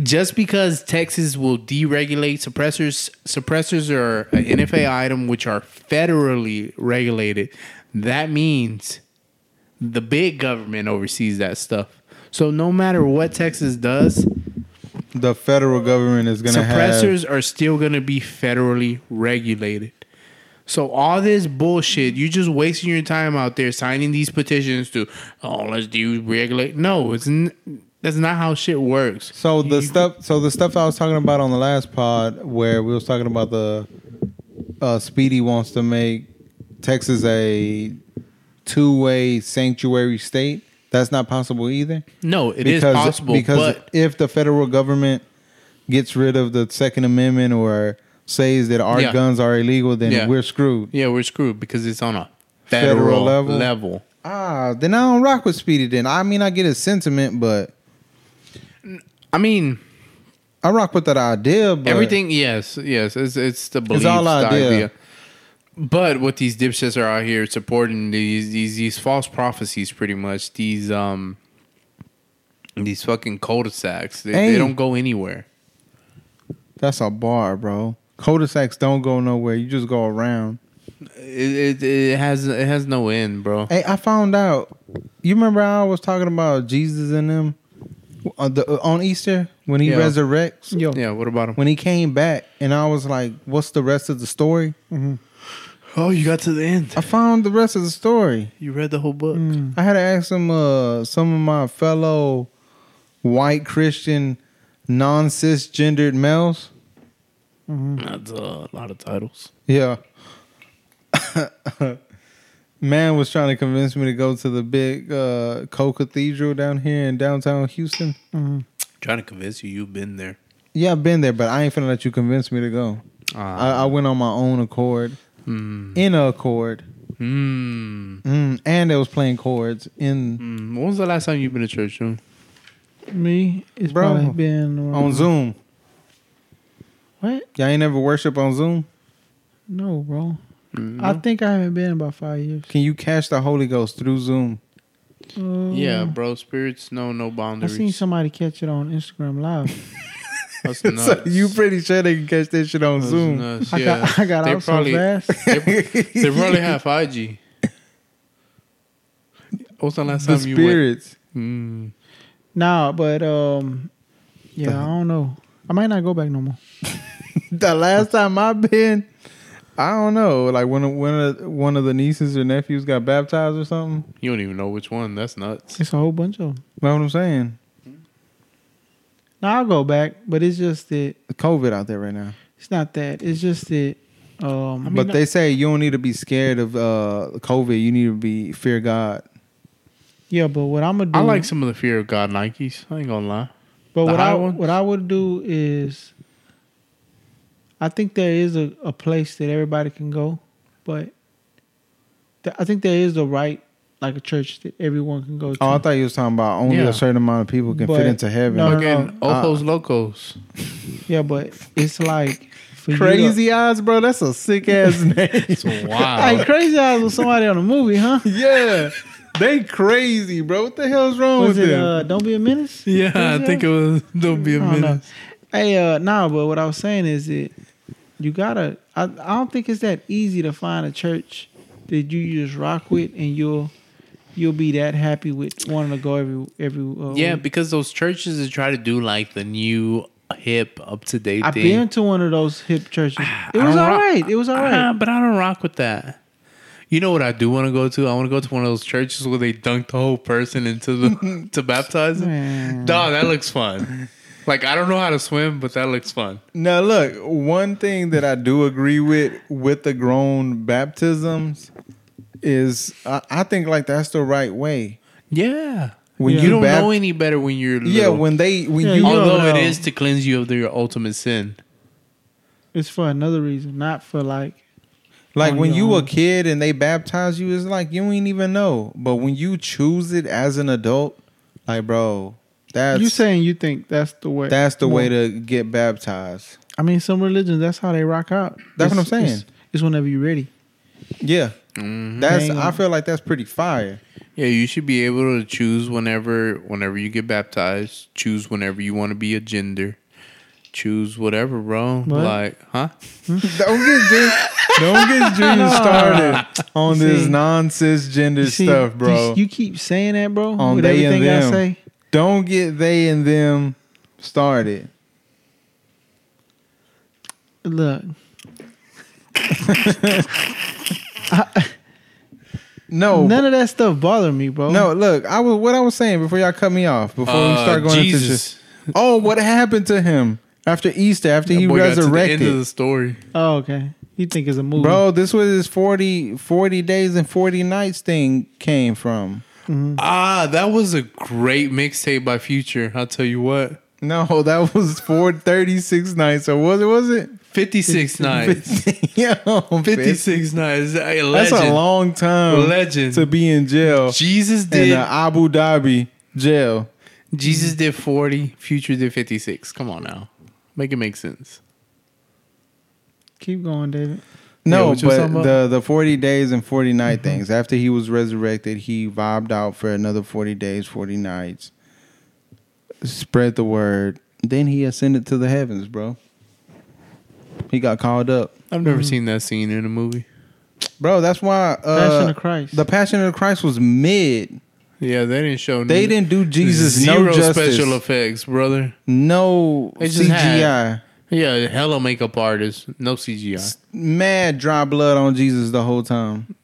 C: Just because Texas will deregulate suppressors, suppressors are an NFA item which are federally regulated. That means the big government oversees that stuff. So no matter what Texas does,
A: *laughs* The federal government is going to have.
C: suppressors are still going to be federally regulated. So all this bullshit, you're just wasting your time out there signing these petitions to, oh, let's deregulate. No, it's n- that's not how shit works.
A: So the
C: You-
A: stuff, so the stuff I was talking about on the last pod, where we was talking about the uh, Speedy wants to make Texas a two-way sanctuary state. That's not possible either.
C: No, it is possible,
A: because
C: but
A: if the federal government gets rid of the Second Amendment or says that our
C: Yeah.
A: guns are illegal, then
C: Yeah.
A: we're screwed.
C: yeah, we're screwed because it's on a
A: Federal
C: federal,
A: level?
C: level.
A: Ah, then I don't rock with Speedy. Then I mean, I get his sentiment, but
C: I mean,
A: I rock with that idea. But
C: everything. Yes, yes, it's it's the belief,
A: all
C: the
A: idea.
C: idea. But what these dipshits are out here supporting these these these false prophecies, pretty much these um these fucking cul-de-sacs. They,
A: Hey.
C: they don't go anywhere.
A: That's a bar, bro. Cul-de-sacs don't go nowhere. You just go around.
C: It, it it has it has no end, bro.
A: Hey, I found out. You remember I was talking about Jesus and them on, the, uh, on Easter when he
C: Yeah.
A: resurrects,
B: yo,
C: Yeah, what about them?
A: when he came back, and I was like, "What's the rest of the story?"
C: Oh, you got to the end.
A: I found the rest of the story.
C: You read the whole book.
A: I had to ask some uh, some of my fellow white Christian non cisgendered males.
C: That's uh, a lot of titles.
A: Yeah. *laughs* Man was trying to convince me to go to the big uh, Cole Cathedral down here in downtown Houston.
C: trying to convince you, you've been there.
A: Yeah, I've been there, but I ain't finna let you convince me to go.
C: Ah.
A: I, I went on my own accord,
C: Hmm.
A: in a accord,
C: Mm.
A: mm, and they was playing chords in
C: Mm. When was the last time you've been to church? June?
B: me, it's
A: Bro.
B: probably been around-
A: on Zoom.
B: What?
A: Y'all ain't never worship on Zoom.
B: No, bro.
C: Mm-hmm.
B: I think I haven't been in about five years.
A: Can you catch the Holy Ghost through Zoom? *laughs*
B: Uh,
C: Yeah, bro. Spirits know no
B: I
C: boundaries.
B: seen somebody catch it on Instagram Live.
C: That's
A: *laughs* So
C: nuts.
A: you pretty sure they can catch that shit on
C: That's
A: Zoom?
C: nuts,
B: I
C: yeah.
B: got, *laughs* I got
C: They
B: out
C: probably-
B: so fast.
C: They, they probably have 5G. What's the last
A: The
C: time you went?
A: spirits.
C: Mm.
B: Nah, but um, yeah, I don't know. I might not go back no more.
A: the last time I've been, I don't know, like when when a, one of the nieces or nephews got baptized or something.
C: You don't even know which one. That's nuts.
B: It's a whole bunch of them.
A: Know what I'm saying?
B: Now I'll go back, but it's just that
A: COVID out there right now,
B: it's not that. It's just that. Um,
A: but they say you don't need to be scared of uh, COVID. You need to be fear God.
B: yeah, but what I'm gonna do,
C: I like some of the Fear of God Nikes. I ain't gonna lie.
B: But
C: The
B: what
C: high
B: I
C: ones?
B: what I would do is, I think there is a, a place that everybody can go, but th- I think there is the right like a church that everyone can go to.
A: Oh, I thought you was talking about only
C: Yeah.
A: a certain amount of people can
B: But-
A: fit into heaven.
B: no, no,
C: Fucking
A: Uh,
G: *laughs*
C: Ojos Locos.
B: yeah, but it's like for you to-
A: Crazy eyes, bro. That's a sick
B: *laughs*
A: ass name. *laughs*
C: Wow.
B: Hey, crazy eyes with somebody on a movie, huh?
A: yeah, they crazy, bro. What the hell's wrong
B: Was
A: with
B: it
A: them?
B: uh, Don't Be a Menace?
C: yeah, I think it was. Don't be a
B: I don't know.
C: minute.
B: Hey, uh, nah, but what I was saying is that you gotta. I, I don't think it's that easy to find a church that you just rock with, and you'll you'll be that happy with wanting to go every every. Uh,
G: Yeah,
B: week.
G: because those churches that try to do like the new hip, up to date
B: I've
G: thing. Ah,
B: been to one of those hip churches. It
G: I
B: was
G: don't
B: all
G: rock-
B: right. It was all
G: Ah,
B: right.
G: but I don't rock with that. You know what I do want to go to? I want to go to one of those churches where they dunk the whole person into the
B: *laughs*
G: to baptize them.
B: Man.
G: Dog, that looks fun. Like I don't know how to swim, but that looks fun.
A: Now, look, one thing that I do agree with with the grown baptisms is I, I think like that's the right way.
G: Yeah.
A: When
G: you,
A: you
G: don't
A: bap-
G: know any better when you're little.
A: Yeah, when they when
B: Yeah,
A: you
B: you
G: although
B: don't
G: it
B: know.
G: is to cleanse you of your ultimate sin.
B: It's for another reason, not for like.
A: like
B: on
A: when
B: your
A: you a
B: own.
A: kid and they baptize you, it's like you ain't even know. But when you choose it as an adult, like bro, that's
B: you saying you think that's the way.
A: that's the way
B: Well,
A: to get baptized.
B: I mean, some religions that's how they rock out.
A: That's what
B: It's-
A: I'm saying.
B: It's, it's whenever you're ready.
A: Yeah, that's
B: Dang.
A: I feel like that's pretty fire.
C: Yeah, you should be able to choose whenever whenever you get baptized, choose whenever you want to be a gender. Choose whatever, bro.
B: What?
C: Like, huh?
A: Don't get Junior, don't get Junior started on this
B: See.
A: non cisgender
B: See,
A: stuff, bro.
B: You, you keep saying that, bro.
A: On
B: with
A: they and
B: everything I
A: them.
B: say.
A: Don't get they and them started.
B: Look,
A: No,
B: none of that stuff bothered me, bro.
A: no. Look, I was what I was saying before y'all cut me off. Before we
C: Uh,
A: start going
C: Jesus.
A: into shit. oh, what happened to him after Easter? After he
C: Boy, got to the end of
A: resurrected,
C: the story.
B: Oh, okay. You think it's a movie,
A: bro. This was his 40, 40 days and forty nights thing came from.
C: Ah, that was a great mixtape by Future. I'll tell you what.
A: No, that was four thirty six nights. Or was it? Was it? *laughs*
C: 56 nights.
A: Yo,
C: 56 nights. A legend.
A: That's a long time
C: legend.
A: to be in jail
C: Jesus
A: in
C: did
A: uh, Abu Dhabi jail.
C: Jesus did 40, Future did 56. Come on now. Make it make sense.
B: Keep going, David.
C: Yeah,
A: No,
C: what you was talking
A: but
C: about?
A: the the forty days and forty night things. After he was resurrected, he vibed out for another forty days, forty nights. Spread the word. Then he ascended to the heavens, bro. He got called up,
C: I've never seen that scene in a movie.
A: bro. That's why uh,
B: Passion of Christ.
A: The Passion of Christ was mid.
C: Yeah, they didn't show
A: They
C: n-
A: didn't do Jesus
C: zero
A: no justice,
C: special effects, brother.
A: no
C: They just
A: CGI.
C: had- Yeah, hella makeup artist, no CGI.
A: Mad dry blood on Jesus the whole time.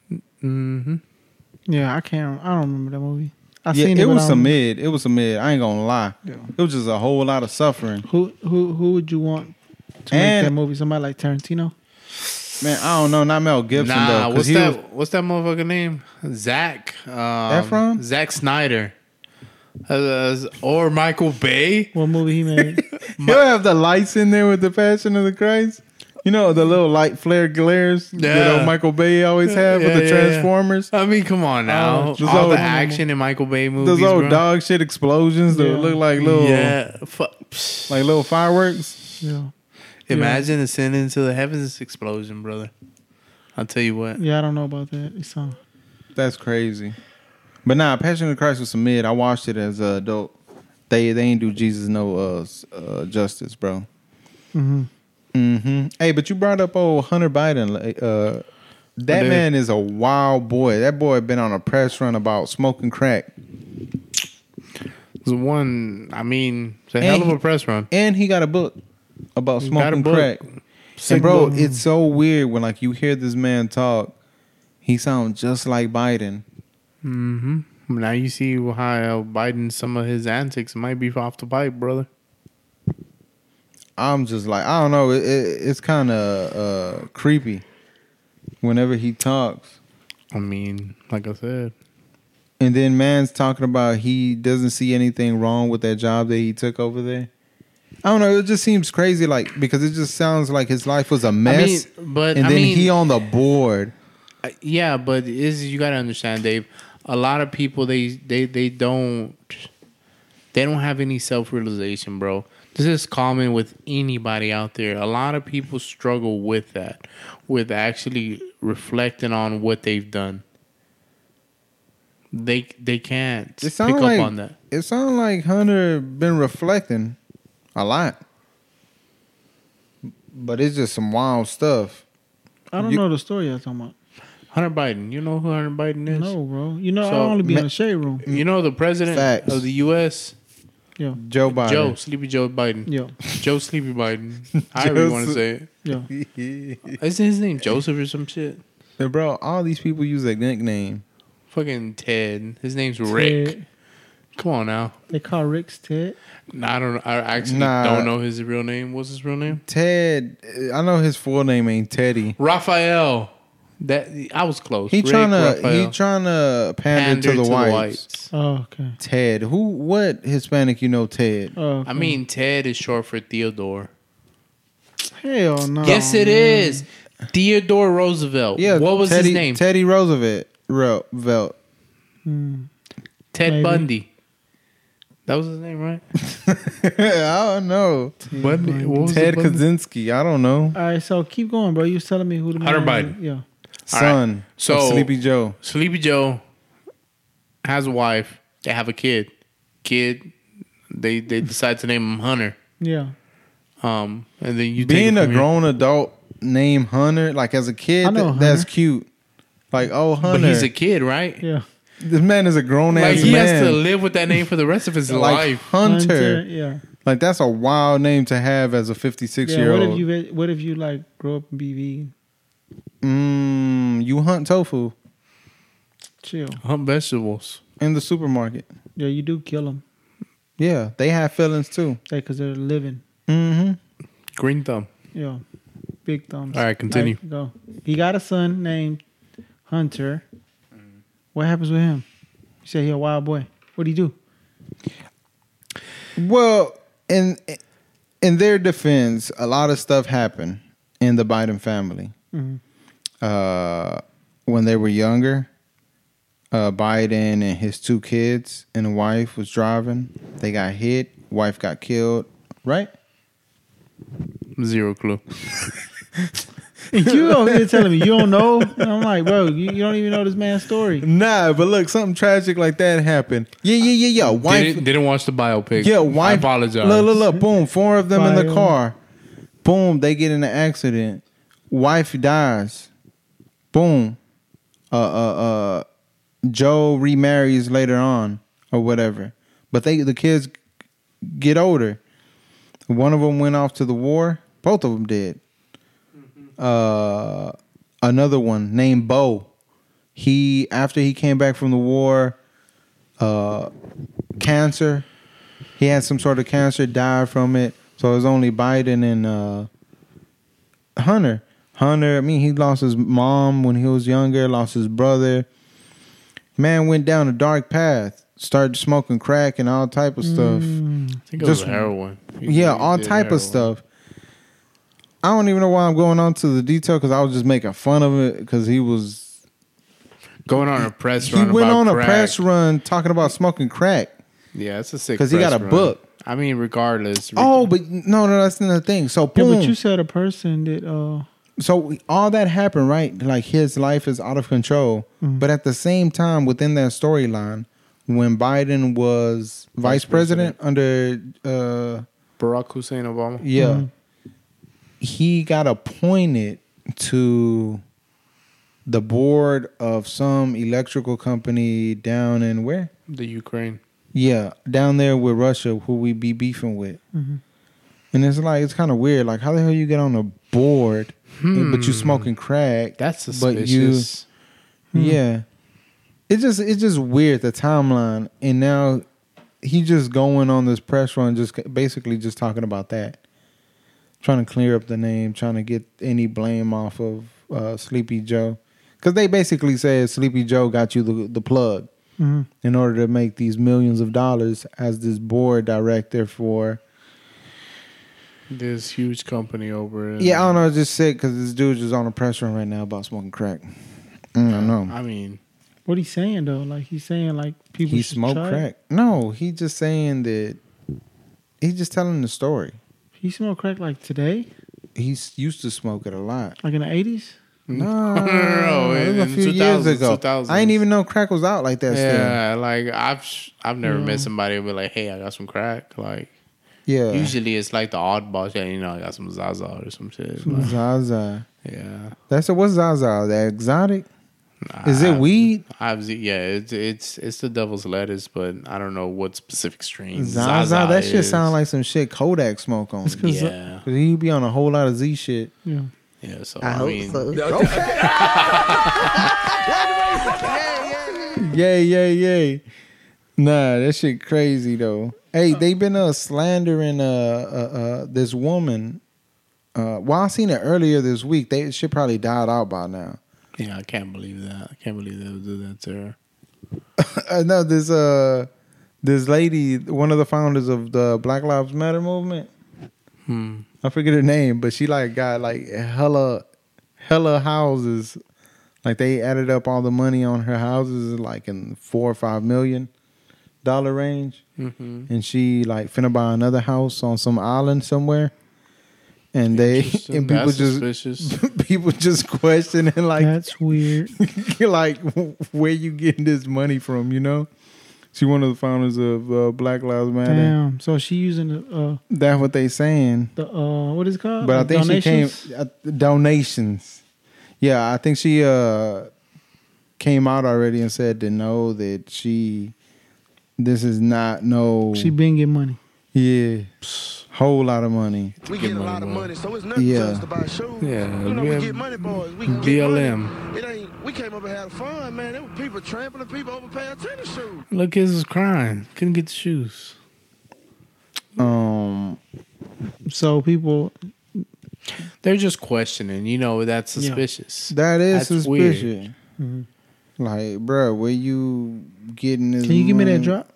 B: Yeah, I can't. I don't remember that movie. I
A: yeah,
B: seen
A: it,
B: it, but
A: was
B: I
A: a
B: don't-
A: mid. It was a mid. I ain't gonna lie. It was just a whole lot of suffering.
B: Who who who would you want to
A: And-
B: make that movie? Somebody like Tarantino.
A: Man, I don't know. Not Mel Gibson
C: Nah,
A: though. 'cause
C: what's
A: he
C: that?
A: was-
C: what's that motherfucker name? Zach. Um,
A: Efron?
C: Zach Snyder. Uh, or Michael Bay.
B: What movie he made?
A: *laughs* He'll have the lights in there with the Passion of the Christ. You know the little light flare glares that
C: Yeah.
A: old Michael Bay always had
C: Yeah,
A: with the
C: yeah, yeah.
A: Transformers.
C: I mean, come on now.
A: those
C: All
A: old-
C: the action in Michael Bay movies.
A: Those old
C: bro.
A: dog shit explosions
B: Yeah.
A: that look like little
C: Yeah. Fuck.
A: like little fireworks.
B: yeah.
C: Imagine ascending to the heavens explosion, brother. I'll tell you what.
B: yeah, I don't know about that. It's uh, on.
A: That's crazy. But nah, Passion of the Christ was a mid. I watched it as an adult. They they ain't do Jesus no uh, s- uh justice, bro.
C: Mm-hmm.
B: hmm
A: hmm Hey, but you brought up old Hunter Biden. like, Uh, that
C: did.
A: man is a wild boy. That boy been on a press run about smoking crack,
C: The one, I mean, it's a
A: And
C: hell of
A: he-
C: a press run.
A: and he got a book about
C: got a
A: smoking
C: book.
A: crack. And bro, it's so weird when like you hear this man talk. He sounds just like Biden.
C: hmm Now you see how Biden, some of his antics might be off the pipe, brother.
A: I'm just like I don't know. It, it, it's kind of uh, creepy whenever he talks.
C: I mean, like I said,
A: And then man's talking about he doesn't see anything wrong with that job that he took over there. I don't know. It just seems crazy, like because it just sounds like his life was a mess.
C: I mean, but
A: and
C: I
A: then
C: mean,
A: he on the board.
C: uh, yeah, but is you got to understand, Dave. a lot of people they they they don't they don't have any self realization, bro. This is common with anybody out there. A lot of people struggle with that, with actually reflecting on what they've done. They they can't
A: It
C: pick
A: sounds
C: up
A: like
C: on that.
A: it sounds like Hunter been reflecting a lot, but it's just some wild stuff.
B: I don't
A: You-
B: know the story you're talking about.
C: Hunter Biden, you know who Hunter Biden is?
B: No, bro. You know I
C: So,
B: only be
A: ma-
B: in the shade room.
C: You know the president
A: Facts.
C: of the U.S.
B: Yeah,
A: Joe Biden.
C: Joe Sleepy Joe Biden.
B: yeah,
C: Joe
A: *laughs*
C: Sleepy Biden. However you want to
A: Joseph.
C: say it.
B: yeah.
A: *laughs*
C: Isn't his name Joseph or some shit?
A: And bro, all these people use their nickname.
C: Fucking Ted. His name's Rick.
B: Ted.
C: Come on now.
B: They call Rick's Ted.
C: Nah, I don't. I actually
A: Nah.
C: don't know his real name. What's his real name?
A: Ted, uh, I know his full name ain't Teddy.
C: Raphael. That I was close.
A: He
C: Rick
A: trying to
C: Raphael.
A: he trying to pander, to the whites.
B: Oh, okay.
A: Ted, who what Hispanic you know Ted?
B: Oh,
C: I
B: okay.
C: mean, Ted is short for Theodore.
B: hell no.
C: yes, it
B: man.
C: is. Theodore Roosevelt.
A: yeah,
C: What was
A: Teddy,
C: his name? Ted,
A: Teddy Roosevelt. Roosevelt. *laughs*
B: maybe.
C: Bundy. That was his name, right?
A: I don't know.
C: Bundy. What was
A: Ted
C: it, Bundy?
A: Kaczynski. I don't know.
B: All right, so keep going, bro. You was telling me who the
G: Hunter
B: man-
G: Biden.
B: Yeah.
A: Son.
C: So-
A: of Sleepy Joe.
C: Sleepy Joe has a wife. They have a kid. Kid. They they decide to name him Hunter.
B: Yeah.
C: Um, and then you take
A: Being
C: it
A: a
C: from here.
A: grown adult named Hunter, like as a kid,
B: I know
A: th- that's
B: Hunter.
A: cute. Like, oh
C: but
A: Hunter.
C: he's a kid, right?
B: Yeah.
A: this man is a grown
C: Like
A: ass
C: he
A: man.
C: has to live with that name for the rest of
A: *laughs*
C: his
A: like
C: life.
A: Hunter.
B: Yeah.
A: Like that's a wild name to have as a fifty six
B: Yeah.
A: year
B: What if
A: old.
B: you ve- What if you like grow up and be vegan?
A: Mm, you hunt tofu
B: Chill.
C: Hunt vegetables.
A: in the supermarket.
B: Yeah, you do kill them
A: Yeah, they have feelings too.
B: because they're living.
A: Mm-hmm.
C: Green thumb.
B: Yeah. Big thumbs.
C: All right, continue.
B: Alright, go. He got a son named Hunter. What happens with him? You say he a wild boy. What do *laughs* he do?
A: Well, in in their defense, a lot of stuff happened in the Biden family.
B: Mhm.
A: Uh, when they were younger, uh, Biden and his two kids and wife was driving. They got hit. Wife got killed. Right?
C: Zero clue.
B: you over here telling me you don't know? And I'm like, bro, you, you don't even know this man's story.
A: Nah, but look, something tragic like that happened. Yeah, yeah, yeah, yeah. Wife
C: Didn't, didn't watch the biopic.
A: Yeah, wife.
C: I apologize.
A: Look, look, look. Boom, four of them in the
B: Bio.
A: car. Boom, they get in an accident. Wife dies. Boom. Uh, uh, uh. Joe remarries later on or whatever, but they the kids get older. One of them went off to the war. Both of them did. Uh, another one named Bo. He after he came back from the war, uh, cancer. He had some sort of cancer, died from it. So it was only Biden and uh, Hunter. Hunter, I mean, he lost his mom when he was younger, lost his brother. Man went down a dark path, started smoking crack and all type of stuff.
C: I think it was
A: Just-
C: heroin. He-
A: Yeah,
C: he
A: all
C: did
A: type
C: heroin.
A: of stuff. I don't even know why I'm going on to the detail because I was just making fun of it because he was
C: Going on a press
A: he
C: run.
A: went
C: about
A: on a
C: crack.
A: press run talking about smoking crack.
C: Yeah, it's a sick.
A: 'Cause he got
C: press
A: a
C: run.
A: book.
C: I mean, regardless.
A: Oh, but no, no, that's another thing. So
B: Yeah,
A: boom.
B: but you said a person that uh
A: so all that happened, right? Like his life is out of control. But at the same time, within that storyline, when Biden was vice, president, under, uh,
C: Barack Hussein Obama.
A: yeah, Mm-hmm. he got appointed to the board of some electrical company down in where?
C: The Ukraine.
A: Yeah, down there with Russia, who we be beefing with.
C: Mm-hmm.
A: And it's like it's kind of weird. Like, how the hell you get on a board, but you smoking crack?
C: Hmm. That's
A: But you,
C: suspicious.
A: yeah. It's just it's just weird the timeline, and now he just going on this press run, just basically just talking about that, trying to clear up the name, trying to get any blame off of uh, Sleepy Joe, because they basically said Sleepy Joe got you the the plug in order to make these millions of dollars as this board director for.
C: this huge company over. in-
A: Yeah, I don't know, it's um, just sick because this dude's just on a press run right now about smoking crack. Mm, I don't know.
C: I mean,
B: What he's saying though, like he's saying like people
A: He
B: should
A: smoked
B: try it.
A: crack. No, he just saying that. He just telling the story.
B: He smoked crack like today,
A: He s- used to smoke it a lot.
B: like in the eighties.
A: No,
C: no,
A: it was
C: in
A: a few years
C: 2000s,
A: ago.
C: 2000s.
A: I didn't even know crack was out like that. Yeah,
C: Yeah, like I've sh- I've never met somebody who be like, hey, I got some crack. Like
A: yeah.
C: usually it's like the oddball shit. You know, I got some Zaza or some
A: *laughs*
C: shit. Like,
A: Zaza.
C: yeah,
A: That's a, what's Zaza? That exotic? Is it
C: I've-
A: weed?
C: I've se- yeah, it's it's it's the devil's lettuce, but I don't know what specific strain.
A: Zaza. that shit
C: is.
A: sound like some shit Kodak smoke on. it.
C: yeah,
A: Cause he be on a whole lot of Z shit.
B: Yeah,
C: yeah. So
L: I
C: I,
L: hope
C: mean,
L: so.
A: Yay, yay, yay. Nah, that shit crazy though. Hey, they been uh slandering uh uh, uh this woman. Uh, well, I seen it earlier this week. They should probably died out by now.
C: yeah, I can't believe that. I can't believe they would do that to her.
A: Uh, no, this uh this lady, one of the founders of the Black Lives Matter movement.
C: Hmm.
A: I forget her name, but she like got like hella hella houses. Like they added up all the money on her houses like in four or five million dollar range.
C: Mm-hmm.
A: And she like finna buy another house on some island somewhere. *laughs* And they and people
C: That's
A: just *laughs*
C: suspicious.
A: people just questioning like
B: that's weird.
A: *laughs* you're like where you getting this money from you know she one of the founders of uh, black lives matter
B: Damn. So she using the uh,
A: that's what they saying
B: the uh, what is it called?
A: but i
B: Like
A: think
B: donations?
A: she came uh, donations yeah i think she uh came out already and said to know that she this is not no
B: She been getting money.
A: yeah whole lot of money
K: We get a lot of money, so it's nothing
A: Yeah.
K: for us to buy shoes.
C: Yeah,
K: you know
C: we
K: we,
C: have
K: get money, boys. We get
C: BLM.
K: Money. It ain't. We came up and had fun, man. There were people trampling, people overpaying tennis shoes.
C: Look, kids was crying. Couldn't get the shoes.
A: um
B: So people,
C: They're just questioning. You know, that's
B: Yeah.
C: suspicious.
A: that is
C: That's weird.
A: suspicious
B: Mm-hmm.
A: like bruh, where you getting this
B: can you give me that
A: money?
B: drop?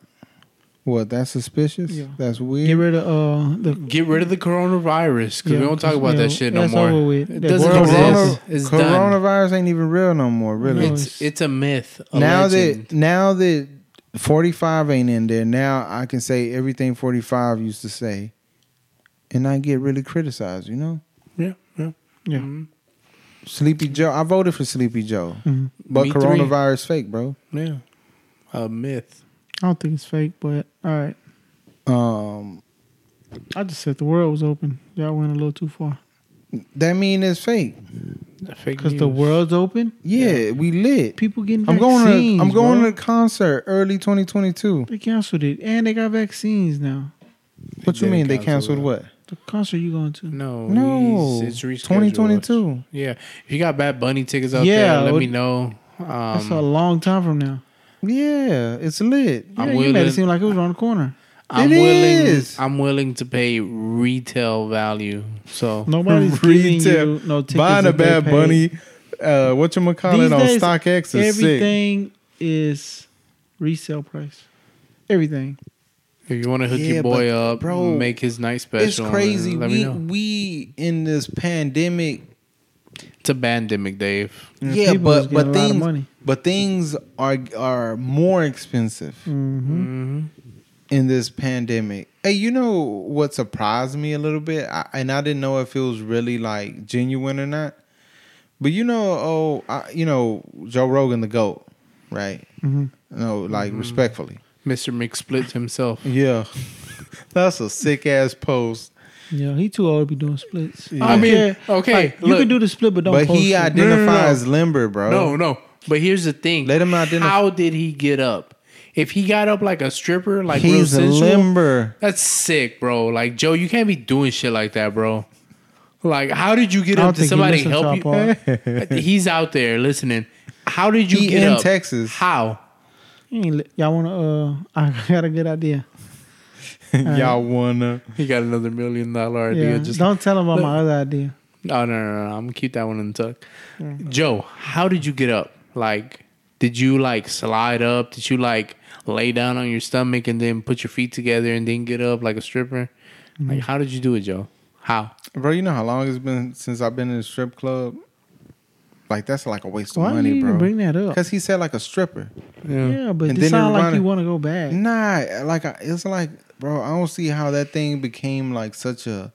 A: what that's suspicious
B: Yeah.
A: that's weird
B: Get rid of uh the
C: Get rid of the coronavirus because
B: Yeah,
C: we don't talk
B: 'cause,
C: about
B: you know,
C: that shit no
B: that's
C: more.
B: over with.
C: It
B: That
C: doesn't
B: world
A: Corona,
C: exist. It's done.
A: coronavirus ain't even real no more, really.
B: No,
C: It's it's a myth. A
A: now
C: legend.
A: that now that forty five ain't in there, now I can say everything forty five used to say, and I get really criticized. You know,
C: yeah, yeah.
B: yeah.
C: Mm-hmm.
A: Sleepy Joe. I voted for Sleepy Joe, but
C: Me three.
A: coronavirus fake, bro.
C: Yeah. A myth.
B: I don't think it's fake, but all right.
A: Um,
B: I just said the world was open. Y'all went a little too far.
A: that mean it's fake.
B: Cause the world's open.
A: Yeah, we lit.
B: People getting
A: I'm going.
B: vaccines.
A: To, I'm going
B: bro.
A: to the concert early 2022.
B: They canceled it, and they got vaccines now.
A: What you
C: did
A: mean they
C: cancel
A: canceled
C: that.
A: what?
B: The concert you going to?
C: No,
A: No,
C: he's- it's rescheduled.
A: 2022.
C: Yeah, if you got Bad Bunny tickets out
B: Yeah,
C: there, let
B: what-
C: me know. Um,
B: That's a long time from now.
A: Yeah, it's lit.
C: I'm
B: Yeah, you made it
C: willing-
B: seem like it was around the
A: *laughs*
B: corner.
C: I'm
A: It
C: willing.
A: is.
C: I'm willing to pay retail value. So
A: *laughs*
B: Nobody's giving
A: retail.
B: you no tickets.
A: Buying a
B: that they
A: bad
B: paid.
A: bunny, uh, what you call
B: These
A: it on
B: days,
A: StockX is sick.
B: Everything is resale price. Everything.
C: if you want to hook
A: Yeah,
C: your boy
A: but,
C: up,
A: bro,
C: make his night special.
A: It's crazy.
C: Let
A: We
C: me know.
A: we in this pandemic.
C: It's a pandemic, Dave.
B: And
A: Yeah,
B: people was
A: but but
B: getting a lot of
A: things
B: money.
A: but things are are more expensive
B: Mm-hmm.
C: Mm-hmm.
A: in this pandemic. Hey, you know what surprised me a little bit, I, and I didn't know if it was really like genuine or not. But you know, oh, I, you know Joe Rogan the goat, right?
B: Mm-hmm.
A: No, like
C: Mm-hmm.
A: respectfully.
C: Mr. McSplit himself.
A: Yeah. *laughs* That's a sick ass post.
B: Yeah, he too old to be doing splits.
C: I mean,
B: Yeah.
C: okay,
B: Like, you
C: look.
B: can do the split, but don't.
A: But
B: post
A: he
B: it.
A: identifies limber, bro.
C: No, no. But here's the thing.
A: Let him identify-
C: How did he get up? If he got up like a stripper, like real
A: He's
B: *laughs*
C: sensual,
A: limber.
C: that's sick, bro. Like Joe, you can't be doing shit like that, bro. Like, how did you get
B: I don't
C: up? Did
B: think he
C: somebody
B: listened to
C: help
B: our
C: you? *laughs* He's out there listening. How did you
A: He
C: get
A: in
C: up?
A: Texas.
C: How?
B: He ain't li- Y'all wanna? Uh, *laughs* I got a good idea.
A: Y'all wanna
C: He got another million dollar
B: Yeah,
C: idea. Just
B: don't tell him about
C: Look.
B: my other idea.
C: no, no, no, no. I'm gonna keep that one in tuck.
A: Mm.
C: Joe, how did you get up? Like, did you like slide up? Did you like lay down on your stomach and then put your feet together and then get up like a stripper?
A: Mm-hmm.
C: Like, how did you do it, Joe? How?
A: Bro, you know how long it's been since I've been in a strip club? Like that's like a waste of
B: Why
A: money,
B: you even
A: bro.
B: bring that up?
A: Because he said like a stripper.
B: Yeah, but
A: And
B: it
A: then
B: sounds like
A: everybody-
B: you want to go back.
A: Nah, like I, it's like, bro, I don't see how that thing became like such a,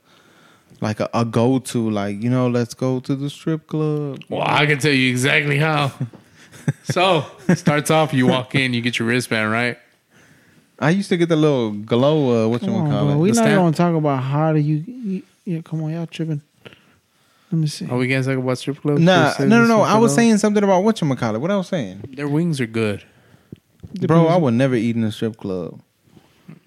A: like a, a go to, like you know, let's go to the strip club.
G: Well, I can tell you exactly
A: *laughs*
G: how. so it starts off, you walk in, you get your wristband, right?
A: I used to get the little glow. Uh, what you
B: Come
A: want
B: on,
A: to
B: bro.
A: call
B: We're
A: it?
B: not
G: stamp?
B: going to talk about how do you, you. Yeah, come on, y'all tripping. Let me see.
G: Are we guys talking about strip clubs?
A: Nah,
G: Chris
A: no,
G: says
A: no,
G: it's
A: no.
G: something
A: I was
G: else.
A: saying something about what you call it. What I was saying,
G: their wings are good.
A: bro. I would never eat in a strip club.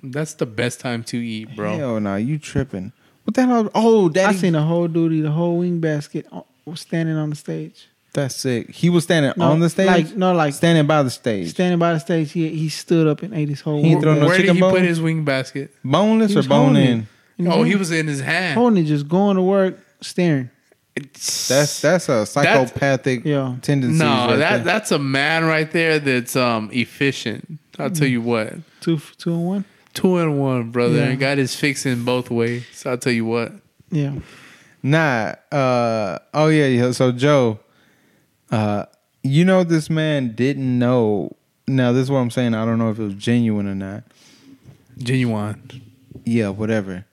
G: That's the best time to eat, bro.
A: Hell nah, you tripping? What the hell? Oh,
B: I
A: daddy,
B: seen the whole duty, the whole wing basket on- standing on the stage.
A: that's sick. He was standing
B: No,
A: on the stage,
B: Like, no, like
A: standing by the stage,
B: standing by the stage. He, he stood up and ate his whole
A: He
B: wing
A: ain't throw no
B: basket.
G: Where did
A: chicken
G: he
A: bone?
G: put his wing basket?
A: boneless
B: He
A: or
B: was
A: bone
B: holding.
A: in.
G: Oh,
A: Mm-hmm.
G: he was in his hand.
B: holding it, just going to work, staring.
A: That's that's a psychopathic
B: Yeah.
A: tendency.
G: no,
A: right
G: that
A: there.
G: that's a man right there. That's um efficient. I'll tell you what,
B: Two, f- two and one.
G: two and one, brother.
B: Yeah.
G: And God is fixing both ways. So I'll tell you what.
B: Yeah.
A: Nah. Uh, oh yeah, yeah. So Joe, uh, you know this man didn't know. Now this is what I'm saying. I don't know if it was genuine or not.
G: Genuine,
A: Yeah, whatever.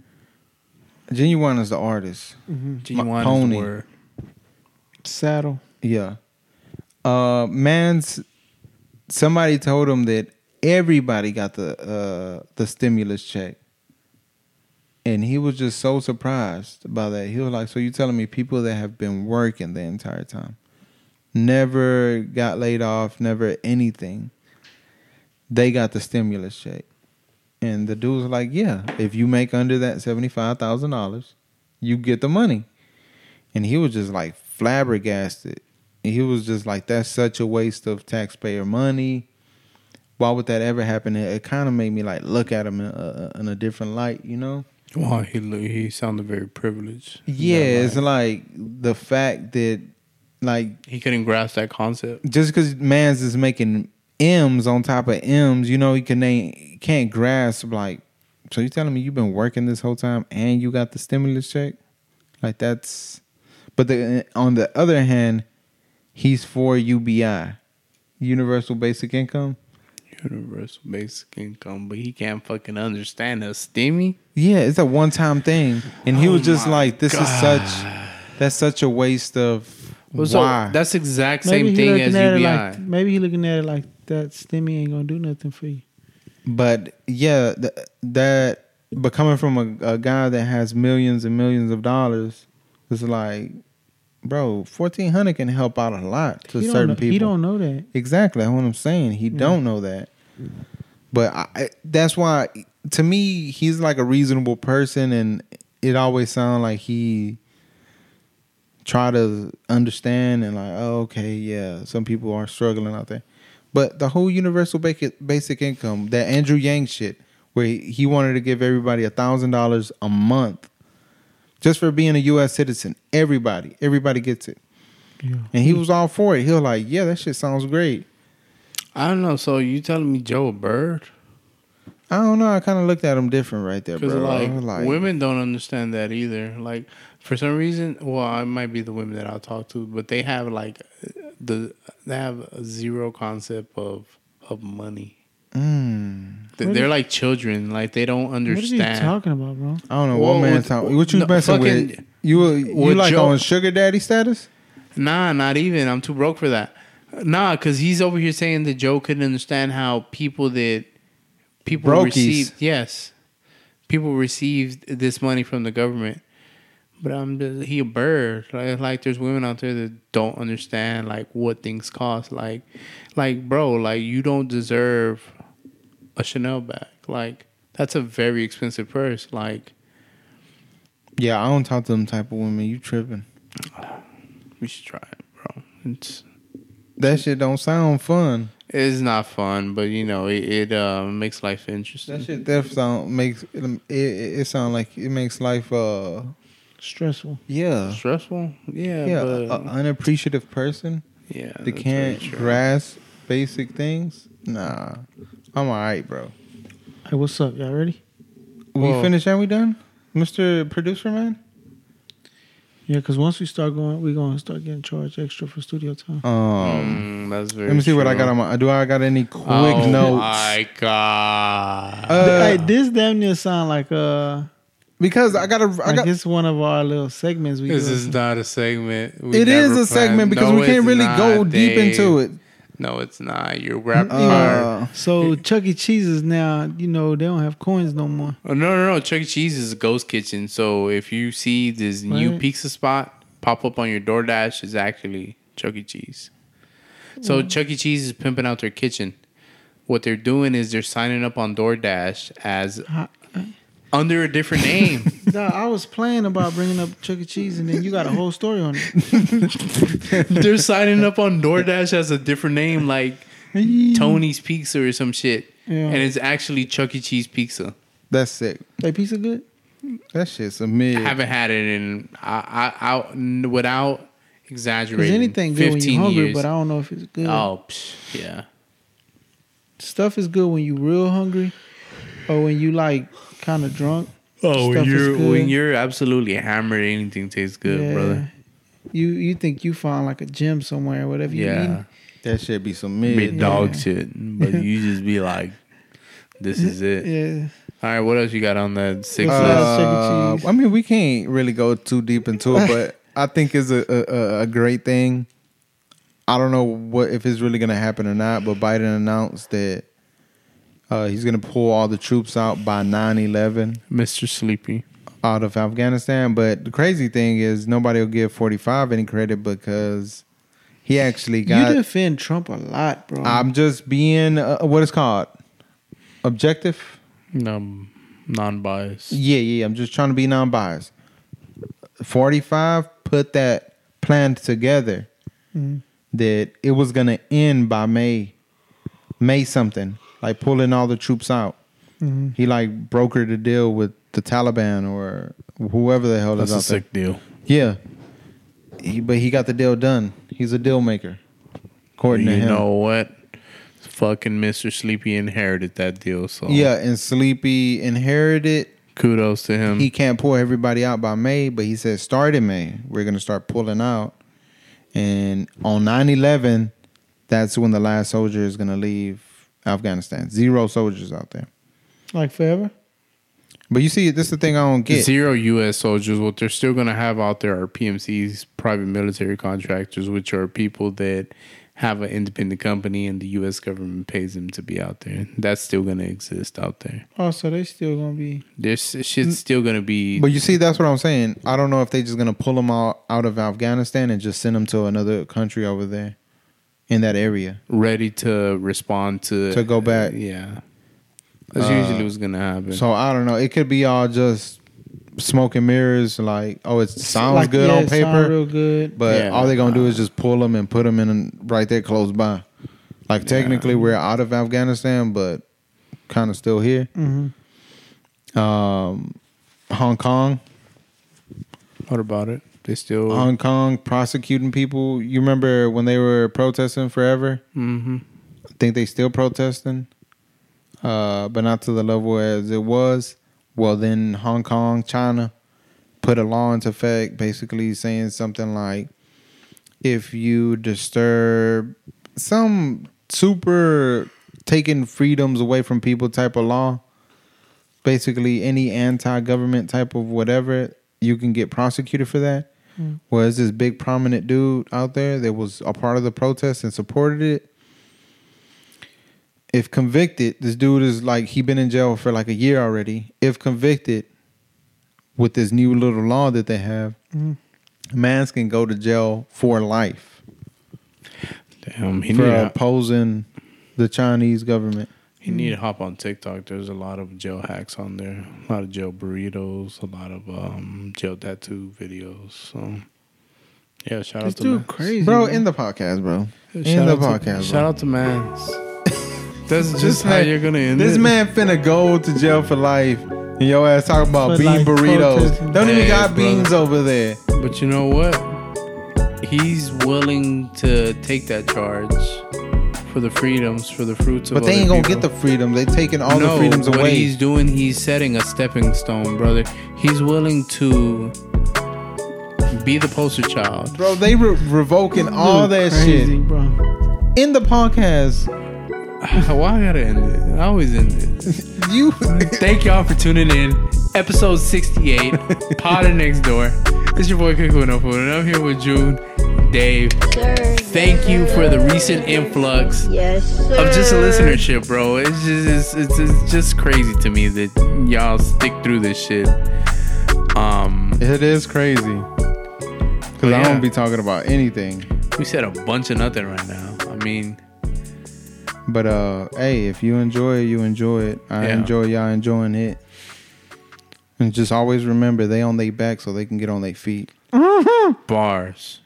A: Genuine is the artist.
G: Mm-hmm. genuine is the
A: pony.
G: word.
B: Saddle.
A: Yeah. Uh, man's somebody told him that everybody got the uh the stimulus check. And he was just so surprised by that. He was like, "So you telling me people that have been working the entire time, never got laid off, never anything, they got the stimulus check?" And the dude's like, "Yeah, if you make under that seventy five thousand dollars, you get the money." And he was just like flabbergasted. And he was just like, "That's such a waste of taxpayer money. Why would that ever happen?" It, kind of made me like look at him in a, in a different light, you know.
C: Wow, he lo- he sounded very privileged.
A: Yeah, it's like the fact that like
G: He couldn't grasp that concept.
A: just because man's is making M's on top of M's, you know, he can ain't, can't grasp like. So you telling me you've been working this whole time and you got the stimulus check? Like that's. But the, on the other hand, he's for UBI, Universal Basic Income.
G: Universal basic income, but he can't fucking understand a steamy.
A: Yeah, it's a one time thing, and he was just like, "This is such. That's such a waste of why."
G: that's exact
B: Maybe
G: same
B: he
G: thing
B: looking
G: as
B: at it
G: UBI.
B: like maybe he looking at it like that stimmy ain't gonna do nothing for you.
A: But yeah, th- that but coming from a, a guy that has millions and millions of dollars, it's like, bro, fourteen hundred can help out a lot to
B: He don't
A: certain
B: know,
A: people.
B: He don't know that.
A: Exactly, that's what I'm saying. He don't know that. But I, I- that's why, to me, he's like a reasonable person, and it always sounds like he try to understand and like, oh, okay, yeah, some people are struggling out there. But the whole universal basic basic income, that Andrew Yang shit, where he he wanted to give everybody a thousand dollars a month just for being a U.S. citizen. Everybody, everybody gets it. And he was all for it. He was like, yeah, that shit sounds great.
C: I don't know. So you telling me Joe a bird?
A: I don't know. I kind of looked at him different right there,
C: Because
A: bro. I
C: like,
A: was
C: women don't understand that either. Like for some reason, well, I might be the women that I'll talk to, but they have like the they have a zero concept of of money.
A: mm,
C: They-
B: What
C: They're like children. Like they don't
B: What is he
C: understand.
B: talking about, bro?
A: I don't know
C: Well,
A: what man
C: with-
A: talking. What you
C: no,
A: messing with?
C: fucking-
A: You were- you
C: with
A: like
C: Joe-
A: on sugar daddy status?
C: Nah, not even. I'm too broke for that. Nah, because he's over here saying that Joe couldn't understand how people that people
A: Brokies.
C: received yes, people received this money from the government. But I'm just, he a bird. Like, like there's women out there that don't understand like what things cost. Like, like bro, like you don't deserve a Chanel bag. Like that's a very expensive purse. Like
A: Yeah, I don't talk to them type of women. You tripping?
C: we should try it, bro. It's
A: That shit don't sound fun.
C: it's not fun, but you know it, it uh, makes life interesting.
A: That shit that sound makes it, it, it sound like it makes life uh
B: Stressful.
A: yeah
C: stressful. Yeah,
A: yeah
C: but
A: a, a unappreciative person
C: yeah,
A: that
C: that's
A: can't
C: very true.
A: grasp basic things. Nah, I'm alright, bro.
B: Hey, what's up? Y'all ready?
A: We finished and we done, Mister Producer Man.
B: Yeah, because once we start going, we're gonna start getting charged extra for studio time.
A: Um,
C: Mm, that's very.
A: let me see what I
C: true.
A: got on my. Do I got any quick
C: oh
A: notes?
C: my god!
A: Uh,
B: hey, this damn near sound like uh,
A: because I got to. I
B: like
A: got.
B: it's one of our little segments we
C: this
B: do.
C: is not a segment. We
A: It is
C: never
A: a segment
C: planned.
A: because
C: No,
A: we can't
C: it's
A: really
C: not,
A: go deep
C: Dave.
A: into it.
C: No, it's not. You're wrapped
A: Uh,
B: so Chuck E. Cheese's now, you know, they don't have coins no more.
C: Oh, no, no, no. Chuck E. Cheese is a ghost kitchen. So if you see this new
B: Right.
C: pizza spot pop up on your DoorDash, it's actually Chuck E. Cheese. So
B: Hmm.
C: Chuck E. Cheese is pimping out their kitchen. What they're doing is they're signing up on DoorDash as
B: Huh?
C: under a different name.
B: *laughs* Nah, I was playing about bringing up Chuck E. Cheese, and then you got a whole story on it.
C: they're signing up on DoorDash as a different name, like Tony's Pizza or some shit.
B: Yeah.
C: And it's actually Chuck E. Cheese Pizza.
A: that's sick.
B: That piece of good.
A: That shit's a mid.
C: I haven't had it in I, I, I n- without
B: Is
C: exaggerating.
B: anything good when
C: 15
B: you're hungry?
C: years.
B: But I don't know if it's good.
C: Oh, psh, yeah.
B: Stuff is good when you real hungry, or when you like kind of drunk.
C: Oh,
B: Stuff
C: when
B: is
C: you're
B: good.
C: when you're absolutely hammered, anything tastes good, brother.
B: You you think you found like a gym somewhere, whatever you
C: Yeah,
B: eat.
A: that shit be some
C: be
A: mid.
B: *laughs*
C: dog shit, but you just be like, "This is it."
B: Yeah.
C: All right, what else you got on that six
B: Uh,
C: list?
B: Chuck
A: Uh,
B: E. Cheese.
A: I mean, we can't really go too deep into it,
C: *laughs*
A: but I think it's a, a, a- a great thing. I don't know what if it's really going to happen or not, but Biden announced that uh, he's going to pull all the troops out by 9 11
C: Mr. Sleepy.
A: out of Afghanistan. But the crazy thing is, nobody will give 45 any credit because he actually got.
B: you defend Trump a lot, bro.
A: I'm just being uh, what it's called objective.
C: Um, non-biased.
A: Yeah, yeah. I'm just trying to be non-biased. Forty-five put that plan together that it was gonna end by May, May something like pulling all the troops out. He like brokered a deal with the Taliban or whoever the hell
C: That's
A: is out
C: a sick deal.
A: there. Yeah, he, but he got the deal done. He's a deal maker, according to
C: you
A: him.
C: know what? Fucking Mr. Sleepy inherited that deal, so
A: Yeah, and Sleepy inherited
C: kudos to him.
A: he can't pull everybody out by May, but he said start in May. We're gonna start pulling out. And on 9-11, that's when the last soldier is gonna leave Afghanistan. Zero soldiers out there.
B: like forever.
A: But you see, this is the thing I don't get.
C: Zero U.S. soldiers. What they're still going to have out there are PMCs, private military contractors, which are people that have an independent company and the U.S. government pays them to be out there. That's still going to exist out there.
B: Oh, so they still gonna be
C: There's shit's still going to be.
A: Mm. But you see, that's what I'm saying. I don't know if they just gonna pull them all out of Afghanistan and just send them to another country over there in that area.
C: ready to respond to
A: To go back. Uh,
C: yeah, that's usually what's gonna happen.
A: So I don't know. It could be all just smoke and mirrors. Like, oh, it sounds
B: Like,
A: good
B: yeah,
A: on
B: it sound
A: paper.
B: real good.
A: But
C: Yeah.
A: all they're gonna do is just pull them and put them in right there close by. Like technically we're out of Afghanistan, but kind of still here.
B: Mm-hmm.
A: Um, Hong Kong,
C: what about it? They still
A: Hong Kong prosecuting people. You remember when they were protesting forever? Mm-hmm. I think they still protesting, uh, but not to the level as it was. Well, then Hong Kong, China put a law into effect, basically saying something like, if you disturb some super taking freedoms away from people type of law, basically any anti-government type of whatever, you can get prosecuted for that.
C: Mm.
A: Whereas this big prominent dude out there that was a part of the protest and supported it, if convicted, this dude is like he been in jail for like a year already. If convicted, with this new little law that they have,
C: Mm.
A: mans can go to jail for life
C: damn. He
A: for
C: need, to,
A: opposing the Chinese government.
C: he need
A: Hmm.
C: to hop on TikTok. There's a lot of jail hacks on there. A lot of jail burritos. A lot of um, jail tattoo videos. So. Yeah, shout
B: This
C: out to
B: dude
C: Max.
B: crazy,
A: Bro, in the podcast, bro. In
C: Shout
A: the
C: out to-
A: podcast.
C: Shout
A: bro.
C: out
A: *laughs*
C: to Mans. That's just how
A: man-
C: you're gonna end
A: This
C: it.
A: man finna go to jail for life. And your ass talking about
B: For
A: bean
B: like
A: burritos.
B: protesting.
A: Don't even
C: Hey,
A: got
C: brother.
A: beans over there.
C: But you know what? He's willing to take that charge for the freedoms, for the fruits of.
A: But they
C: other
A: ain't gonna get
C: people.
A: the freedom. They taking all
C: no,
A: the freedoms
C: what
A: away.
C: he's doing, he's setting a stepping stone, brother. He's willing to
M: Be the poster child. *laughs*
A: Bro, they were revoking all that
B: Crazy,
A: shit
B: bro.
A: in the podcast.
M: Why I gotta end it? I always end it.
A: You *laughs*
C: *laughs* Thank y'all for tuning in.
M: *laughs*
C: Episode 68, Potter Next Door. It's your boy Kukunofu, and I'm here with June, Dave.
N: sir.
C: Thank you for the recent influx
N: Yes, sir.
C: of just listenership, bro. It's just it's, it's, it's just crazy to me that y'all stick through this shit. Um,
A: It is crazy. Cause I
C: yeah.
A: don't be talking about anything.
C: we said a bunch of nothing right now. I mean,
A: But uh hey, if you enjoy it, you enjoy it. I
C: Yeah.
A: enjoy y'all enjoying it. And just always remember they on their back so they can get on their feet.
M: Bars.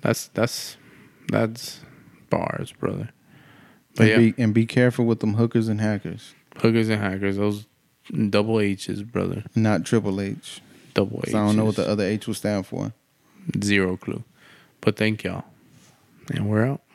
M: That's that's that's bars, brother. But
A: And,
M: yeah,
A: be, and be careful with them hookers and hackers.
M: hookers and hackers. Those double H's, brother.
A: Not triple H.
M: Double H's.
A: 'Cause I don't know what the other H will stand for.
M: zero clue. But thank y'all, and we're out.